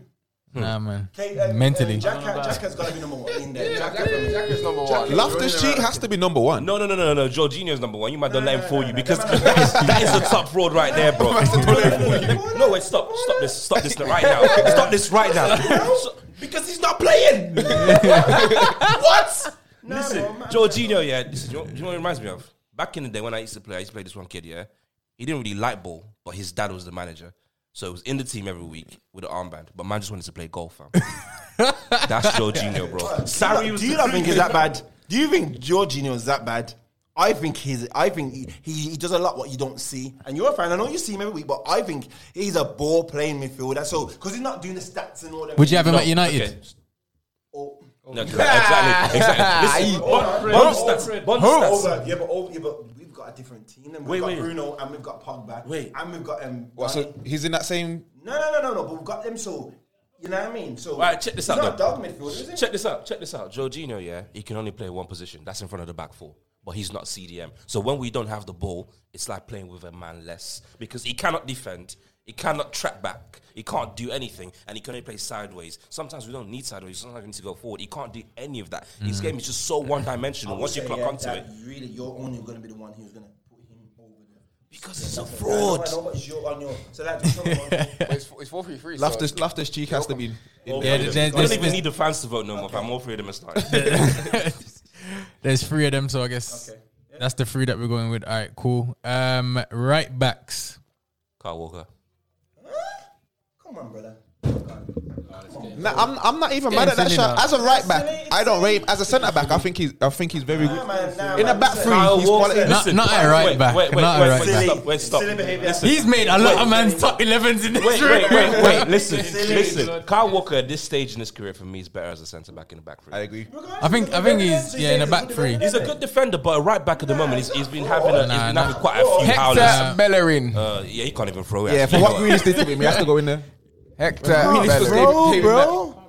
S1: Nah, man.
S6: Okay, uh,
S1: Mentally.
S6: uh, Jack, Jack has got to be number one in there. Jack, for me.
S2: Jack is number one.
S9: Loftus Cheek has to be number one.
S5: No, no, no, no, no. Jorginho's number one. You might don't let him fool you because that is- that is the top fraud right there, bro. No, wait, stop. Stop this. Stop this right now. Stop this right now. So- Because he's not playing. What? Listen, Jorginho, yeah. This is, do you know do you know what it reminds me of? Back in the day when I used to play, I used to play this one kid, yeah. He didn't really like ball, but his dad was the manager. So he was in the team every week with an armband. But man just wanted to play golf, fam. That's Jorginho, bro. Sorry, was
S6: Do you
S5: the
S6: not think he's that bad? Do you think Jorginho is that bad? I think he's. I think he, he, he does a lot what you don't see. And you're a fan. I know you see him every week, but I think he's a ball playing midfielder. So because he's not doing the stats and all that.
S1: Would you have him at
S5: Okay.
S1: United?
S6: Oh,
S5: No, exactly, exactly. Listen, Bond, Bond
S6: oh,
S5: stats. Bond stats.
S6: Over, yeah, but over, yeah, but we've got a different team. And we've
S5: Wait,
S6: got
S5: wait.
S6: Bruno and we've got Pogba.
S5: Wait.
S6: and we've got um.
S9: Well, so he's in that same.
S6: no, no, no, no, no. But we've got them. So you know what I mean. So
S5: Right, check this
S6: he's
S5: out,
S6: Not a
S5: though.
S6: dog midfielder, is he?
S5: Check this out. Check this out. Jorginho, yeah, he can only play one position. That's in front of the back four. But he's not CDM. So when we don't have the ball, it's like playing with a man less because he cannot defend. He cannot track back. He can't do anything, and he can only play sideways. Sometimes we don't need sideways. Sometimes we need to go forward. He can't do any of that. His game is just so one-dimensional. Once you
S6: Yeah,
S5: clock
S6: yeah,
S5: onto
S6: that
S5: it,
S6: really, you're only going to be the one who's going to put him over there.
S5: because he's a
S6: I know,
S5: fraud.
S6: I know, but it's your on your. So that's
S2: It's, four- it's four three three.
S9: Loftus Loftus Cheek has to be. in-
S1: Yeah, there's,
S5: I don't
S1: there's,
S5: even
S1: there's,
S5: need the fans to vote no more. I'm all three of them are starting.
S1: there's three of them, so I guess that's the three that we're going with. All right, cool. Um, right backs.
S5: Carl Walker.
S6: Come on, brother.
S9: Nah, I'm, I'm not even mad at that
S1: silly
S9: shot.
S1: now.
S9: As a right back, I don't rate him. As a centre back, I think he's I think he's very good.
S6: man, nah,
S9: In a
S6: man,
S9: back
S6: listen.
S9: three,
S5: Kyle
S9: he's
S5: Walker.
S9: quality.
S1: Not, not a
S5: Wait,
S1: right
S5: wait,
S1: back.
S5: Wait, wait,
S1: not
S5: wait,
S1: a right
S5: wait,
S1: back.
S5: stop, wait, stop.
S6: Silly behaviour.
S5: Listen,
S1: He's made a lot of man's top 11s in this
S5: wait,
S1: room.
S5: wait, wait, wait, listen.
S6: Silly.
S5: listen, Kyle Walker at this stage in his career for me is better as a centre back in the back
S9: I
S5: three.
S9: agree.
S1: I think I think he's yeah in the back three.
S5: He's a good defender, but a right back at the moment, he's, he's been having a, he's
S1: Nah,
S5: been
S1: nah.
S5: having quite a few howlers.
S2: Hector Bellerin.
S5: Uh, yeah, he can't even throw.
S9: Yeah, for
S5: actually.
S9: what Greenish did to him, he has to go in there.
S2: Hector
S9: Bro,
S2: Bellerin.
S9: bro.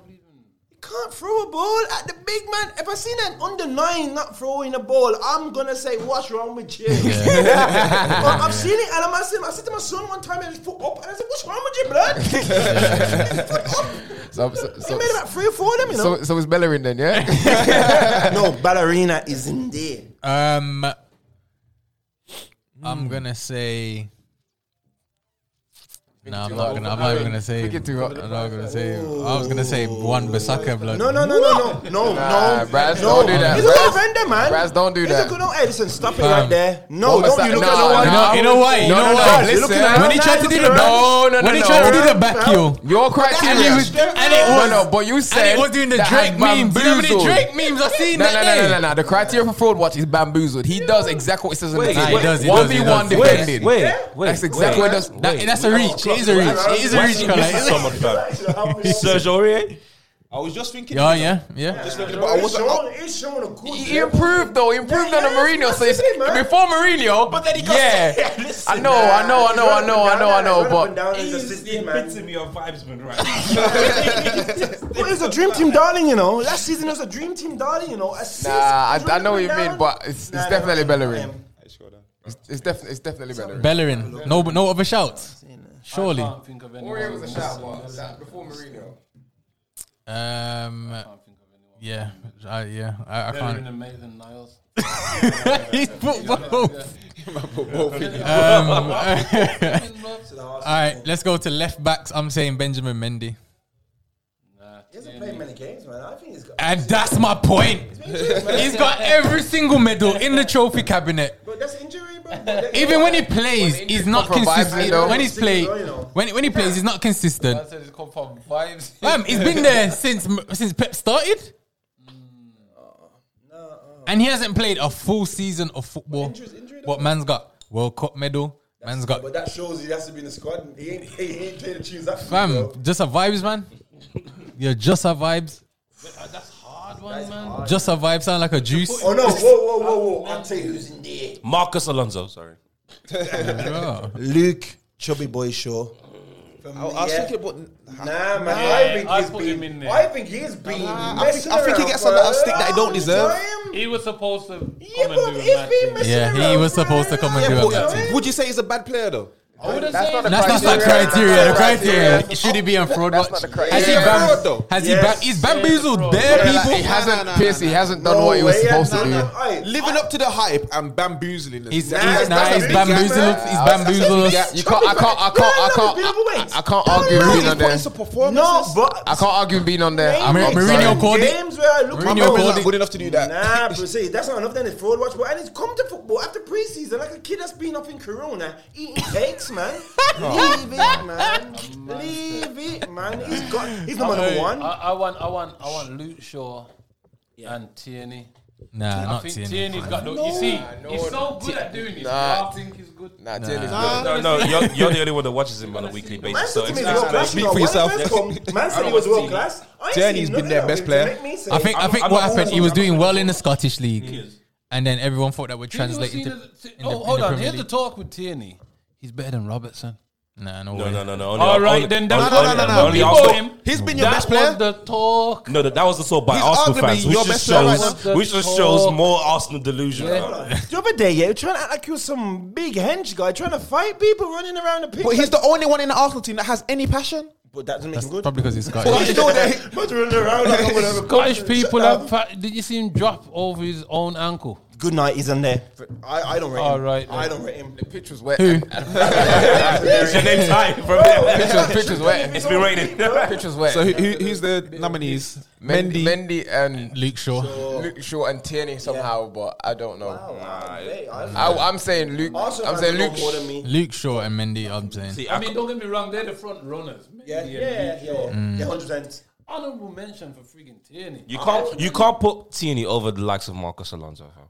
S6: Can't throw a ball at the big man. If I seen an under nine not throwing a ball, I'm gonna say, what's wrong with you? I- I've seen it, and I'm asking. I said to my son one time, and his foot up, and I said, what's wrong with you, blood? His foot up.
S2: So, so,
S6: He made
S2: so,
S6: about three or four of them, you know.
S2: so, so it's Bellerin then, yeah?
S6: no, ballerina is in there.
S1: Um, I'm gonna say. No, I'm not gonna. I'm not even gonna say.
S2: Think it too hot.
S1: I'm not gonna say. I was gonna say one Basaka blood.
S6: No, no, no, no, no, no, no.
S2: Nah, Braz,
S6: no.
S2: don't do that,
S6: He's a good
S2: Braz.
S6: vendor, man.
S2: Braz, don't do
S6: He's
S2: that.
S6: a good. No, hey, listen, stop it right there. No,
S2: What was
S6: don't you
S2: that?
S6: look
S2: Nah,
S6: at
S1: You
S6: no
S1: know,
S6: one.
S1: you know why? You
S2: No,
S1: know
S2: no,
S1: why?
S2: no, listen.
S1: When he tried to do the
S2: No, no, no,
S1: when he
S2: no.
S1: tried to do the back heel,
S2: Your
S1: and he
S2: criteria.
S1: was, and it
S2: No,
S1: was,
S2: no, but you said
S1: and it was doing the
S2: that I
S1: Drake memes. You know how many
S2: bamboozled.
S1: Drake memes I've seen
S2: No, no,
S1: that
S2: no,
S1: day?
S2: no, no, no. The criteria for fraud watch is bamboozled. He does exactly what it says in the
S5: Wait,
S2: team.
S5: nah, he does, he
S2: One
S1: does,
S2: v
S1: he does.
S2: one defending.
S5: Wait, wait,
S2: That's exactly
S5: wait.
S2: what it does.
S1: That, that's a reach. It is a reach. It is a reach.
S5: Why is he
S1: colour.
S5: missing someone, fam? Serge Aurier.
S9: I was just thinking.
S1: Yeah, yeah, yeah.
S9: Just looking, but I
S6: He's
S9: wasn't.
S6: showing, he's showing a good.
S2: He improved though. He improved
S6: Yeah,
S2: under
S6: yeah,
S2: Mourinho.
S6: that's
S2: So it's,
S6: the thing, man.
S2: before Mourinho, but
S5: then he got-
S2: yeah.
S5: Listen,
S2: I know, I know, I know, I know, I know, I know. But
S5: He's the epitome of vibesman right now.
S6: What is a dream team, darling? You know, last season was a dream team, darling. You know, Assist,
S2: nah, I,
S6: he's
S2: I
S6: running
S2: know what you
S6: up and
S2: mean.
S6: down.
S2: But it's,
S6: Nah,
S2: it's definitely
S6: nah, nah,
S2: Bellerin.
S6: nah,
S9: I just got that.
S2: It's, it's, defi- it's definitely better.
S1: Bellerin. No, but no other shouts. Surely.
S3: can't think of anyone.
S2: It was a shout, but that- before Mourinho.
S1: Um. Yeah. I, yeah. I, I
S3: Better than
S1: can't.
S3: Maitland Niles.
S1: He put both. All right. Let's go to left backs. I'm saying Benjamin Mendy,
S6: He hasn't played many games, man. I think he's got.
S1: and that's my point. He's got every single medal in the trophy cabinet.
S6: But that's injury, bro. But
S1: Even when he plays, he's not
S2: proper vibes, you
S1: consistent.
S2: know.
S1: When he's play,
S6: You know.
S1: when when he plays, he's not consistent.
S3: I said it's called for vibes.
S1: Fam, it's been there since since Pep started. And he hasn't played a full season of football. what man's got? World Cup medal. man's got
S6: But that shows he has to be in the squad. He ain't, he ain't played the tunes that
S1: fam. Just a vibes, man. You're just a vibes.
S3: That's hard one, man.
S1: Just a vibe sound like a juice.
S6: Oh no! Whoa, whoa, whoa, whoa! I'll tell you who's in there.
S5: Marcus Alonso, sorry.
S1: Yeah.
S6: Luke Chubby Boy Shaw.
S9: I, I was thinking about.
S6: Mm. Nah, man.
S3: Yeah,
S6: I think
S3: I
S6: he's
S3: put
S6: been.
S3: him in there.
S6: I think he's been.
S9: I think, I think he gets a lot of stick that he don't deserve.
S3: He was supposed to come
S6: Yeah, but
S3: and do a
S6: he's
S3: match.
S6: been messing
S1: Yeah, he
S6: around,
S1: was
S6: bro.
S1: supposed to come and
S6: Yeah,
S1: do a
S6: but-
S1: match.
S6: yeah.
S9: Would you say he's a bad player though?
S3: I wouldn't
S2: That's
S3: say
S2: not the
S1: That's not the
S2: Criteria.
S1: criteria. The
S2: That's not the
S1: criteria. Should he be on fraud
S2: That's
S1: watch?
S2: not the
S1: Has he
S2: criteria.
S1: bam-
S9: Though.
S1: Has he bam- he's bamboozled there,
S2: Yeah, like, he
S1: people.
S2: hasn't,
S9: nah, nah,
S2: Pierce, he hasn't done what he was
S6: way, yeah,
S2: supposed
S6: nah,
S2: to do.
S6: nah, alright.
S9: Living up to the hype and bamboozling. us.
S1: He's, he's,
S6: Nah, that's
S1: nah,
S6: a
S1: he's
S6: big gap,
S1: bamboozled.
S6: man.
S1: He's bamboozled.
S2: Yeah, you can't. I can't. I can't. I can't. I can't, I can't argue with being on there.
S9: It's a performance.
S6: No, but
S2: I can't argue with being on there. I'm
S1: Mar-
S2: not
S1: Mourinho
S2: sorry.
S1: called- Cody-
S6: games where I look
S1: Mourinho
S6: my man was
S1: called
S9: not good enough to do that.
S6: Nah, but see, that's not enough. Then it's fraud watch, but and he's come to football after preseason like a kid that's been up in Corona eating cakes, man. Leave it, man. Leave it, man. He's got. He's number number one.
S3: I, I want, I want, I want Luke Shaw and Tierney.
S1: Nah,
S3: I
S1: not
S3: think
S1: Tierney.
S3: Tierney's got the. You see, he's so good at doing this. I think he's good.
S2: Nah, Tierney's good.
S5: No, no, you're, you're the only one that watches him on a weekly
S6: Man
S5: basis. So
S6: said to me,
S5: it's,
S6: he's world class.
S9: Speak
S6: you know,
S9: for
S6: when
S9: yourself.
S6: he first come, Man said he was world class. I ain't
S9: Tierney's
S6: seen
S9: been
S6: nothing
S9: their
S6: of
S9: best
S6: him to
S9: player.
S6: make me say-
S1: I think. I
S5: I'm-
S1: think
S5: I'm
S1: what
S5: not
S1: happened. He
S5: always-
S1: was
S5: I'm
S1: doing
S5: not
S1: well
S5: always-
S1: in the Scottish league,
S5: is.
S1: and then everyone thought that would
S3: Did you
S1: translate
S3: see
S1: into.
S3: the- see-
S1: in the-
S3: Oh,
S1: in
S3: hold
S1: the
S3: on.
S1: Premier
S3: Here's the
S1: League.
S3: talk with Tierney. He's better than Robertson.
S1: Nah, no
S5: no,
S1: way.
S5: no, no, no. Only,
S3: All
S5: only,
S3: right, then.
S5: only,
S3: That's
S9: no, no, no, no.
S5: only
S3: We
S5: Arsenal-
S3: bought him.
S9: He's been your
S3: That
S9: best player.
S3: was the talk.
S5: No, that, that was the sort by
S9: He's
S5: Arsenal
S9: arguably
S5: fans,
S9: your
S5: which
S9: best
S5: just
S9: player right
S5: shows,
S3: now.
S5: which just
S3: Talk.
S5: shows more Arsenal delusion.
S6: The other day, yeah, you trying to act like you was some big hench guy trying to fight people running around the pitch.
S9: But he's the only one in the Arsenal team that has any passion.
S6: But that doesn't make him
S1: That's
S6: good.
S1: probably because he's
S9: But
S1: Scottish.
S9: you know that
S6: But running around like I'm gonna have a
S3: Scottish
S6: passion.
S3: people
S6: Shut
S3: have. Fa- did you see him drop over his own ankle?
S6: up. Good night isn't there. I, I don't rate
S3: All
S6: him.
S3: right,
S6: I
S3: then.
S6: don't rate him.
S2: The pitch was wet.
S1: Who?
S5: It's your name time from there.
S2: Pitch was- pitch was wet.
S5: It's been raining.
S2: Pitch was wet.
S9: So who, who, who's the nominees? Mendy.
S2: Mendy, Mendy, and
S1: Luke Shaw.
S2: Luke Shaw and Tierney somehow, but I don't know.
S6: I,
S2: I, I'm saying Luke. I'm saying Luke.
S6: more than me.
S1: Luke Shaw and Mendy. I'm saying.
S5: See,
S3: I
S5: I
S3: mean,
S5: mean,
S3: don't get me wrong. They're the front runners.
S6: Yeah,
S3: Mendy
S6: yeah,
S3: and
S6: yeah,
S3: Luke
S6: yeah. Mm.
S3: Shaw.
S6: yeah. 100%.
S3: Honorable mention for friggin' Tierney.
S5: you can't you can't put Tierney over the likes of Marcus Alonso. fam.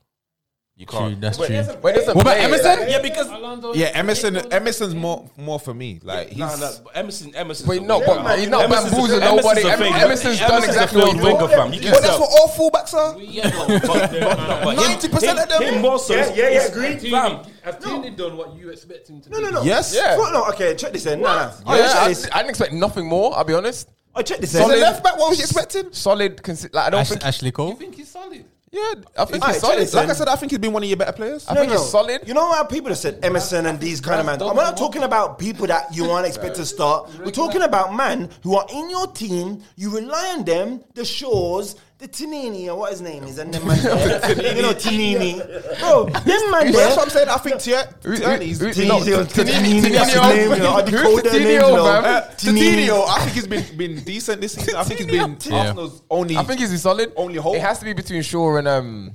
S5: You
S1: True,
S5: can't.
S1: that's true.
S2: Where does
S1: What about Emerson?
S5: Yeah, because
S3: Alonso-
S9: Yeah, Emerson. Emerson's more more for me. Like he's
S5: No, no, but Emerson, Emerson.
S2: But no, but he's not
S5: Emerson's a-
S2: bamboozling
S5: Emerson's
S2: nobody.
S5: a
S2: Em-
S5: failed-
S2: Emerson's done
S5: a
S2: exactly
S5: failed
S2: what he
S5: winger, fam. You
S9: But
S5: can
S9: that's
S5: tell.
S9: what all fullbacks are.
S3: Yeah, but- but- but him-
S9: 90% of them.
S5: Him more so.
S6: Yeah, yeah, yeah, agreed.
S5: Fam,
S3: Has Tierney done what you expect him to
S6: No,
S3: do?
S6: no, no.
S9: Yes.
S6: Yeah. Fuck no, okay, check this in. Nah, nah.
S2: Yeah,
S6: Yeah, check
S2: I,
S6: this.
S2: I didn't expect nothing more. I'll be honest.
S6: Oh, check this
S9: As a
S6: in.
S9: left back, what was you expecting?
S2: Solid. Consi- like I don't
S1: Ash-
S2: think.
S1: Ashley Cole.
S3: I think he's solid.
S2: Yeah, I think
S6: Alright,
S2: he's solid.
S6: Chelsea.
S9: Like I said, I think he's been one of your better players.
S2: I think he's solid.
S6: You know how people have said Emerson and these kind of man. I'm not talking about people that you aren't expect to start. We're talking about men who are in your team. You rely on them. The Shores, the Tinini, or what his name is, and them man. there. you know Tinini, bro. Them man.
S9: But that's
S6: there-
S9: what I'm saying. I think Tier- Tierney's.
S2: who-
S6: Tinini,
S2: No,
S6: Tinini, that's his
S2: Tinini,
S6: name, you know, I
S2: who's
S6: decode their
S2: Tinini,
S6: names, you know.
S2: fam?
S9: Uh,
S6: Tinini.
S9: Coutinho, I think he's been been decent this season. I think he's been
S1: Yeah.
S9: Arsenal's only.
S2: I think he's solid.
S9: Only hope.
S2: It has to be between Shaw and um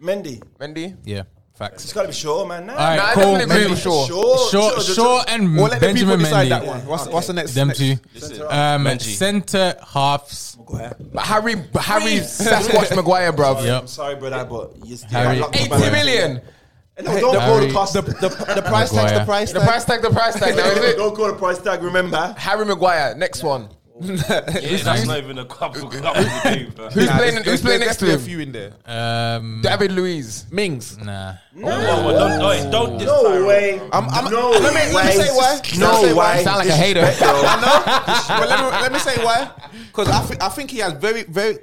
S6: Mendy.
S2: Mendy.
S1: Yeah,
S6: It's
S1: facts.
S6: got to be Shaw, man. Nah.
S1: All
S2: Nah, I
S1: right, Cole,
S2: definitely agree
S1: Mendy,
S2: with Shaw.
S6: Shaw,
S1: Shaw, Shaw, and
S9: Well, let the people
S1: Benjamin
S9: decide
S1: Mendy.
S9: that one. What's, what's the next?
S1: Them
S9: next?
S1: two. Um,
S5: Mendy.
S1: centre halves.
S2: But Harry, Harry Sasquatch Maguire, bruv.
S1: Yep.
S6: I'm sorry, brother, but you still
S1: Harry-
S6: got locked
S2: Eighty
S6: up, man.
S2: million.
S6: No, don't call the
S1: Harry-
S6: cost.
S9: The, the, the price tag's the
S1: Maguire.
S9: price
S2: The
S9: tag.
S2: price tag, the price tag. Now is it?
S6: don't call the price tag. Remember.
S2: Harry Maguire, next one.
S5: yeah, that's not even a couple. couple of games, fam.
S2: Who's
S9: Nah,
S2: playing?
S9: there's-
S2: Who's
S9: there's
S2: playing next to
S9: definitely
S2: him?
S9: a few in there.
S1: Um,
S2: David Luiz.
S9: Mings.
S1: nah.
S5: Oh, well, don't, no, don't diss
S6: No
S5: Tyrone.
S6: way.
S9: I'm, I'm,
S6: no
S9: let me, let me
S6: way.
S9: say why.
S6: No
S9: let me say
S6: way.
S9: why.
S1: Sound like a hater.
S9: I know. But let me, let me say why. Because I, thi- I think he has very, very.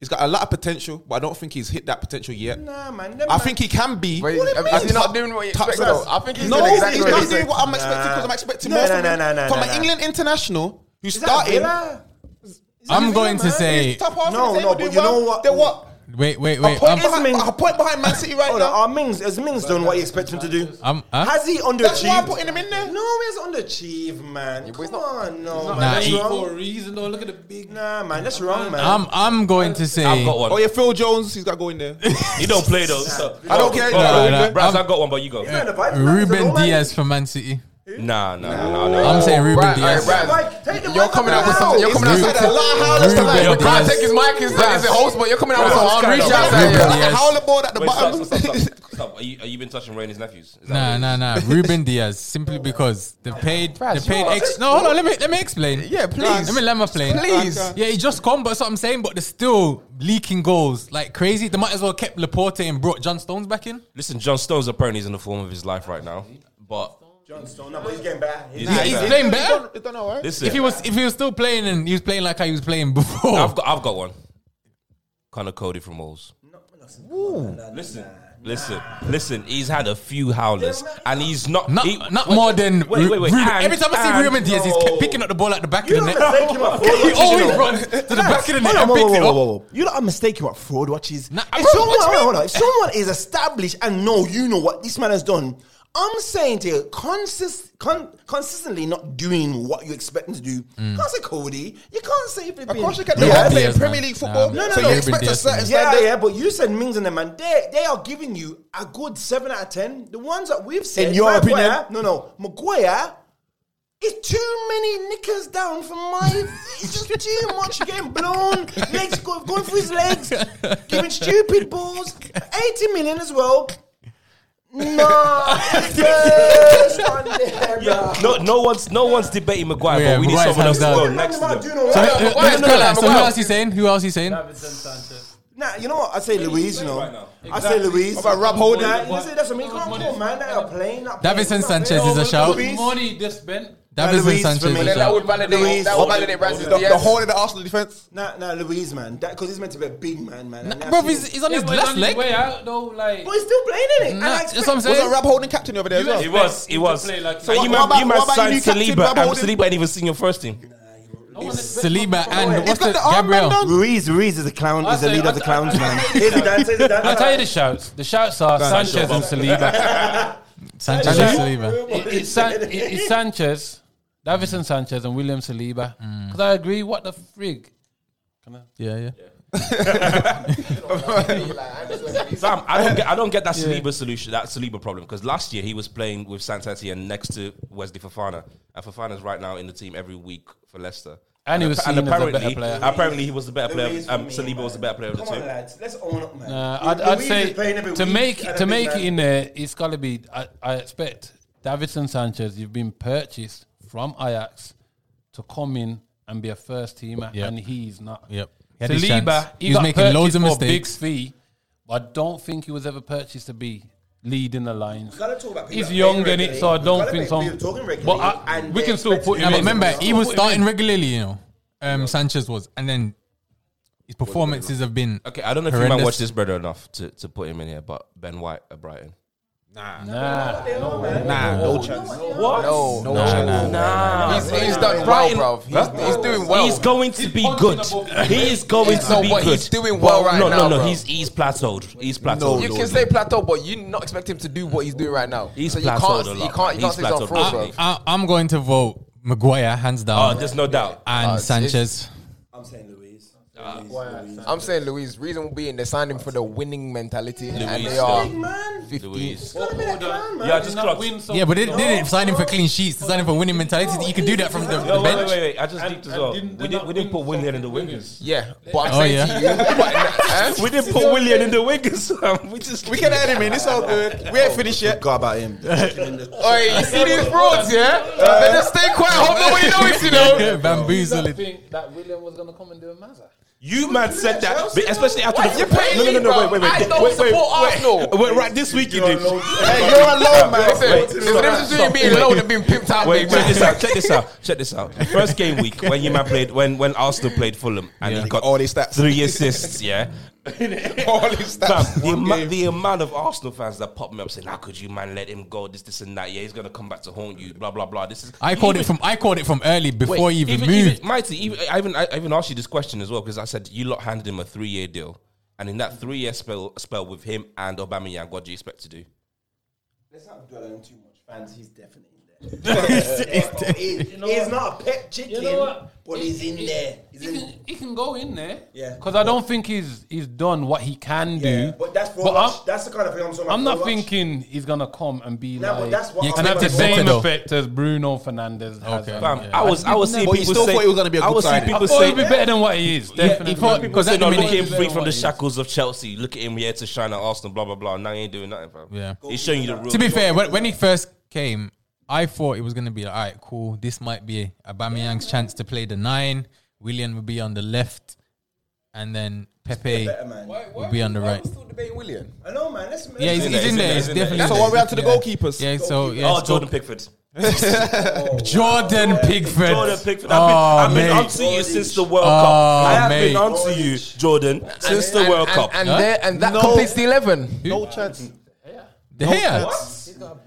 S7: He's got a lot of potential, but I don't think he's hit that potential yet.
S6: Nah, man. Them
S7: I
S6: man-
S7: think he can be.
S2: But he's-
S7: Top-
S2: is he not doing what you
S7: top
S2: expect
S7: class.
S2: though? I think he's
S7: no,
S2: doing exactly
S7: he's
S2: what
S7: not
S2: you
S7: doing
S2: expect.
S7: what I'm expecting because I'm expecting
S8: No,
S7: more
S8: no,
S7: from
S8: no,
S7: him.
S8: no, no,
S7: from
S8: no,
S7: an
S8: no.
S7: England international who
S6: Is that
S7: started.
S6: Villa?
S1: I'm going to say.
S7: Top half
S8: No,
S7: of the table
S8: no, but
S7: doing
S8: you know
S7: well.
S8: what?
S7: They're what?
S1: Wait, wait, wait.
S7: Point
S1: I'm,
S8: is-
S7: behind,
S8: Mings-
S7: a point behind Man City right
S8: Hold on,
S7: now.
S8: are Mings, has Mings done what you expect him to do?
S1: I'm, huh?
S8: Has he
S7: That's why I'm
S8: underachieved?
S7: putting him in there.
S8: No, he's underachieved, man.
S2: Yeah, but he's
S8: Come on, no,
S3: Nah,
S8: man. That's
S1: he-
S3: for a
S8: wrong.
S3: reason though. Look at the big.
S8: Nah, man, that's wrong, man.
S1: I'm, I'm going to say.
S5: I've got one.
S7: Oh yeah, Phil Jones, he's got to go in there.
S5: You don't play though. So.
S7: I don't care.
S5: Go on,
S1: Nah,
S5: Ruben.
S1: nah,
S5: Braz,
S1: I'm-
S5: I got one, but you go.
S8: He's not in the vibe, man. He's a
S1: Ruben
S8: low man.
S1: Diaz for Man City.
S5: Nah, nah, nah, nah, nah.
S1: I'm saying Ruben
S2: Oh, Right,
S1: Diaz.
S2: right, right.
S8: Like, take the
S2: You're
S8: mic
S2: coming
S8: off
S2: out with
S8: now.
S2: something. You're coming out
S1: Ruben-
S2: with something.
S1: Ruben
S2: You're trying
S1: Diaz.
S2: to take his mic. Is that is it host? But you're coming out with
S5: Ruben
S2: something. Reach
S5: Diaz.
S2: out to
S1: Ruben
S2: him.
S1: Diaz.
S7: Hold the ball at the
S5: Wait, stop,
S7: bottom.
S5: stop, stop, stop. stop. Are you, are you been touching Rainey's nephews? Is that
S1: Nah,
S5: what it
S1: nah, nah. Ruben Diaz. Simply because they paid. They
S2: Braz,
S1: paid.
S2: you are-
S1: Ex- no, hold on. Let me let me explain.
S2: Yeah, please.
S1: Let me let me explain.
S2: Please.
S1: Yeah, he just come, but that's what I'm saying. But they're still leaking goals like crazy. They might as well kept Laporte and brought John Stones back in.
S5: is? Listen, John Stones apparently is in the form of his life right now, but
S8: John Stone, no, but he's getting back.
S5: he's
S1: He-
S5: like
S1: he's
S5: that.
S1: playing better.
S7: Don't know, right?
S5: Listen,
S1: If he was if he was still playing and he was playing like how he was playing before,
S5: I've got, I've got one. Connor Cody from Wolves. Listen, listen, listen. He's had a few howlers, and he's not
S1: not
S5: he-
S1: not
S5: wait,
S1: more than
S5: wait, wait, wait.
S1: Ruben.
S5: And-
S1: Every time I see
S5: and-
S1: Ruben Diaz, he's kept picking up the ball at the back of the
S8: You
S1: net.
S8: don't mistake him at fraud
S1: He
S8: watches, you
S1: always
S8: know.
S1: runs to the back of the net
S8: Hold on,
S1: and
S8: whoa,
S1: picks
S8: whoa,
S1: it
S8: whoa,
S1: up.
S8: whoa, whoa. You know I'm mistaken about fraud watches.
S1: Nah,
S8: if
S1: bro,
S8: someone,
S1: what you mean?
S8: hold on, hold on. If someone is established and know you know what this man has done, I'm saying to you, consist, con, consistently not doing what you expect him to do. You can't say Cody. You can't say if it.
S7: Of course you can.
S1: No,
S7: They are
S1: Ruben
S7: playing
S1: Diaz,
S7: Premier
S1: man.
S7: League football.
S1: Nah,
S8: No, no,
S7: so
S8: no.
S7: you expect
S1: Ruben
S7: a
S1: Diaz,
S7: certain
S1: man.
S8: Yeah,
S7: standard.
S8: yeah, but you said Mings and them, and they, they are giving you a good 7 out of 10. The ones that we've said,
S7: In your
S8: Maguire- No, no. Maguire is too many knickers down for my. it's just too much getting blown, legs go, going through his legs, giving stupid balls. 80 million as well. No, first one there, bro.
S5: No, no one's no one's debating Maguire,
S1: Yeah,
S5: but we need
S1: Maguire's
S5: someone else to
S1: hands
S5: go
S1: down.
S5: next to them.
S1: So, who- who-
S2: Maguire's
S1: no,
S2: good
S1: no,
S2: at
S1: so who
S2: Maguire.
S1: else he saying? Who else he saying?
S8: Nah, Uh, you know what? I say Louise, you know.
S5: right now.
S8: I say Louise.
S7: What about Rob Holding?
S8: Nah, you see, that's what I mean. You can't call man that are playing. not playing,
S1: Davinson
S8: not playing.
S1: Sanchez is a
S8: Louise.
S1: shout.
S3: Money they spent.
S1: Davison
S8: Louise for
S1: Sanchez.
S8: me.
S1: is
S2: Then that
S1: out.
S2: would validate. That would validate Braz's
S7: The, the
S2: Diaz.
S7: whole of the Arsenal defense.
S8: Nah, nah, Louise, man. Because he's meant to be a big man, man. and that's
S1: Bro,
S8: him.
S1: he's, he's on
S3: Yeah,
S1: his
S3: but it's
S1: left
S3: on his
S1: leg.
S3: way out though. Like
S8: But he's still playing in it. And
S1: Nah,
S8: I
S1: that's
S8: expect-
S1: what I'm
S7: Wasn't
S1: saying.
S7: Rob Holding captain the other day as well?
S5: It was, it was.
S3: play like-
S5: so
S3: So
S5: you
S7: what-
S5: man,
S7: what about-
S5: you man
S7: what about
S5: signed
S7: your new captain,
S5: Saliba,
S7: Rob
S5: and
S7: Holding?
S5: Saliba ain't even seen your first team.
S3: no one expects
S1: Saliba
S3: nothing from
S1: and
S3: Roy.
S1: what's
S7: got
S1: the
S7: the armband
S1: Gabriel?
S7: on.
S8: Ruiz, Ruiz is the clown,
S3: I
S8: is the
S3: say-
S8: leader of
S3: I-
S8: the clowns,
S3: I-
S8: man. Here's the dance, here's the dance.
S3: I'll tell you the shouts. The shouts are Sanchez and Saliba.
S1: Sanchez and Saliba.
S3: It- it's, San, it- it's Sanchez, Davison Sanchez, and William Saliba.
S1: Mm.
S3: Because I agree, what the frig?
S1: Yeah, yeah.
S5: Fam, I don't get, I don't get that Saliba solution, that Saliba problem. Because last year he was playing with Santati and next to Wesley Fofana, and Fofana's right now in the team every week for Leicester.
S3: And he was seen as a better
S5: apparently-
S3: player.
S5: Apparently, he was the better player.
S8: Ruiz for
S5: Um,
S8: me,
S5: Saliba
S8: man.
S5: was the better player of the
S8: Come on,
S5: two.
S8: lads. Let's own up, man.
S3: Uh, I'd, I'd say to make to make it in there, it's got to be. I, I expect Davison Sanchez. You've been purchased from Ajax to come in and be a first teamer,
S1: Yep.
S3: and he's not.
S1: Yep. He had his chance.
S3: Saliba,
S1: He was
S3: got
S1: making loads of
S3: purchased for a
S1: mistakes.
S3: Big fee, but I don't think he was ever purchased to be leading the lines.
S8: gotta talk about people
S3: He's
S8: that
S3: young
S8: play
S3: in it, so I
S8: regularly.
S3: don't
S8: Gotta
S3: think
S8: make
S3: so.
S8: people talking
S3: But
S8: regularly
S3: I,
S8: and
S3: we
S8: they
S3: can still
S8: expect
S3: put
S8: to
S1: Yeah,
S3: him
S1: but
S3: in.
S1: remember, he was
S3: Put him in.
S1: starting regularly, you know. Um, Sanchez was. And then his performances have been.
S5: Okay, I don't know if you
S1: Horrendous.
S5: might watch this brother enough to, to put him in here, but Ben White at Brighton.
S3: Nah,
S5: What? No, no, no,
S2: He's he's done well,
S5: Brighton-
S2: bruv. He's he's doing well.
S5: He's going to be good. He is going to
S2: No,
S5: be
S2: but
S5: good.
S2: he's doing well right
S5: no,
S2: now,
S5: No, no,
S2: bro.
S5: He's he's plateaued. He's plateaued.
S2: You can say plateau, but you not expect him to do what he's doing right now.
S5: He's
S2: so you
S5: plateaued
S2: can't,
S5: a lot,
S2: you can't, you
S5: man.
S2: can't
S5: He's
S2: say he's on
S5: plateaued.
S2: fraud,
S5: Ah,
S2: bro.
S1: I, I'm going to vote Maguire, hands
S5: Oh,
S1: down.
S5: there's no doubt.
S1: and
S2: it's-
S1: Sanchez.
S8: I'm saying Louise.
S3: Ah,
S2: I'm saying Louise. Reason being they signed him for the winning mentality, and
S5: Louise,
S2: they are
S8: Big man. It's
S2: 15.
S5: Louise.
S8: gotta be that clown, man.
S5: Yeah, just
S3: Not
S5: clocked.
S3: win some-
S1: Yeah, but they, they didn't sign him for clean sheets. They signed him for winning mentality. You can do that from the, the
S5: No, wait, wait,
S1: bench.
S5: wait, wait. I just
S3: And-
S5: leaked as
S3: and
S5: well.
S3: didn't they
S5: we didn't,
S3: not
S5: we didn't
S3: win
S5: put Willian in the
S3: some
S5: wingers.
S2: Yeah, but I'm
S1: Oh,
S2: saying
S1: yeah.
S2: to you, but, eh?
S5: We didn't put Willian in the wingers. we just
S7: We can add him in. It's all good. We ain't finished yet.
S8: Forgot about him.
S2: Oi, you see these frauds, yeah?
S5: Uh,
S2: they just stay quiet, hope nobody notices, you know.
S1: Bamboozle it.
S3: think that William was gonna come and do a mazza.
S5: You man said that, but especially after
S2: What
S5: the
S2: you paying
S5: no no no no wait
S2: me, bro?
S5: wait wait
S2: I
S5: wait
S2: don't
S5: wait wait,
S2: support
S5: wait,
S2: Arsenal.
S5: wait right this week you did.
S2: Hey, you're alone, man. Listen,
S5: wait,
S2: there's a difference between being alone and being pimped out,
S5: Wait,
S2: big
S5: check
S2: man.
S5: this out. Check this out. Check this out. First game week when your man played when when Arsenal played Fulham and he got
S7: All these stats.
S5: three assists. Yeah,
S7: All these
S5: Fam,
S7: stats.
S5: the, ama- the amount of Arsenal fans that pop me up saying, "How could you man let him go? This, this, and that. Yeah, he's gonna come back to haunt you." Blah blah blah. This is.
S1: I called
S5: Even-
S1: it from I called it from early
S5: wait,
S1: before you even,
S5: even,
S1: moved.
S5: Mighty, even, I even I even asked you this question as well because I said you lot handed him a three-year deal, and in that three-year spell spell with him and Aubameyang, what do you expect to do?
S10: Let's not dwell on too much. Fans, he's definitely in there. he's, he's not a pet chicken,
S3: You know what?
S10: but
S3: He-
S10: he's in
S3: he-
S10: there.
S3: He,
S10: He's in
S3: can, he can go in there.
S10: Yeah.
S3: Because I don't think he's he's done what he can do.
S10: Yeah, But that's for
S3: But
S10: watch.
S3: I'm-
S10: that's the kind of thing I'm talking about.
S3: I'm not
S10: for watch.
S3: thinking he's gonna come and be
S10: Nah, but
S3: like
S10: that's what
S1: You
S10: I'm
S3: and have the
S1: expected better
S3: same
S1: though.
S3: effect as Bruno Fernandez has.
S1: Okay.
S5: Fam,
S1: Yeah.
S5: I was I was seeing
S7: But you
S5: people
S7: still
S5: say
S7: thought he was gonna be a
S5: I
S7: good
S5: was seeing
S7: signing.
S5: people
S3: Oh,
S5: say
S3: he'll be better than what he is. Definitely.
S1: because
S5: Say,
S1: at the
S5: no, look
S1: minute,
S5: at him
S3: Better
S5: free
S3: than
S5: from
S3: what
S5: the
S3: he is.
S5: shackles of Chelsea. Look at him here to shine at Arsenal. Blah blah blah. Now he ain't doing nothing, fam.
S1: Yeah.
S5: he's showing you the real.
S1: to be fair, when, when he first came, I thought it was gonna be like, all right, cool. This might be Aubameyang's chance to play the nine. William would be on the left, and then Pepe
S10: Yeah, man.
S1: would be on the right.
S2: Still debating William.
S10: I know, man. Let's,
S1: Yeah, he's,
S5: in
S1: he's
S5: there,
S1: in there.
S5: he's
S1: He's
S5: in there,
S1: definitely.
S5: he's
S1: in
S7: So what we
S1: there.
S7: have to the
S1: Yeah.
S7: goalkeepers?
S1: Yeah, so yeah,
S5: Oh,
S1: it's
S5: Jordan Pickford.
S1: Jordan Pickford.
S5: Jordan Pickford.
S1: Oh,
S5: I've been, I've been
S1: mate.
S5: onto you since the World
S1: Oh,
S5: Cup. I have been
S1: mate.
S5: onto you, Jordan, since the
S2: And-
S5: World
S2: and-
S5: Cup.
S2: And, there, and that completes the 11.
S7: No chance.
S1: De Gea.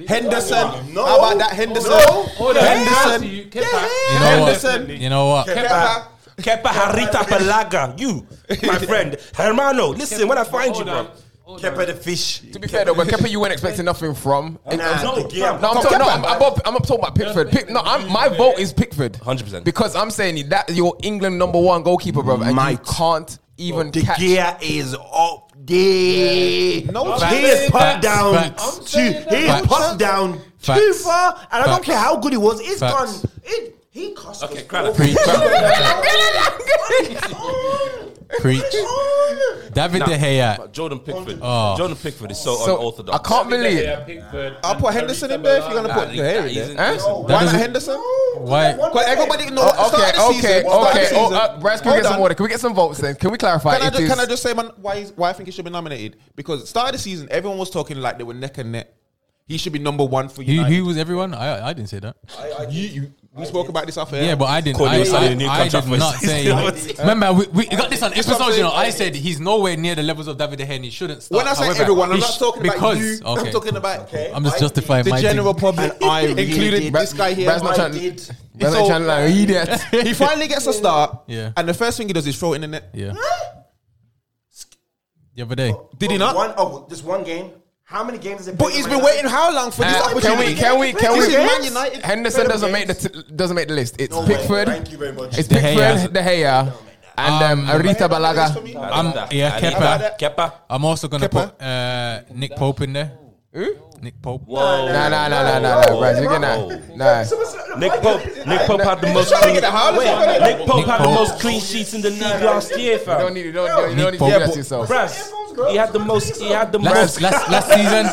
S7: Henderson.
S10: No.
S7: How about that Henderson?
S3: Oh, the
S7: Henderson.
S3: Henderson. Kepa.
S1: You know what?
S7: Henderson.
S1: You know what?
S5: Kepa, Kepa Harita Palaga, you, my friend. Hermano, listen, when I find
S3: Hold
S5: you, bro.
S3: on. Hold on.
S6: Kepa the fish.
S2: To be fair though, but Kepa, you weren't expecting nothing from.
S5: No,
S2: It- I'm- No, I'm,
S5: fam,
S2: talking, no, I'm, I'm, up- I'm up talking about Pickford. Pick, no, I'm, my vote is Pickford.
S5: 100%.
S2: Because I'm saying that you're England number one goalkeeper, brother, and
S6: Might.
S2: you can't even
S6: The
S2: catch.
S6: gear is up there.
S7: No
S6: he
S7: chance.
S6: is
S1: Facts,
S6: put down
S1: facts.
S6: too. He is
S1: Facts.
S6: put down too
S1: Facts.
S6: far, and I don't
S1: Facts.
S6: care how good he was. It's
S1: Facts.
S6: gone. It, he cost
S5: Okay,
S6: us.
S5: Crowder.
S6: both.
S1: Preach. David De Gea.
S5: Jordan Pickford.
S1: Oh.
S5: Jordan Pickford is so,
S2: So I
S5: unorthodox.
S2: can't believe.
S3: Yeah, Pickford.
S7: I'll put Henderson in there if you're gonna put De Gea in there.
S5: That is-
S2: Huh?
S5: listen,
S7: Why not
S1: doesn't-
S7: Henderson?
S1: Why?
S7: Because everybody no,
S2: Oh,
S7: start
S2: okay,
S7: of the season,
S2: okay,
S7: start
S2: okay.
S7: of the
S2: Oh,
S7: season.
S2: uh, Bryce, can we
S7: Hold
S2: get some
S7: on.
S2: water? Can we get some votes then? Can we clarify?
S7: Can I,
S2: it
S7: just,
S2: is-
S7: can I just say man, why, is- why I think he should be nominated? Because start of the season, everyone was talking like they were neck and neck. He should be number one for
S1: Who,
S7: United.
S1: who was everyone? I, I didn't say that.
S7: you, you, we spoke about this after.
S1: Yeah, but I didn't.
S5: Courtney
S1: I,
S5: was
S1: I,
S5: signing a new
S1: I
S5: contract
S1: did
S5: for
S1: not
S5: his-
S1: say. Remember, we, we got this on
S7: Just what I'm
S1: episodes. You know, I
S7: saying.
S1: said he's nowhere near the levels of David De Gea. and He shouldn't. Start.
S7: when I say
S1: uh, However,
S7: everyone, I'm
S1: he
S7: not
S1: sh-
S7: talking about you.
S1: because-
S7: I'm talking about okay.
S1: I'm just justifying
S7: the
S1: my
S7: general
S1: thing.
S7: public,
S10: I really
S7: including
S10: did.
S7: this guy here.
S2: Brad's not
S10: I
S2: trying
S10: did.
S2: to. Brad's not
S7: So-
S2: trying to like, read it.
S7: he finally gets a start,
S1: Yeah.
S7: and the first thing he does is throw it in the net.
S1: Yeah. The other day.
S7: Did he not?
S6: One, oh, just one game. How many games has it
S7: But he's been waiting how long for this
S2: Uh, can
S7: opportunity?
S2: we? Can we? Can
S7: This
S2: we?
S7: is Man United.
S2: Henderson
S7: Better
S2: doesn't make
S7: games.
S2: the t- doesn't make the list. It's
S6: No way.
S2: Pickford.
S6: Thank you very much.
S2: It's
S1: De
S2: Pickford,
S1: Gea.
S2: De Gea, and um, Arita Balaga.
S5: I
S1: I'm-
S5: like that.
S1: yeah,
S5: I like
S1: Kepa.
S5: that. Kepa.
S1: I'm also gonna
S7: Kepa.
S1: put uh, Nick Pope in there. Nick Pope.
S5: Whoa.
S2: Nah, nah, nah, nah, nah, nah, Brad, you get that. Nah.
S5: Nick Pope. Nick Pope had the most.
S7: trying to
S5: Clean,
S7: get a howl, isn't he?
S5: Nick Pope had the
S1: Pope.
S5: most clean sheets in the league last year,
S2: You don't
S5: fam.
S2: need, you don't, you don't need to do
S1: Yeah,
S2: that
S1: but-
S2: to yourself.
S5: Brass. He had the most. He had the
S1: Last,
S5: most.
S1: last, last season,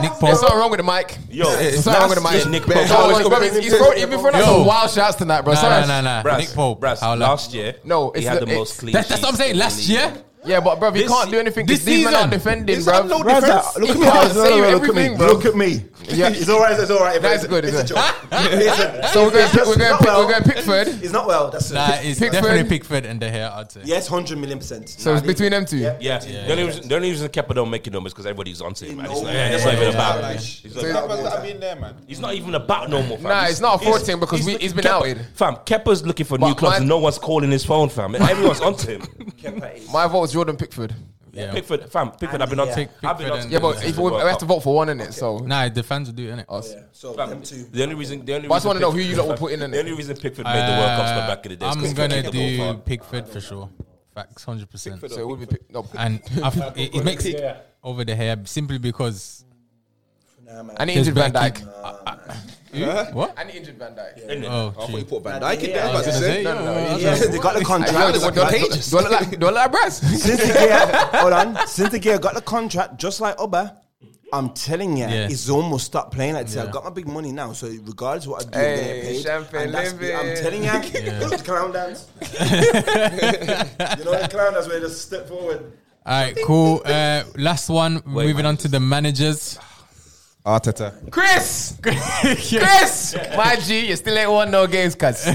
S1: Nick
S2: There's
S1: Pope.
S2: something wrong with the mic.
S5: Yo,
S2: There's something wrong with the
S5: last
S2: mic.
S5: year, Nick
S2: Bro,
S5: Pope.
S2: bro, bro, He's he's throw- he's been throwing out
S1: Yo.
S2: some wild shots tonight, bro.
S1: Nah,
S2: Sorry.
S1: nah, nah, nah.
S5: Brass,
S1: Nick Pope.
S5: Brass,
S1: Howler.
S5: last year,
S2: No,
S5: he
S2: it's
S5: had
S2: the-
S5: the most
S2: it's-
S5: clean
S1: That's, that's what I'm
S5: sheets in
S1: saying.
S5: the
S1: Last
S5: league.
S1: year,
S2: Yeah, but bro, you
S5: This
S2: can't do
S5: se-
S2: anything.
S1: this
S2: These men
S1: season.
S2: aren't defending,
S7: This- I
S2: bro.
S7: have no
S2: Bro,
S7: defense.
S2: that-
S7: Look
S2: you
S7: at me.
S2: can't save
S6: Look at me.
S2: everything, bro.
S6: Look at me.
S2: Yeah.
S6: It's all right. It's all right.
S2: That's good.
S6: It's
S2: It's
S6: a
S2: good.
S6: joke.
S2: So we're going, we're going,
S6: Not
S2: pick,
S6: well.
S2: we're going Pickford.
S6: It's not well. That's it.
S1: nah, it's
S2: Pickford.
S1: definitely Pickford and De Gea. I'd say.
S6: Yes, hundred million percent.
S2: So it's between them two.
S5: Yeah, the only reason the only reason Kepa don't make it though is because everybody's onto him, man. It's not, it's not even about. It's not about-
S7: Kepa's not been there, man.
S5: He's not even about no more. Fam.
S2: Nah, it's not a 14 because we-
S5: look-
S2: he's been
S5: Kepa-
S2: outed.
S5: Fam, Kepa's looking for new
S2: But
S5: clubs
S2: my-
S5: and no one's calling his phone, fam. Everyone's onto him.
S2: My vote's Jordan Pickford.
S1: Yeah.
S5: Pickford, fam, Pickford, I've been on.
S1: Pick-
S5: I've been
S1: Pickford
S5: on.
S1: and-
S2: Yeah, but
S1: Yeah.
S2: if we, we have to vote for one in it, so.
S1: Nah, the fans will do it,
S7: Oh,
S1: innit?
S6: So
S5: Fam,
S6: them two.
S5: the only reason, the only
S2: But I just
S5: reason
S2: wanna know who
S5: Pickford-
S2: you lot will put in, innit?
S5: The only reason Pickford made the World Cup
S1: Uh,
S5: back in the day. is 'cause
S1: I'm
S5: he
S1: gonna
S5: kicked the ball
S1: do
S5: far.
S1: Pickford for sure. Facts, hundred percent.
S2: So it would be pick, no.
S1: And I f- it, it makes it over the hair simply because
S2: I need
S1: there's
S2: injured Van
S1: back-
S2: Dyke.
S1: what?
S2: I need injured Van Dyke.
S1: Oh,
S7: We
S1: gee.
S7: put Van Dijk in there.
S1: I was gonna
S7: I was about to say.
S1: say, yo, I was
S6: Yeah,
S1: gonna-
S6: they got the
S2: Do I
S6: contract.
S2: look do I look- do I look like do I look like Brass?
S6: Since the gear, hold on. Since the gear got the contract, just like Oba, I'm telling you,
S1: Yeah.
S6: it's almost stopped playing like this.
S1: Yeah.
S6: I've got my big money now, so regardless what I do, I'm
S2: Hey,
S6: gonna get paid.
S2: champagne
S6: and that's me. I'm
S2: living.
S6: telling you,
S4: Look, clown dance. you know the clown dance where you just step forward.
S1: All right, cool. Uh, last one. moving on to the managers.
S7: Arteta.
S2: Chris,
S1: yeah.
S2: Chris, my G, you still ain't won no games, cuz.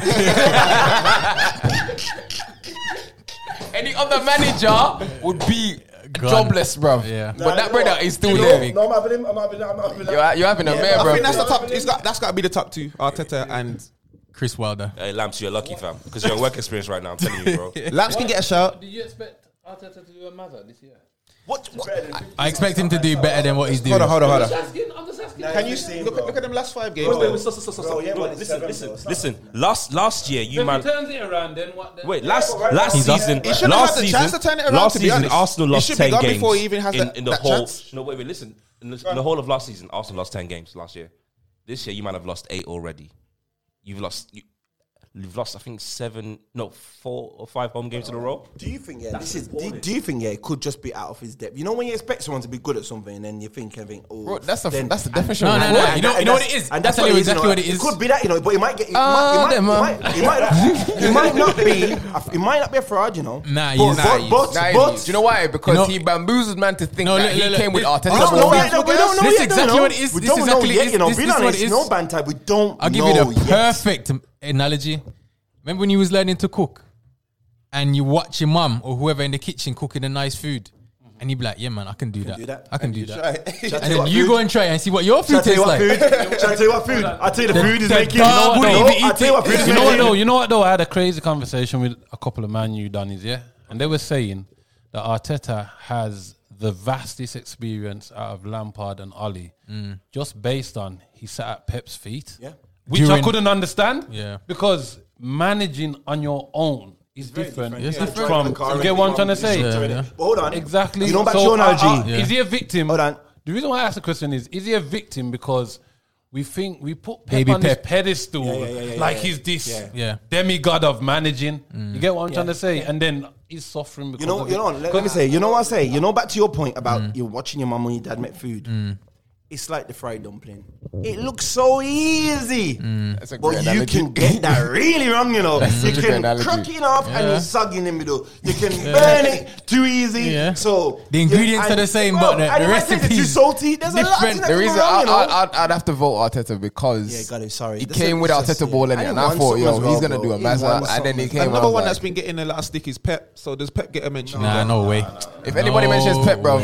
S2: Any other manager would be
S1: Gone.
S2: jobless, bruv.
S1: Yeah.
S2: but that brother is
S4: No,
S2: still there.
S4: no, I'm having him. I'm having him. I'm having him.
S2: You're, you're having a mare,
S7: I
S2: bro.
S7: think that's the top. It's got, that's got to be the top two. Arteta and
S1: Chris Wilder.
S11: Hey, Lamps, you're lucky, fam, because you're a work experience right now. I'm telling you, bro.
S7: Laps can get a shout.
S3: Do you expect Arteta to do a mother this year?
S1: I expect him to do better than what he's doing.
S7: Hold on, hold on, hold on.
S3: Asking, I'm just asking.
S4: Can you see?
S7: Look, look at them last five games.
S4: Bro,
S7: though.
S4: wait, so- so- so- so- so-
S8: yeah,
S4: bro,
S8: but it's
S4: Listen,
S8: seven,
S4: listen,
S8: bro, it's
S11: Listen, last last year you
S3: If
S11: man.
S3: he turns it around, then what? Then
S11: Wait, last last
S1: He's up.
S11: season,
S7: He should have
S11: last
S7: had the
S11: season,
S7: chance to turn it around,
S11: last
S7: to be
S11: season,
S7: honest.
S11: Arsenal
S7: He
S11: lost
S7: should be
S11: ten
S7: gone
S11: games
S7: before he even has
S11: in,
S7: that-
S11: in the
S7: that
S11: whole.
S7: chance.
S11: No, wait, wait, listen. In the, in the whole of last season, Arsenal lost ten games last year. This year, you might have lost eight already. You've lost. You, you've lost. I think seven, no, four or five home games in a row.
S6: do you think yeah, this is? Do, do you think yeah, it could just be out of his depth? You know when you expect someone to be good at something, and then you think, I think, oh,
S2: Bro, that's a
S6: then-
S2: that's the
S6: and-
S2: definition.
S1: No,
S2: of
S1: no,
S2: fraud.
S1: no.
S6: and
S1: You know-
S6: that-
S1: you know
S6: and
S1: what it
S6: that's-
S1: is?
S6: and that's
S1: I'll tell
S6: what
S1: you
S6: it is, you
S1: exactly
S6: know.
S1: what it is. Uh,
S6: It could be that, you know, but it might get. It,
S2: Ah,
S6: might, it,
S2: them,
S6: might, it, might, it might not. It might not be. It might not be a fraud, you know.
S1: Nah,
S6: but,
S1: he's- nah,
S6: but,
S1: he's-
S6: but,
S2: Nah,
S6: but,
S2: do you know why? Because
S1: No.
S2: he bamboozled man to think
S1: No,
S2: that
S1: look,
S2: he
S1: look,
S2: came with
S1: look.
S6: We
S2: Arteta.
S6: don't know
S2: before.
S6: yet. though. We don't know
S1: This
S6: yet. though,
S1: exactly
S6: you know.
S1: what it is.
S6: We
S1: This
S6: don't know
S1: exactly
S6: yet,
S1: is.
S6: You know,
S1: This-
S6: being
S1: this is what
S6: honest,
S1: it is.
S6: no banter. We don't.
S1: I'll give
S6: know
S1: you the
S6: yet.
S1: perfect analogy. Remember when you was learning to cook, and you watch your mum or whoever in the kitchen cooking a nice food, and you be like, "Yeah, man, I can do, that.
S6: do that.
S1: I can do that."
S6: Shall I tell
S1: And then
S6: what
S1: you
S6: food-
S1: go and try and see what your
S6: shall I
S1: food
S6: tell you
S1: tastes
S6: what
S1: like.
S6: food? Shall I tell you what food? I tell you the food is
S1: the
S6: making.
S1: dog
S6: No,
S1: wouldn't
S6: no,
S1: even
S6: I
S1: eat
S6: tell you what food is
S3: You know what though?
S6: making.
S3: You know what though? I had a crazy conversation with a couple of Man U Donnies, yeah, and they were saying that Arteta has the vastest experience out of Lampard and Ollie,
S1: Mm.
S3: just based on he sat at Pep's feet, yeah, which I
S1: During-
S3: couldn't understand,
S1: Yeah.
S3: because managing on your own is different.
S1: Yes, yeah.
S3: From you get what I'm trying to say?
S6: But hold on.
S3: Exactly.
S6: You know about
S3: So,
S6: your
S3: uh,
S6: analogy.
S3: uh, Is he a victim?
S6: Hold on.
S3: The reason why I asked the question is: Is he a victim because we think we put Pep
S1: Baby
S3: on this
S1: Pep.
S3: pedestal
S6: yeah, yeah,
S3: like
S6: yeah.
S3: he's this
S1: Yeah.
S3: demigod of managing? You get what I'm trying to say? And then he's suffering because
S6: You know,
S3: of
S6: you
S3: it.
S6: know. Let, let me say. You know what I say. You know, back to your point about
S2: Mm.
S6: you're watching your mum and your dad make food. It's like the fried dumpling. It looks so easy,
S2: Mm. That's a
S6: but
S2: great
S6: you
S2: analogy.
S6: can get that really wrong. You know, you
S2: such a
S6: can
S2: great analogy.
S6: crack it off and it's soggy in the middle. You can burn it too easy.
S1: Yeah.
S6: So
S1: The ingredients
S6: and-
S1: are the same,
S6: Bro,
S1: but the-
S6: and
S1: the
S6: if I say it's too
S1: recipe's
S6: salty. There's a lot.
S1: different.
S6: of that
S2: The
S6: can go
S2: reason
S6: wrong,
S2: I,
S6: you know?
S2: I, I'd, I'd have to vote Arteta because
S6: Yeah, got it, sorry.
S2: he
S6: That's
S2: came
S6: a-
S2: with
S6: it's
S2: Arteta
S6: just-
S2: ball in
S6: I
S2: it, and
S6: didn't
S2: I
S6: want
S2: thought, yo,
S6: something as
S2: he's
S6: well,
S2: gonna do
S6: bro.
S2: a
S6: He didn't
S2: massive.
S6: want
S2: And then he
S6: something.
S2: came.
S7: Another one
S2: out like-
S7: that's been getting a lot of stick is Pep. So does Pep get a mention?
S1: Nah, no way.
S2: If anybody mentions Pep, bro, you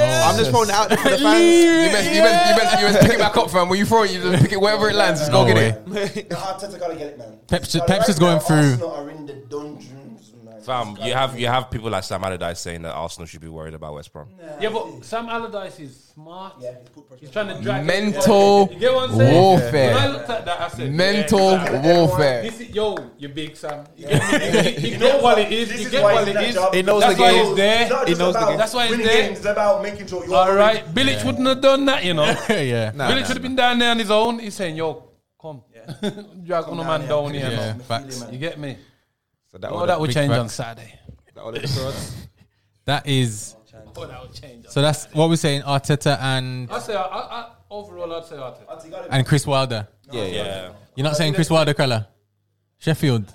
S7: I'm just throwing it out there for the fans.
S2: best, you best, you best, you best pick it back up, fam. When you throw it, you just pick it wherever it lands. Just
S1: No
S2: go get
S1: way.
S2: it.
S8: Arteta gotta get it, man.
S1: Pep's-
S8: Like,
S1: Pep's
S8: right
S1: is going
S8: now,
S1: through-
S8: Arsenal are in the dungeons, man.
S11: Fam, you have you have people like Sam Allardyce saying that Arsenal should be worried about West Brom.
S3: Yeah, but Sam Allardyce is smart.
S8: Yeah, he put pressure
S3: He's trying to drag
S2: Mental
S3: You get what I'm saying?
S2: warfare.
S3: When I looked at that, I said,
S2: Mental
S3: yeah, exactly.
S2: warfare.
S3: This is, yo, you big Sam. You get me? You- you get what it is.
S8: This
S3: You
S8: is
S3: get
S8: why
S3: what it
S8: he's in that
S3: is.
S8: job. He
S7: knows
S3: That's
S7: the
S3: why
S7: game.
S3: he's there.
S8: It's not
S7: He
S8: just
S7: knows the
S8: about
S7: game.
S3: That's why he's
S8: winning
S3: there.
S8: games, It's about making sure you're
S3: All right, Billich wouldn't have done that, you know.
S1: yeah.
S7: Nah,
S3: Billich
S7: nah,
S3: would have been down there on his own. He's saying, "Yo, come, drag on a man down here."
S1: Yeah,
S3: no.
S1: facts.
S3: You get me?
S7: So that
S3: All that would
S1: big
S3: change on
S1: facts.
S3: Saturday.
S1: That is.
S3: All that would change. On
S1: So that's what we're saying. Arteta and
S3: I say, I, I, I, overall, I'd say Arteta.
S1: and Chris Wilder.
S7: yeah, yeah.
S11: Yeah,
S1: You're not saying Chris Wilder, Krella? Sheffield.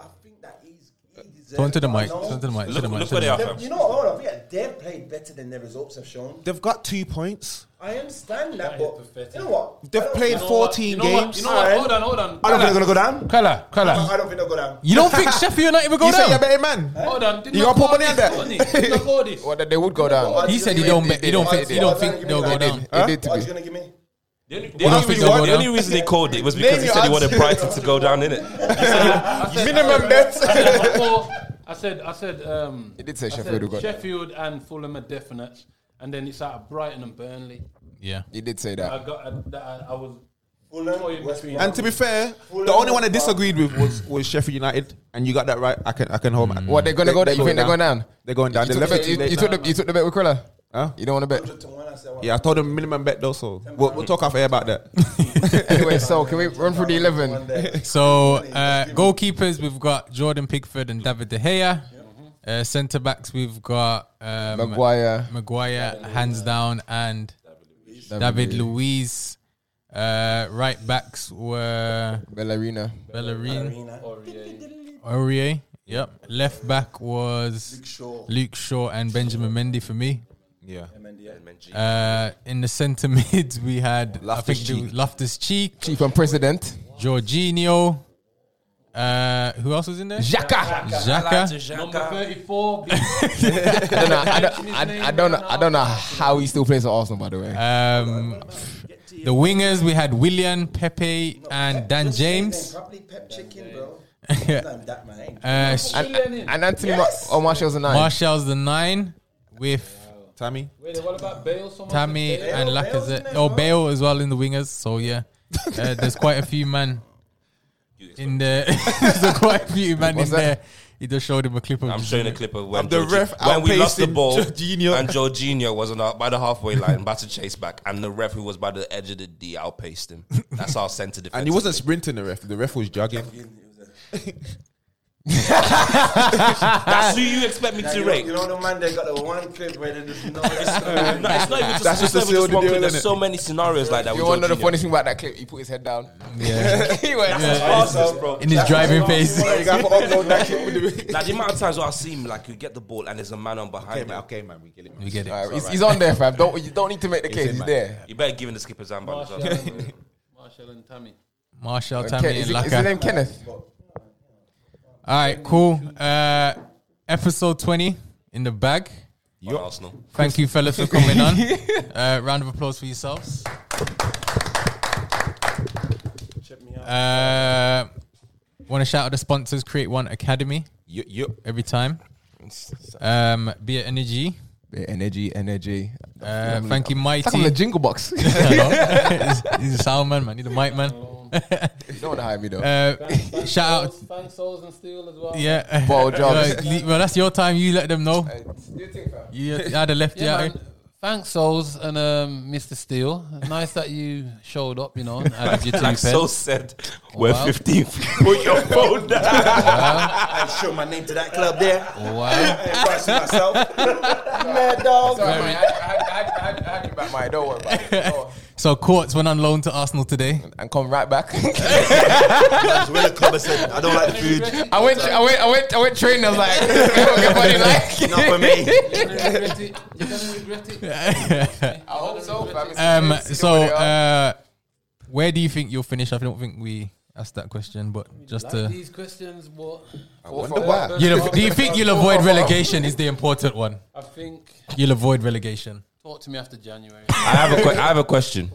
S8: I think that he's.
S6: Uh,
S8: he deserves
S1: Turn to the
S8: it.
S1: mic.
S8: No.
S1: Turn to the mic.
S11: look,
S1: to the mic.
S11: look
S1: to
S11: where
S1: the
S11: they are,
S1: mic.
S8: They- You
S11: fam.
S8: know what? Hold on. Yeah, they've played better than their results have shown.
S7: They've got two points.
S8: I understand that,
S3: That is
S8: but
S3: pathetic.
S8: you know what? I
S7: They've
S8: don't-
S7: played
S8: I don't-
S7: 14
S3: You know what?
S7: games.
S3: You know what? Hold on, hold on.
S6: I don't think they're gonna go down.
S3: Colour,
S8: I don't think they'll go down.
S1: You don't think Sheffield United will go
S7: You say you're
S1: down?
S7: better man.
S3: Hold on. Did
S7: You
S3: not
S7: gotta put
S3: call
S7: money on
S3: this,
S7: that.
S3: Tony. Did not call this.
S2: Well, they would go down.
S1: He said he don't.
S2: It
S1: He don't
S2: did.
S1: think. He don't
S8: It did.
S1: think they'll go
S8: It
S2: They did.
S1: down.
S2: They did to
S8: What are
S2: me.
S8: you gonna give me?
S11: The only, the
S1: don't
S11: only
S1: think
S11: reason,
S1: they'll go
S11: the
S1: down?
S11: only reason he called it was because he said he wanted Brighton to go down, innit?
S3: um,
S7: Minimum bet.
S3: Before, I said, I said, um,
S2: It did say
S3: I
S2: Sheffield
S3: said
S2: who got that.
S3: Sheffield and Fulham are definite, and then it's out of Brighton and Burnley.
S1: Yeah.
S2: He did say
S3: I
S2: that.
S3: got, I, that I, I was.
S8: Fulham, West Brom.
S7: And to be fair, the only one I disagreed with was, was Sheffield United, and you got that right. I can I can hold my.
S2: What they're gonna go down? You think they're going down?
S7: They're going down.
S2: You
S7: They're
S2: took,
S7: level two.
S2: you, you
S7: later.
S2: took the you took the bet with Krilla.
S7: Huh?
S2: You don't want to bet.
S8: To one, I said, well,
S7: Yeah, I told them minimum bet though, so we'll, we'll talk off air about that.
S2: Anyway, so can we run through the eleven?
S1: So uh, goalkeepers, we've got Jordan Pickford and David De Gea. Uh, Centre backs, we've got um,
S2: Maguire.
S1: Maguire, hands down, and David Luiz. Uh, right backs were
S2: Bellerina.
S1: Bellerin, Aurier. Yep. Left back was Luke Shaw, and Benjamin Mendy for me.
S7: Yeah.
S1: Uh, in the centre mids, we had I think Loftus Cheek,
S2: Chief and President.
S1: Jorginho. Uh, who else was in there?
S2: Jaka.
S1: Xhaka.
S3: Number 34.
S2: I don't know. I don't, I, I don't know. I don't know how he still plays for Arsenal. By the way,
S1: Um, the wingers we had Willian, Pepe, and Dan James.
S6: Probably pep chicken, bro.
S1: uh,
S6: Damn that man.
S1: S-
S2: and, and Anthony yes. Mar- oh, Martial's a nine.
S1: Martial's the nine with
S7: Tammy.
S3: Wait, what about Bale? Someone
S1: Tammy
S3: said Bale?
S1: and Lacazette. Oh, Bale as well in the wingers. So yeah, uh, there's quite a few man in there. there's quite a few man in
S2: What's that?
S1: there. He just showed him a clip of.
S5: I'm showing a clip of when,
S7: the
S5: Jorgi-
S7: ref
S5: when we lost the
S7: outpacing
S5: ball
S7: Jorginho.
S5: and Jorginho was on our, by the halfway line, about to chase back, and the ref who was by the edge of the D outpaced him. That's our centre defense.
S7: And he wasn't sprinting the ref. The ref was jogging.
S5: That's who you expect me to
S6: You know,
S5: rate.
S6: you know the man that got the one clip where they just know it's
S5: No, it's not even just,
S7: That's
S5: it's
S7: just
S5: not
S7: the
S5: even
S7: seal of
S5: just
S7: the
S5: one
S7: deal,
S5: clip.
S7: innit?
S5: There's so many scenarios like that.
S2: You
S5: with
S2: want to know the
S5: Jorginho.
S2: funny thing about that clip? He put his head down.
S1: Yeah,
S2: he went.
S5: Arsenal, bro.
S1: in his driving face.
S7: you got to upload that clip with the
S5: Now the amount of times where I see him, like you get the ball and there's a man on behind
S7: Okay,
S5: him.
S7: man. Okay, man. We get it.
S1: We get it.
S2: Alright, he's, he's on there, fam. Don't you don't need to make the case. He's there.
S5: You better give him the skipper Zamba. as well.
S3: Martial and- Martial and Tammy.
S1: Martial,
S2: Ke-
S1: Tammy,
S2: is,
S1: and
S2: it, is his
S1: Laka.
S2: name Kenneth?
S1: All right, cool. Uh, episode 20 in the bag.
S5: On Arsenal.
S1: Thank you, fellas, for coming on. Uh, round of applause for yourselves. Uh, Want to shout out the sponsors Create One Academy
S7: Yep. Yep.
S1: every time. Um, Beer Energy.
S2: Yeah, energy, energy.
S1: Uh,
S2: Lovely.
S1: thank you,
S2: It's like I'm the
S1: Mighty.
S2: jingle box. you
S1: Hello. he's, he's a sound man, man. He's a mic man.
S2: don't want to hire me though.
S1: Uh, shout out.
S3: Thanks, Souls and Steel as well.
S1: Yeah.
S2: Ball jobs.
S1: Uh, le- well, that's your time. You let them know. You had a lefty
S3: Yeah,
S1: out here.
S3: man. Thanks, Souls and um, Mr. Steele. Nice that you showed up, you know, and added your two
S5: Like
S3: pence.
S5: so said, we're
S3: wow.
S5: 15th. Put your phone down.
S6: I show my name to that club there.
S3: Wow.
S6: Embarrassing myself. Mad dog.
S2: Sorry, mate. I had- I had- I had- I had you back, mate. Don't worry about it. Don't worry.
S1: So, Courts went on loan to Arsenal today.
S2: And come right back.
S6: That's where the club is said, I don't like the food.
S2: I went, I went, I went, I went training. I was like, everybody like.
S6: Not for me.
S2: I hope so, fam. It's
S1: Um,
S2: crazy
S1: so,
S2: where they are.
S1: uh, where do you think you'll finish? I don't think we asked that question, but just to.
S3: These questions, what?
S7: I wonder why.
S1: You'll, av- do you think you'll avoid relegation? Is the important one.
S3: I think,
S1: You'll avoid relegation.
S3: talk to me after January.
S5: I have a que- I have a question.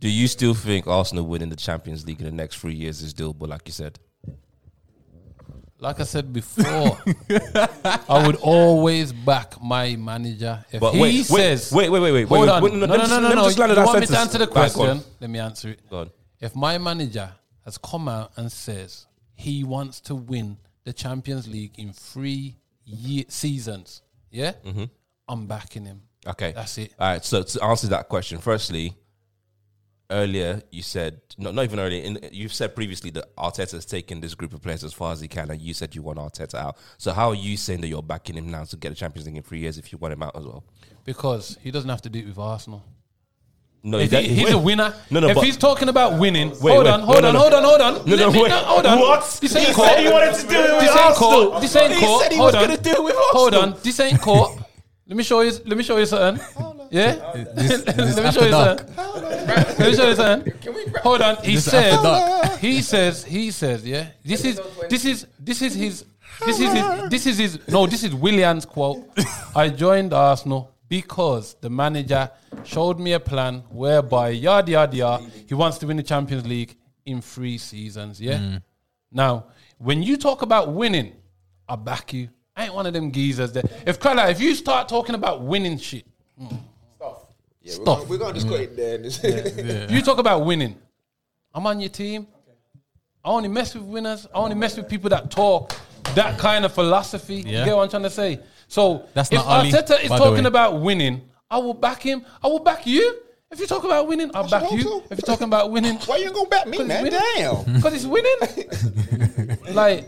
S5: Do you still think Arsenal winning the Champions League in the next three years is doable? Like you said,
S3: Like I said before, I would always back my manager. If
S5: but
S3: he
S5: wait,
S3: says,
S5: wait, wait, wait, wait, wait.
S3: hold
S5: wait,
S3: on.
S5: wait,
S3: no,
S5: let
S3: no,
S5: me
S3: no,
S5: just-
S3: no,
S5: let me
S3: no.
S5: just land
S3: You
S5: on that
S3: want me to
S5: sentence.
S3: answer the
S5: Right, go on.
S3: question? Let me answer it.
S5: Go on.
S3: If my manager has come out and says he wants to win the Champions League in three year seasons, yeah,
S1: Mm-hmm.
S3: I'm backing him.
S5: Okay,
S3: That's it.
S5: All right. So to answer that question, firstly, earlier you said not not even earlier. In, you've said previously that Arteta has taken this group of players as far as he can, and you said you want Arteta out. So how are you saying that you're backing him now to get the Champions League in three years if you want him out as well?
S3: Because he doesn't have to do it with Arsenal.
S5: No,
S3: If
S5: that-
S3: he, he's
S5: wait.
S3: a winner.
S5: No, no,
S3: if
S5: but-
S3: he's talking about winning,
S5: Wait,
S3: hold
S5: wait.
S3: on,
S5: No,
S3: hold
S5: no,
S3: on,
S5: no.
S3: hold on, hold on.
S5: No, no,
S3: Let me-
S5: wait.
S3: hold on.
S5: What?
S3: This
S5: He
S3: ain't
S5: said
S3: court.
S5: he wanted to do it with
S3: this ain't
S5: Arsenal.
S3: court. This ain't
S5: He
S3: court.
S5: said he
S3: hold
S5: was
S3: on.
S5: gonna do it with
S3: Hold
S5: Arsenal.
S3: on. This ain't court. Let me show you. Let me show you something. Yeah. Let
S1: this
S3: me
S1: after
S3: show you
S1: dark?
S3: something. Let me show you something. Hold on. He
S1: This after
S3: said. He says. He says. Yeah. This is. This is. This is his. This is his. This is his. No. This is Willian's quote. I joined Arsenal because the manager showed me a plan whereby yada yada yada. He wants to win the Champions League in three seasons. Yeah. Now, when you talk about winning, I back you. I ain't one of them geezers that if Krala, if you start talking about winning shit, mm,
S7: Stop. We're going to just cut it there. and-
S3: you talk about winning. I'm on your team. I only mess with winners. I only mess with people that talk that kind of philosophy.
S1: Yeah.
S3: You get what I'm trying to say? So
S1: That's
S3: if
S1: not Ali,
S3: Arteta is
S1: by the
S3: talking
S1: way.
S3: about winning, I will back him. I will back you. If you talk about winning, I'll back
S7: wrong
S3: you.
S7: too?
S3: If you're talking about winning,
S7: Why you going to back me,
S3: Cause
S7: man?
S3: winning.
S7: Damn.
S3: Because it's winning. like,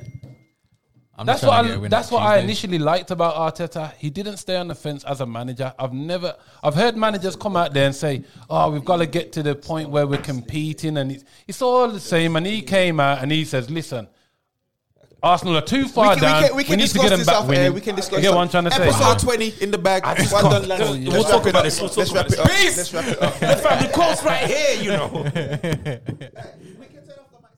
S1: I'm
S3: That's
S1: just
S3: what
S1: trying to get a
S3: I,
S1: win
S3: that's
S1: on
S3: what I
S1: Tuesdays.
S3: initially liked about Arteta. He didn't stay on the fence as a manager. I've never I've heard managers come out there and say, "Oh, we've got to get to the point where we're competing," and it's, it's all the same. And he came out and he says, "Listen, Arsenal are too
S7: We
S3: far
S7: can,
S3: down.
S7: we can, we can
S3: need to
S7: discuss
S3: get them
S7: this
S3: back
S7: off air.
S3: winning."
S7: We can discuss
S3: You get what I'm
S7: this.
S3: trying to say?
S7: Episode 20 in the bag.
S5: I just
S7: Well
S5: can't-
S7: done, lads.
S5: We'll
S7: Let's
S5: talk
S7: wrap it
S5: about
S7: up.
S5: this. We'll talk
S7: Let's
S5: about
S7: wrap it up. Let's wrap it up.
S5: the quotes right here, you know.